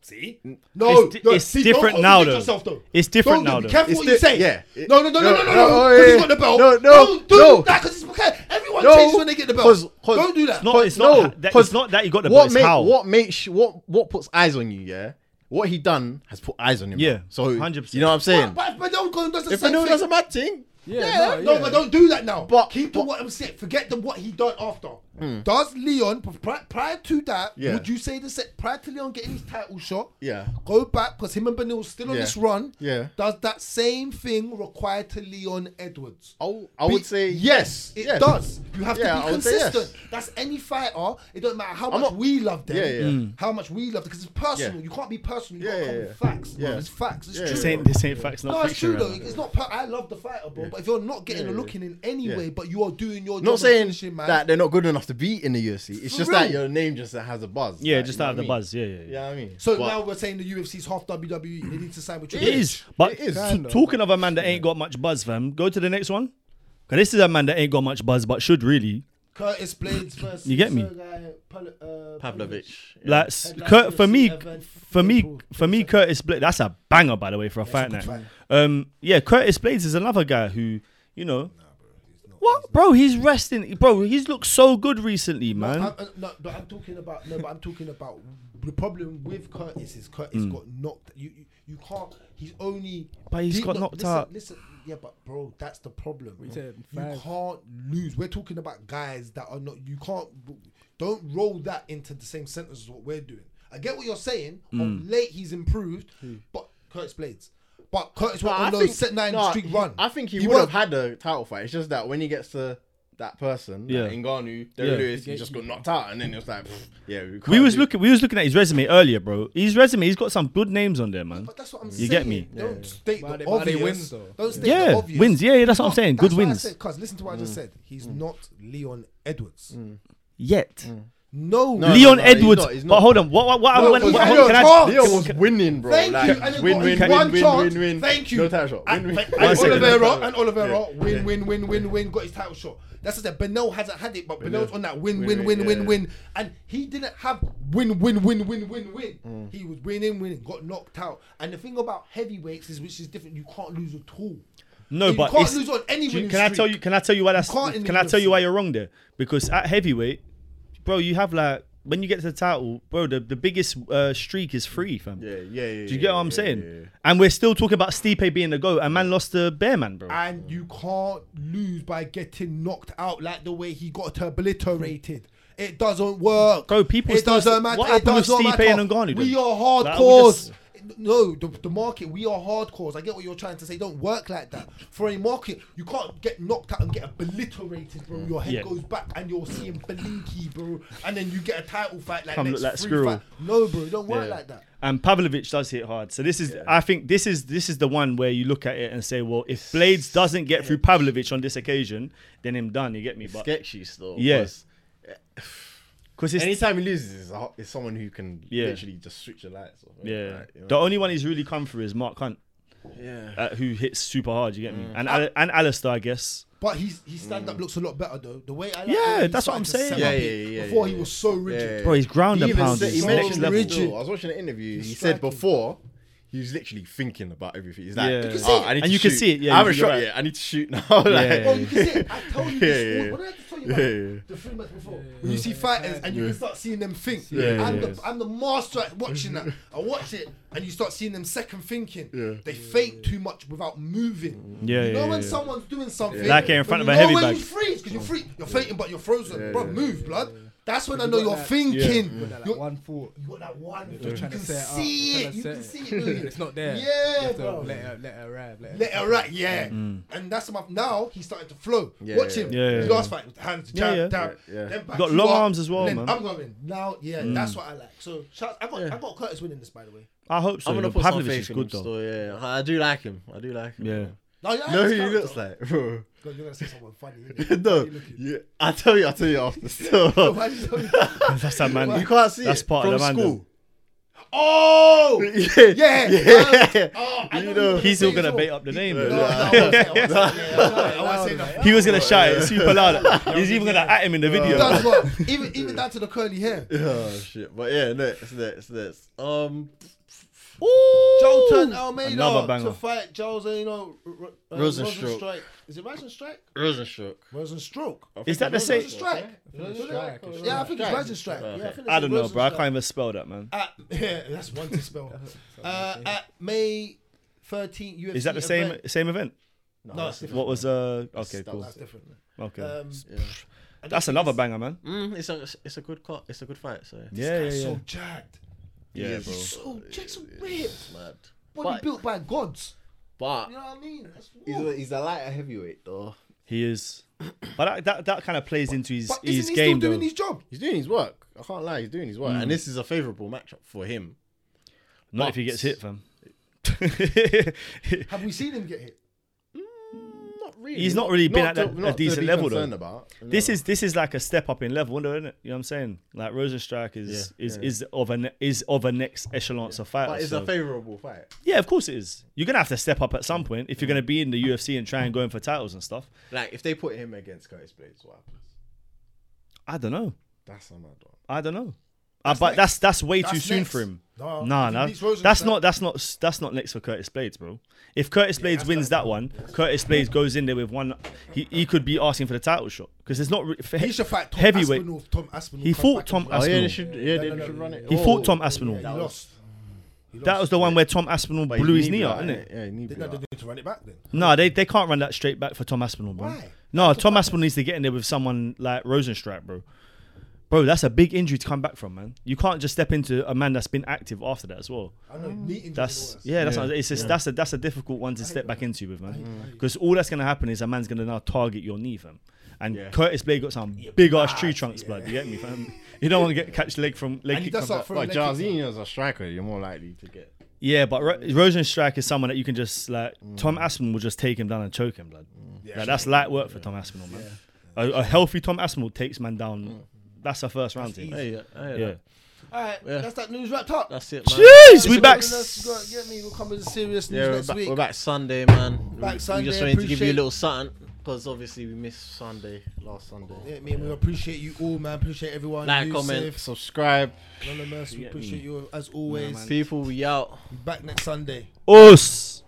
S3: See? No,
S1: It's di-
S3: Oh, no
S1: it's
S3: see,
S1: different
S3: don't
S1: now,
S3: contradict
S1: though.
S3: Yourself, though.
S1: It's different
S3: don't,
S1: now,
S3: Be
S1: though.
S3: careful
S2: It's
S3: what
S2: di-
S3: you say.
S2: yeah. It-
S3: No, no, no, no, no, no, no.
S2: oh,
S3: Because he
S2: yeah.
S3: got the belt.
S2: No, no,
S3: Don't do
S2: no.
S3: that because it's okay. Everyone
S2: No,
S3: changes when they get the belt.
S2: 'cause- 'cause-
S3: don't do that.
S1: It's not.
S2: But
S1: it's not.
S2: no,
S1: ha- that, it's
S2: 'cause
S1: not that he got the ball.
S2: what
S1: It's
S2: make,
S1: how.
S2: what makes what what puts eyes on you, yeah? What he done has put eyes on him.
S1: Yeah,
S2: bro. so
S1: 100%.
S2: You know what I'm saying?
S3: But if Madonna goes and does the
S2: if
S3: same
S2: Benil
S3: thing-
S2: does a mad thing,
S4: Yeah,
S2: yeah,
S3: No, but don't do that now.
S2: But-
S3: keep to
S2: but- Hmm.
S3: what I'm saying. Forget the what he done after. Does Leon pri- prior to that?
S2: Yeah.
S3: Would you say the set prior to Leon getting his title shot?
S2: Yeah.
S3: Go back because him and Benil was still on
S2: Yeah.
S3: this run.
S2: Yeah.
S3: Does that same thing require to Leon Edwards?
S2: I w- I would
S3: Be-
S2: say
S3: yes, it
S2: yes.
S3: does. You have
S2: Yeah,
S3: to
S2: I
S3: be
S2: would say yes.
S3: consistent. That's any fighter. It doesn't matter how
S2: I'm
S3: much
S2: not-
S3: we love them.
S2: Yeah, yeah. Mm.
S3: How much we love them because it's personal.
S2: Yeah.
S3: You can't be personal. You
S2: Yeah,
S3: gotta
S2: yeah,
S3: come
S2: yeah.
S3: with facts. Yeah.
S2: Yeah.
S3: It's facts. It's
S2: Yeah,
S3: true.
S1: This ain't. This ain't facts. Not
S3: No, it's
S1: fiction.
S3: true though.
S1: right now.
S3: It's not. Per- I love the fighter, bro. But if you're not getting
S2: Yeah,
S3: a
S2: yeah,
S3: look in in any way, but you are doing your job,
S2: not
S3: and
S2: saying
S3: finishing, man.
S2: that they're not good enough to be in the UFC. It's
S3: For
S2: just that
S3: real.
S2: your name just has a buzz.
S1: Yeah,
S2: like, you
S1: just
S2: know
S1: out
S2: what
S1: of the
S2: I mean?
S1: buzz. Yeah, yeah,
S2: Yeah,
S1: yeah.
S2: I mean.
S3: so
S2: But-
S3: now we're saying the UFC's half WWE. They need to sign with
S1: It is. But
S2: It is.
S1: t-
S4: Kinda.
S1: talking of a man that ain't got much buzz, fam. Go to the next one. Cause this is a man that ain't got much buzz, but should really.
S3: Curtis Blades versus
S1: You get me?
S3: Sergei Pal- uh,
S2: Pavlovich.
S1: Like s-
S3: Headline
S1: Kurt, for
S3: UFC
S1: me,
S3: event,
S1: for me,
S3: April
S1: for me, Curtis Blades. That's a banger, by the way, for a fight night. Um, yeah, Curtis Blades is another guy who, you know, what, bro? He's resting, bro. He's looked so good recently, man.
S3: I'm, uh, no, no, I'm talking about no, but I'm talking about the problem with Curtis is Curtis
S1: Hmm.
S3: got knocked. You, you you can't. He's only.
S1: But he's
S3: he's
S1: got knocked
S3: listen,
S1: out.
S3: Listen, yeah, but bro, that's the problem.
S4: said
S3: You
S4: five.
S3: can't lose. We're talking about guys that are not. You can't. Don't roll that into the same sentence as what we're doing. I get what you're saying.
S1: Hmm.
S3: Of late, he's improved,
S4: Hmm.
S3: but Curtis Blades. But Curtis went
S2: But
S3: on those set nine
S2: nah,
S3: streak
S2: he-
S3: run.
S2: I think he,
S3: He
S2: would have
S3: was-
S2: had a title fight. It's just that when he gets to that person, yeah,
S1: Yeah.
S2: like Ngannou, Derrick
S1: Yeah.
S2: Lewis, he just got knocked out, and then it was like, pff, yeah, we,
S1: we
S2: can't
S1: was
S2: do-
S1: looking, we was looking at his resume earlier, bro. His resume, he's got some good names on there, man.
S3: But that's what I'm saying.
S1: You get me?
S3: Don't state
S4: But
S3: the
S4: they- but they
S3: obvious.
S4: wins, though.
S3: Don't state
S1: Yeah,
S3: the obvious.
S1: wins. Yeah, yeah, that's what I'm saying. Good wins.
S3: Because listen to what I
S2: Mm.
S3: just said. He's not Leon Edwards.
S1: Yet,
S3: No,
S2: No,
S1: Leon
S2: no, no, he's
S1: Edwards.
S2: not, he's
S1: But
S2: not.
S1: hold on, what, what, what,
S3: No,
S1: I,
S3: because
S1: what,
S3: I
S1: what
S3: know
S1: can I?
S3: Charles-
S2: Leon was winning, bro.
S3: Thank
S2: like,
S3: you. And it
S2: Win,
S3: got
S2: win,
S3: his
S2: win,
S3: one
S2: win,
S3: chance.
S2: win, win.
S3: Thank you.
S2: No title shot.
S3: And,
S2: Win, win.
S3: and
S1: One second.
S3: Oliveira and Oliveira
S2: Yeah.
S3: win,
S2: Yeah.
S3: win, win, win, win, win. Got his title shot. That's what I said. Benel hasn't had it, but Benel's on that win,
S2: Win,
S3: win, win,
S2: win,
S3: win,
S2: yeah.
S3: win. And he didn't have win, win, win, win, win, win.
S2: Mm.
S3: He was winning, winning. Got knocked out. And the thing about heavyweights is, which is different, you can't lose at all.
S1: No,
S3: you
S1: but
S3: can't
S1: it's-
S3: lose on any
S1: Do you-
S3: winning
S1: Can I tell
S3: streak.
S1: you? Can I tell you why that's?
S3: can't in the
S1: Can I tell you why
S3: UFC.
S1: you're wrong there? Because at heavyweight, bro, you have like when you get to the title, bro, the, the biggest uh, streak is three, fam.
S2: Yeah, yeah, yeah.
S1: Do you get what I'm saying? And we're still talking about Stipe being the goat, and man lost to Bear Man, bro.
S3: And you can't lose by getting knocked out like the way he got obliterated. It doesn't work.
S1: Bro, people
S3: it
S1: still-
S3: doesn't matter.
S1: what
S3: it
S1: happened with
S3: does not
S1: Stipe
S3: matter.
S1: and Ngannou
S3: We
S1: then?
S3: are
S1: Like, we
S3: hardcores.
S1: just-
S3: no, the, the market, we are hardcores. I get what you're trying to say. Don't work like that. For a market, you can't get knocked out and get obliterated, bro. Your head
S1: Yeah.
S3: goes back and you're seeing blinky, bro. And then you get a title fight like
S1: Come
S3: next
S1: look like
S3: three
S1: squirrel.
S3: fight. No, bro, it don't work
S1: Yeah.
S3: like that.
S1: And Pavlovich does hit hard. So this is, I think, this is this is the one where you look at it and say, well, if Blades doesn't get through Pavlovich on this occasion, then him done. You get me? But
S2: sketchy still.
S1: Yeah.
S2: Yes.
S1: because it's
S2: Anytime he loses, it's, a, ho- it's someone who can
S1: Yeah.
S2: literally just switch the lights off.
S1: yeah,
S2: Right, you know?
S1: the only one he's really come through is Mark Hunt,
S2: yeah.
S1: uh, who hits super hard. You get me? And Al- and Alistair, I guess.
S3: But he's his stand up looks a lot better though. The way I like
S1: Yeah,
S3: the way he
S1: that's what I'm
S3: started to set
S1: saying.
S2: Yeah,
S3: up
S2: yeah,
S3: it.
S2: yeah,
S3: Before
S2: yeah,
S3: he
S2: yeah.
S3: was so rigid.
S2: Yeah.
S1: Bro, he's ground and
S2: even
S1: pound.
S2: said-
S1: is
S2: he
S1: next
S2: mentioned
S1: level.
S2: this still. I was watching an interview. He said
S3: striking.
S2: before he was literally thinking about everything. He's like,
S1: Yeah. Ah, You can see
S2: "Oh,
S1: it.
S2: I need
S1: And
S2: to
S1: you can
S2: shoot.
S1: see it, yeah,
S2: I haven't
S1: you're
S2: shot
S1: right.
S2: yet. I need to shoot now. like,
S1: yeah,
S3: Bro, you can see it. I told you this.
S2: Yeah, yeah,
S3: all- What did I just tell you about?
S2: Yeah.
S3: The three months before. When you see fighters and you can start seeing them think.
S2: Yeah,
S3: I'm,
S2: yeah.
S3: the, I'm the master at watching that. I watch it and you start seeing them second thinking. They fake too much without moving.
S1: Yeah,
S3: You know
S1: yeah,
S3: when
S1: yeah.
S3: someone's doing something.
S1: Like here in front
S3: when
S1: of
S3: you know
S1: a heavy
S3: when
S1: bag.
S3: you freeze because you're free. You're fainting but you're frozen.
S2: Yeah,
S3: bro,
S2: yeah,
S3: move, blood. That's when I
S4: You
S3: know
S4: got
S3: you're
S4: that-
S3: thinking.
S4: With that, like,
S3: You're-
S4: one thought.
S3: You got that one.
S4: They're
S3: You
S4: trying
S3: can
S4: to set it up.
S3: see
S4: They're
S3: it. You
S4: trying
S3: can
S4: to
S3: see
S4: set
S3: it. really.
S4: It's not there. You
S3: Yeah,
S4: have to
S3: bro.
S4: Let Mm. her, let her ride. Let her.
S3: Let it right, yeah. And that's about now he started to flow.
S2: Yeah,
S3: Watch him.
S1: yeah, yeah.
S3: His last fight with the hands,
S1: Yeah,
S3: jab,
S1: yeah.
S3: down,
S2: Yeah, yeah.
S3: then back
S1: Got
S3: you
S1: long
S3: up,
S1: arms as well,
S3: then
S1: man. Mm.
S3: I'm going now. Yeah, that's what I like. So shout, I got I got Curtis winning this by the way.
S1: I hope so.
S2: I'm gonna
S1: you know,
S2: put some
S1: Pavlovich
S2: faith
S1: is
S2: in
S1: good
S2: him
S1: though.
S2: still, yeah, I do like him. I do like him.
S1: Yeah.
S3: No, yeah,
S2: No, he looks like bro.
S3: God, you're gonna say someone funny. innit?
S2: no, you, I tell you, I tell you after. Still,
S3: Why you tell me-
S1: That's that man.
S2: you can't see
S1: That's
S2: it
S1: part
S2: from
S1: of the man, though.
S2: school.
S3: oh,
S2: yeah,
S3: yeah,
S2: yeah.
S3: Oh, I
S2: You
S3: know
S2: know,
S3: what you're
S1: He's still
S3: say
S1: gonna
S3: as
S1: bait
S3: well.
S1: up the name.
S3: No,
S1: bro.
S3: no, I won't say- I won't say- yeah, I won't say that.
S1: He was gonna shout it super loud. He's even gonna at him in the video.
S3: That's what. Even even down to the curly hair.
S2: Oh shit! But yeah, next, next, next. Um,
S3: Joe oh, turned Almeida
S1: Another banger.
S3: to fight Jose, you know, R- uh,
S2: Rosenstruck.
S3: Rosenstrike. Is it Rosenstrike?
S2: Rosenstruck.
S3: Rosenstroke.
S1: Is that the same?
S3: Rosenstrike.
S4: Rosenstrike.
S3: Rosenstrike. Yeah, I think it's Rosenstrike. Yeah, I, think it's
S1: I don't know, bro. I
S3: Rosenstrike.
S1: can't even spell that, man.
S3: At, yeah, that's one to spell. uh, at May 13th, UFC.
S1: Is that the same
S3: event.
S1: same event?
S3: No, it's different.
S1: What was uh? Okay,
S2: That
S1: cool.
S3: That's different.
S1: Okay,
S3: Um,
S1: that's another banger, man.
S2: Mm, it's a it's a good cut. It's a good fight. So
S1: Yeah, yeah,
S3: That's
S1: yeah.
S3: so jagged.
S1: Yeah,
S2: He
S1: bro.
S2: is
S3: So jagged, so ripped.
S2: mad.
S3: Body
S2: But-
S3: built by gods.
S2: But
S3: You know what I mean? That's
S2: he's
S3: war.
S2: a, he's a lighter heavyweight though.
S1: He is, but that that, that kind of plays into his
S3: But
S1: his
S3: isn't he still
S1: game though.
S3: doing his job?
S2: He's doing his work. I can't lie. He's doing his work, and this is a favorable matchup for him.
S1: Not if he gets hit, fam.
S3: Have we seen him get hit?
S2: Not really.
S1: He's not really been at that- a
S2: not to
S1: decent
S2: be
S1: level, though.
S2: concerned About.
S1: this
S2: No.
S1: is this is like a step up in level, isn't it? You know what I'm saying? Like Rosenstrike is
S2: Yeah,
S1: is
S2: yeah.
S1: is of an is of a next echelon of fighter.
S2: But it's
S1: so-
S2: a favorable fight.
S1: yeah, of course it is. You're gonna have to step up at some point if you're gonna be in the UFC and try and go in for titles and stuff.
S2: Like if they put him against Curtis Blades, what happens?
S1: I don't know.
S2: That's a mad one.
S1: I don't know. Uh, but that's that's way too
S3: That's
S1: soon
S3: next.
S1: for him.
S3: No,
S1: Nah,
S3: if he
S1: nah.
S3: beats Rosenstruck-
S1: that's not that's not that's not next for Curtis Blades, bro. If Curtis Blades wins that one, Curtis Blades goes in there with one. He, he could be asking for the title shot because it's not re- for
S3: He should fight Tom
S1: heavyweight.
S3: Aspinall. Tom Aspinall
S1: He
S3: comes
S1: fought
S3: back
S1: Tom
S3: and-
S2: Oh yeah,
S1: Aspinall.
S2: they should. Yeah,
S3: No,
S2: they
S3: no, no,
S2: should
S3: no.
S2: run it.
S1: He fought
S2: Oh.
S1: Tom Aspinall.
S3: Yeah, he lost. He
S1: That
S3: lost.
S1: was the one where Tom Aspinall
S2: But
S1: blew his knee
S2: blew
S1: out,
S2: out,
S1: didn't it?
S2: innit? Yeah, he knee
S3: They
S2: blew
S3: know they
S2: out.
S3: need to run it back then.
S1: No, they, they can't run that straight back for Tom Aspinall, bro.
S3: Why?
S1: No, Tom Aspinall needs to get in there with someone like Rosenstrap, bro. Bro, that's a big injury to come back from, man. You can't just step into a man that's been active after that as well.
S3: I know knee injuries
S1: Mm.
S3: are
S1: That's
S3: the worst.
S1: yeah, that's what- it's just, that's a that's a difficult one to step back into with man, because all that's gonna happen is a man's gonna now target your knee, fam. And Curtis Blade got some big ass tree trunks, blood. You get me, fam? You don't want to get catch leg from leg
S3: And he
S1: kick
S3: does
S1: from
S3: start
S1: back.
S3: throwing
S2: But
S3: leg kicks.
S2: Jarzinho's a striker. You're more likely to get.
S1: Yeah, but Ro- Rosenstrike is someone that you can just like. Tom Aspinall will just take him down and choke him, blood. Like, that's light work for Tom Aspinall, man. A, a healthy Tom Aspinall takes man down. That's a first round team.
S2: Hey, yeah,
S1: Yeah.
S3: All right,
S2: Yeah.
S3: that's that news wrapped up.
S2: that's it,
S1: Jeez, we
S3: We're
S1: back.
S3: gonna- we're gonna- Get me. We'll come with the serious news
S2: Yeah, we're
S3: next
S2: back,
S3: week.
S2: we're back Sunday, man.
S3: Back
S2: we,
S3: Sunday,
S2: we just wanted to give you
S3: appreciate-
S2: a little something because obviously we missed Sunday last Sunday.
S3: Yeah, me and we appreciate you all, man. Appreciate everyone.
S2: Like,
S3: You,
S2: comment,
S3: Sif,
S2: subscribe.
S3: Anonymous, we
S1: Yeah,
S3: appreciate you as always.
S2: People, we out.
S3: Be back next Sunday.
S1: Us.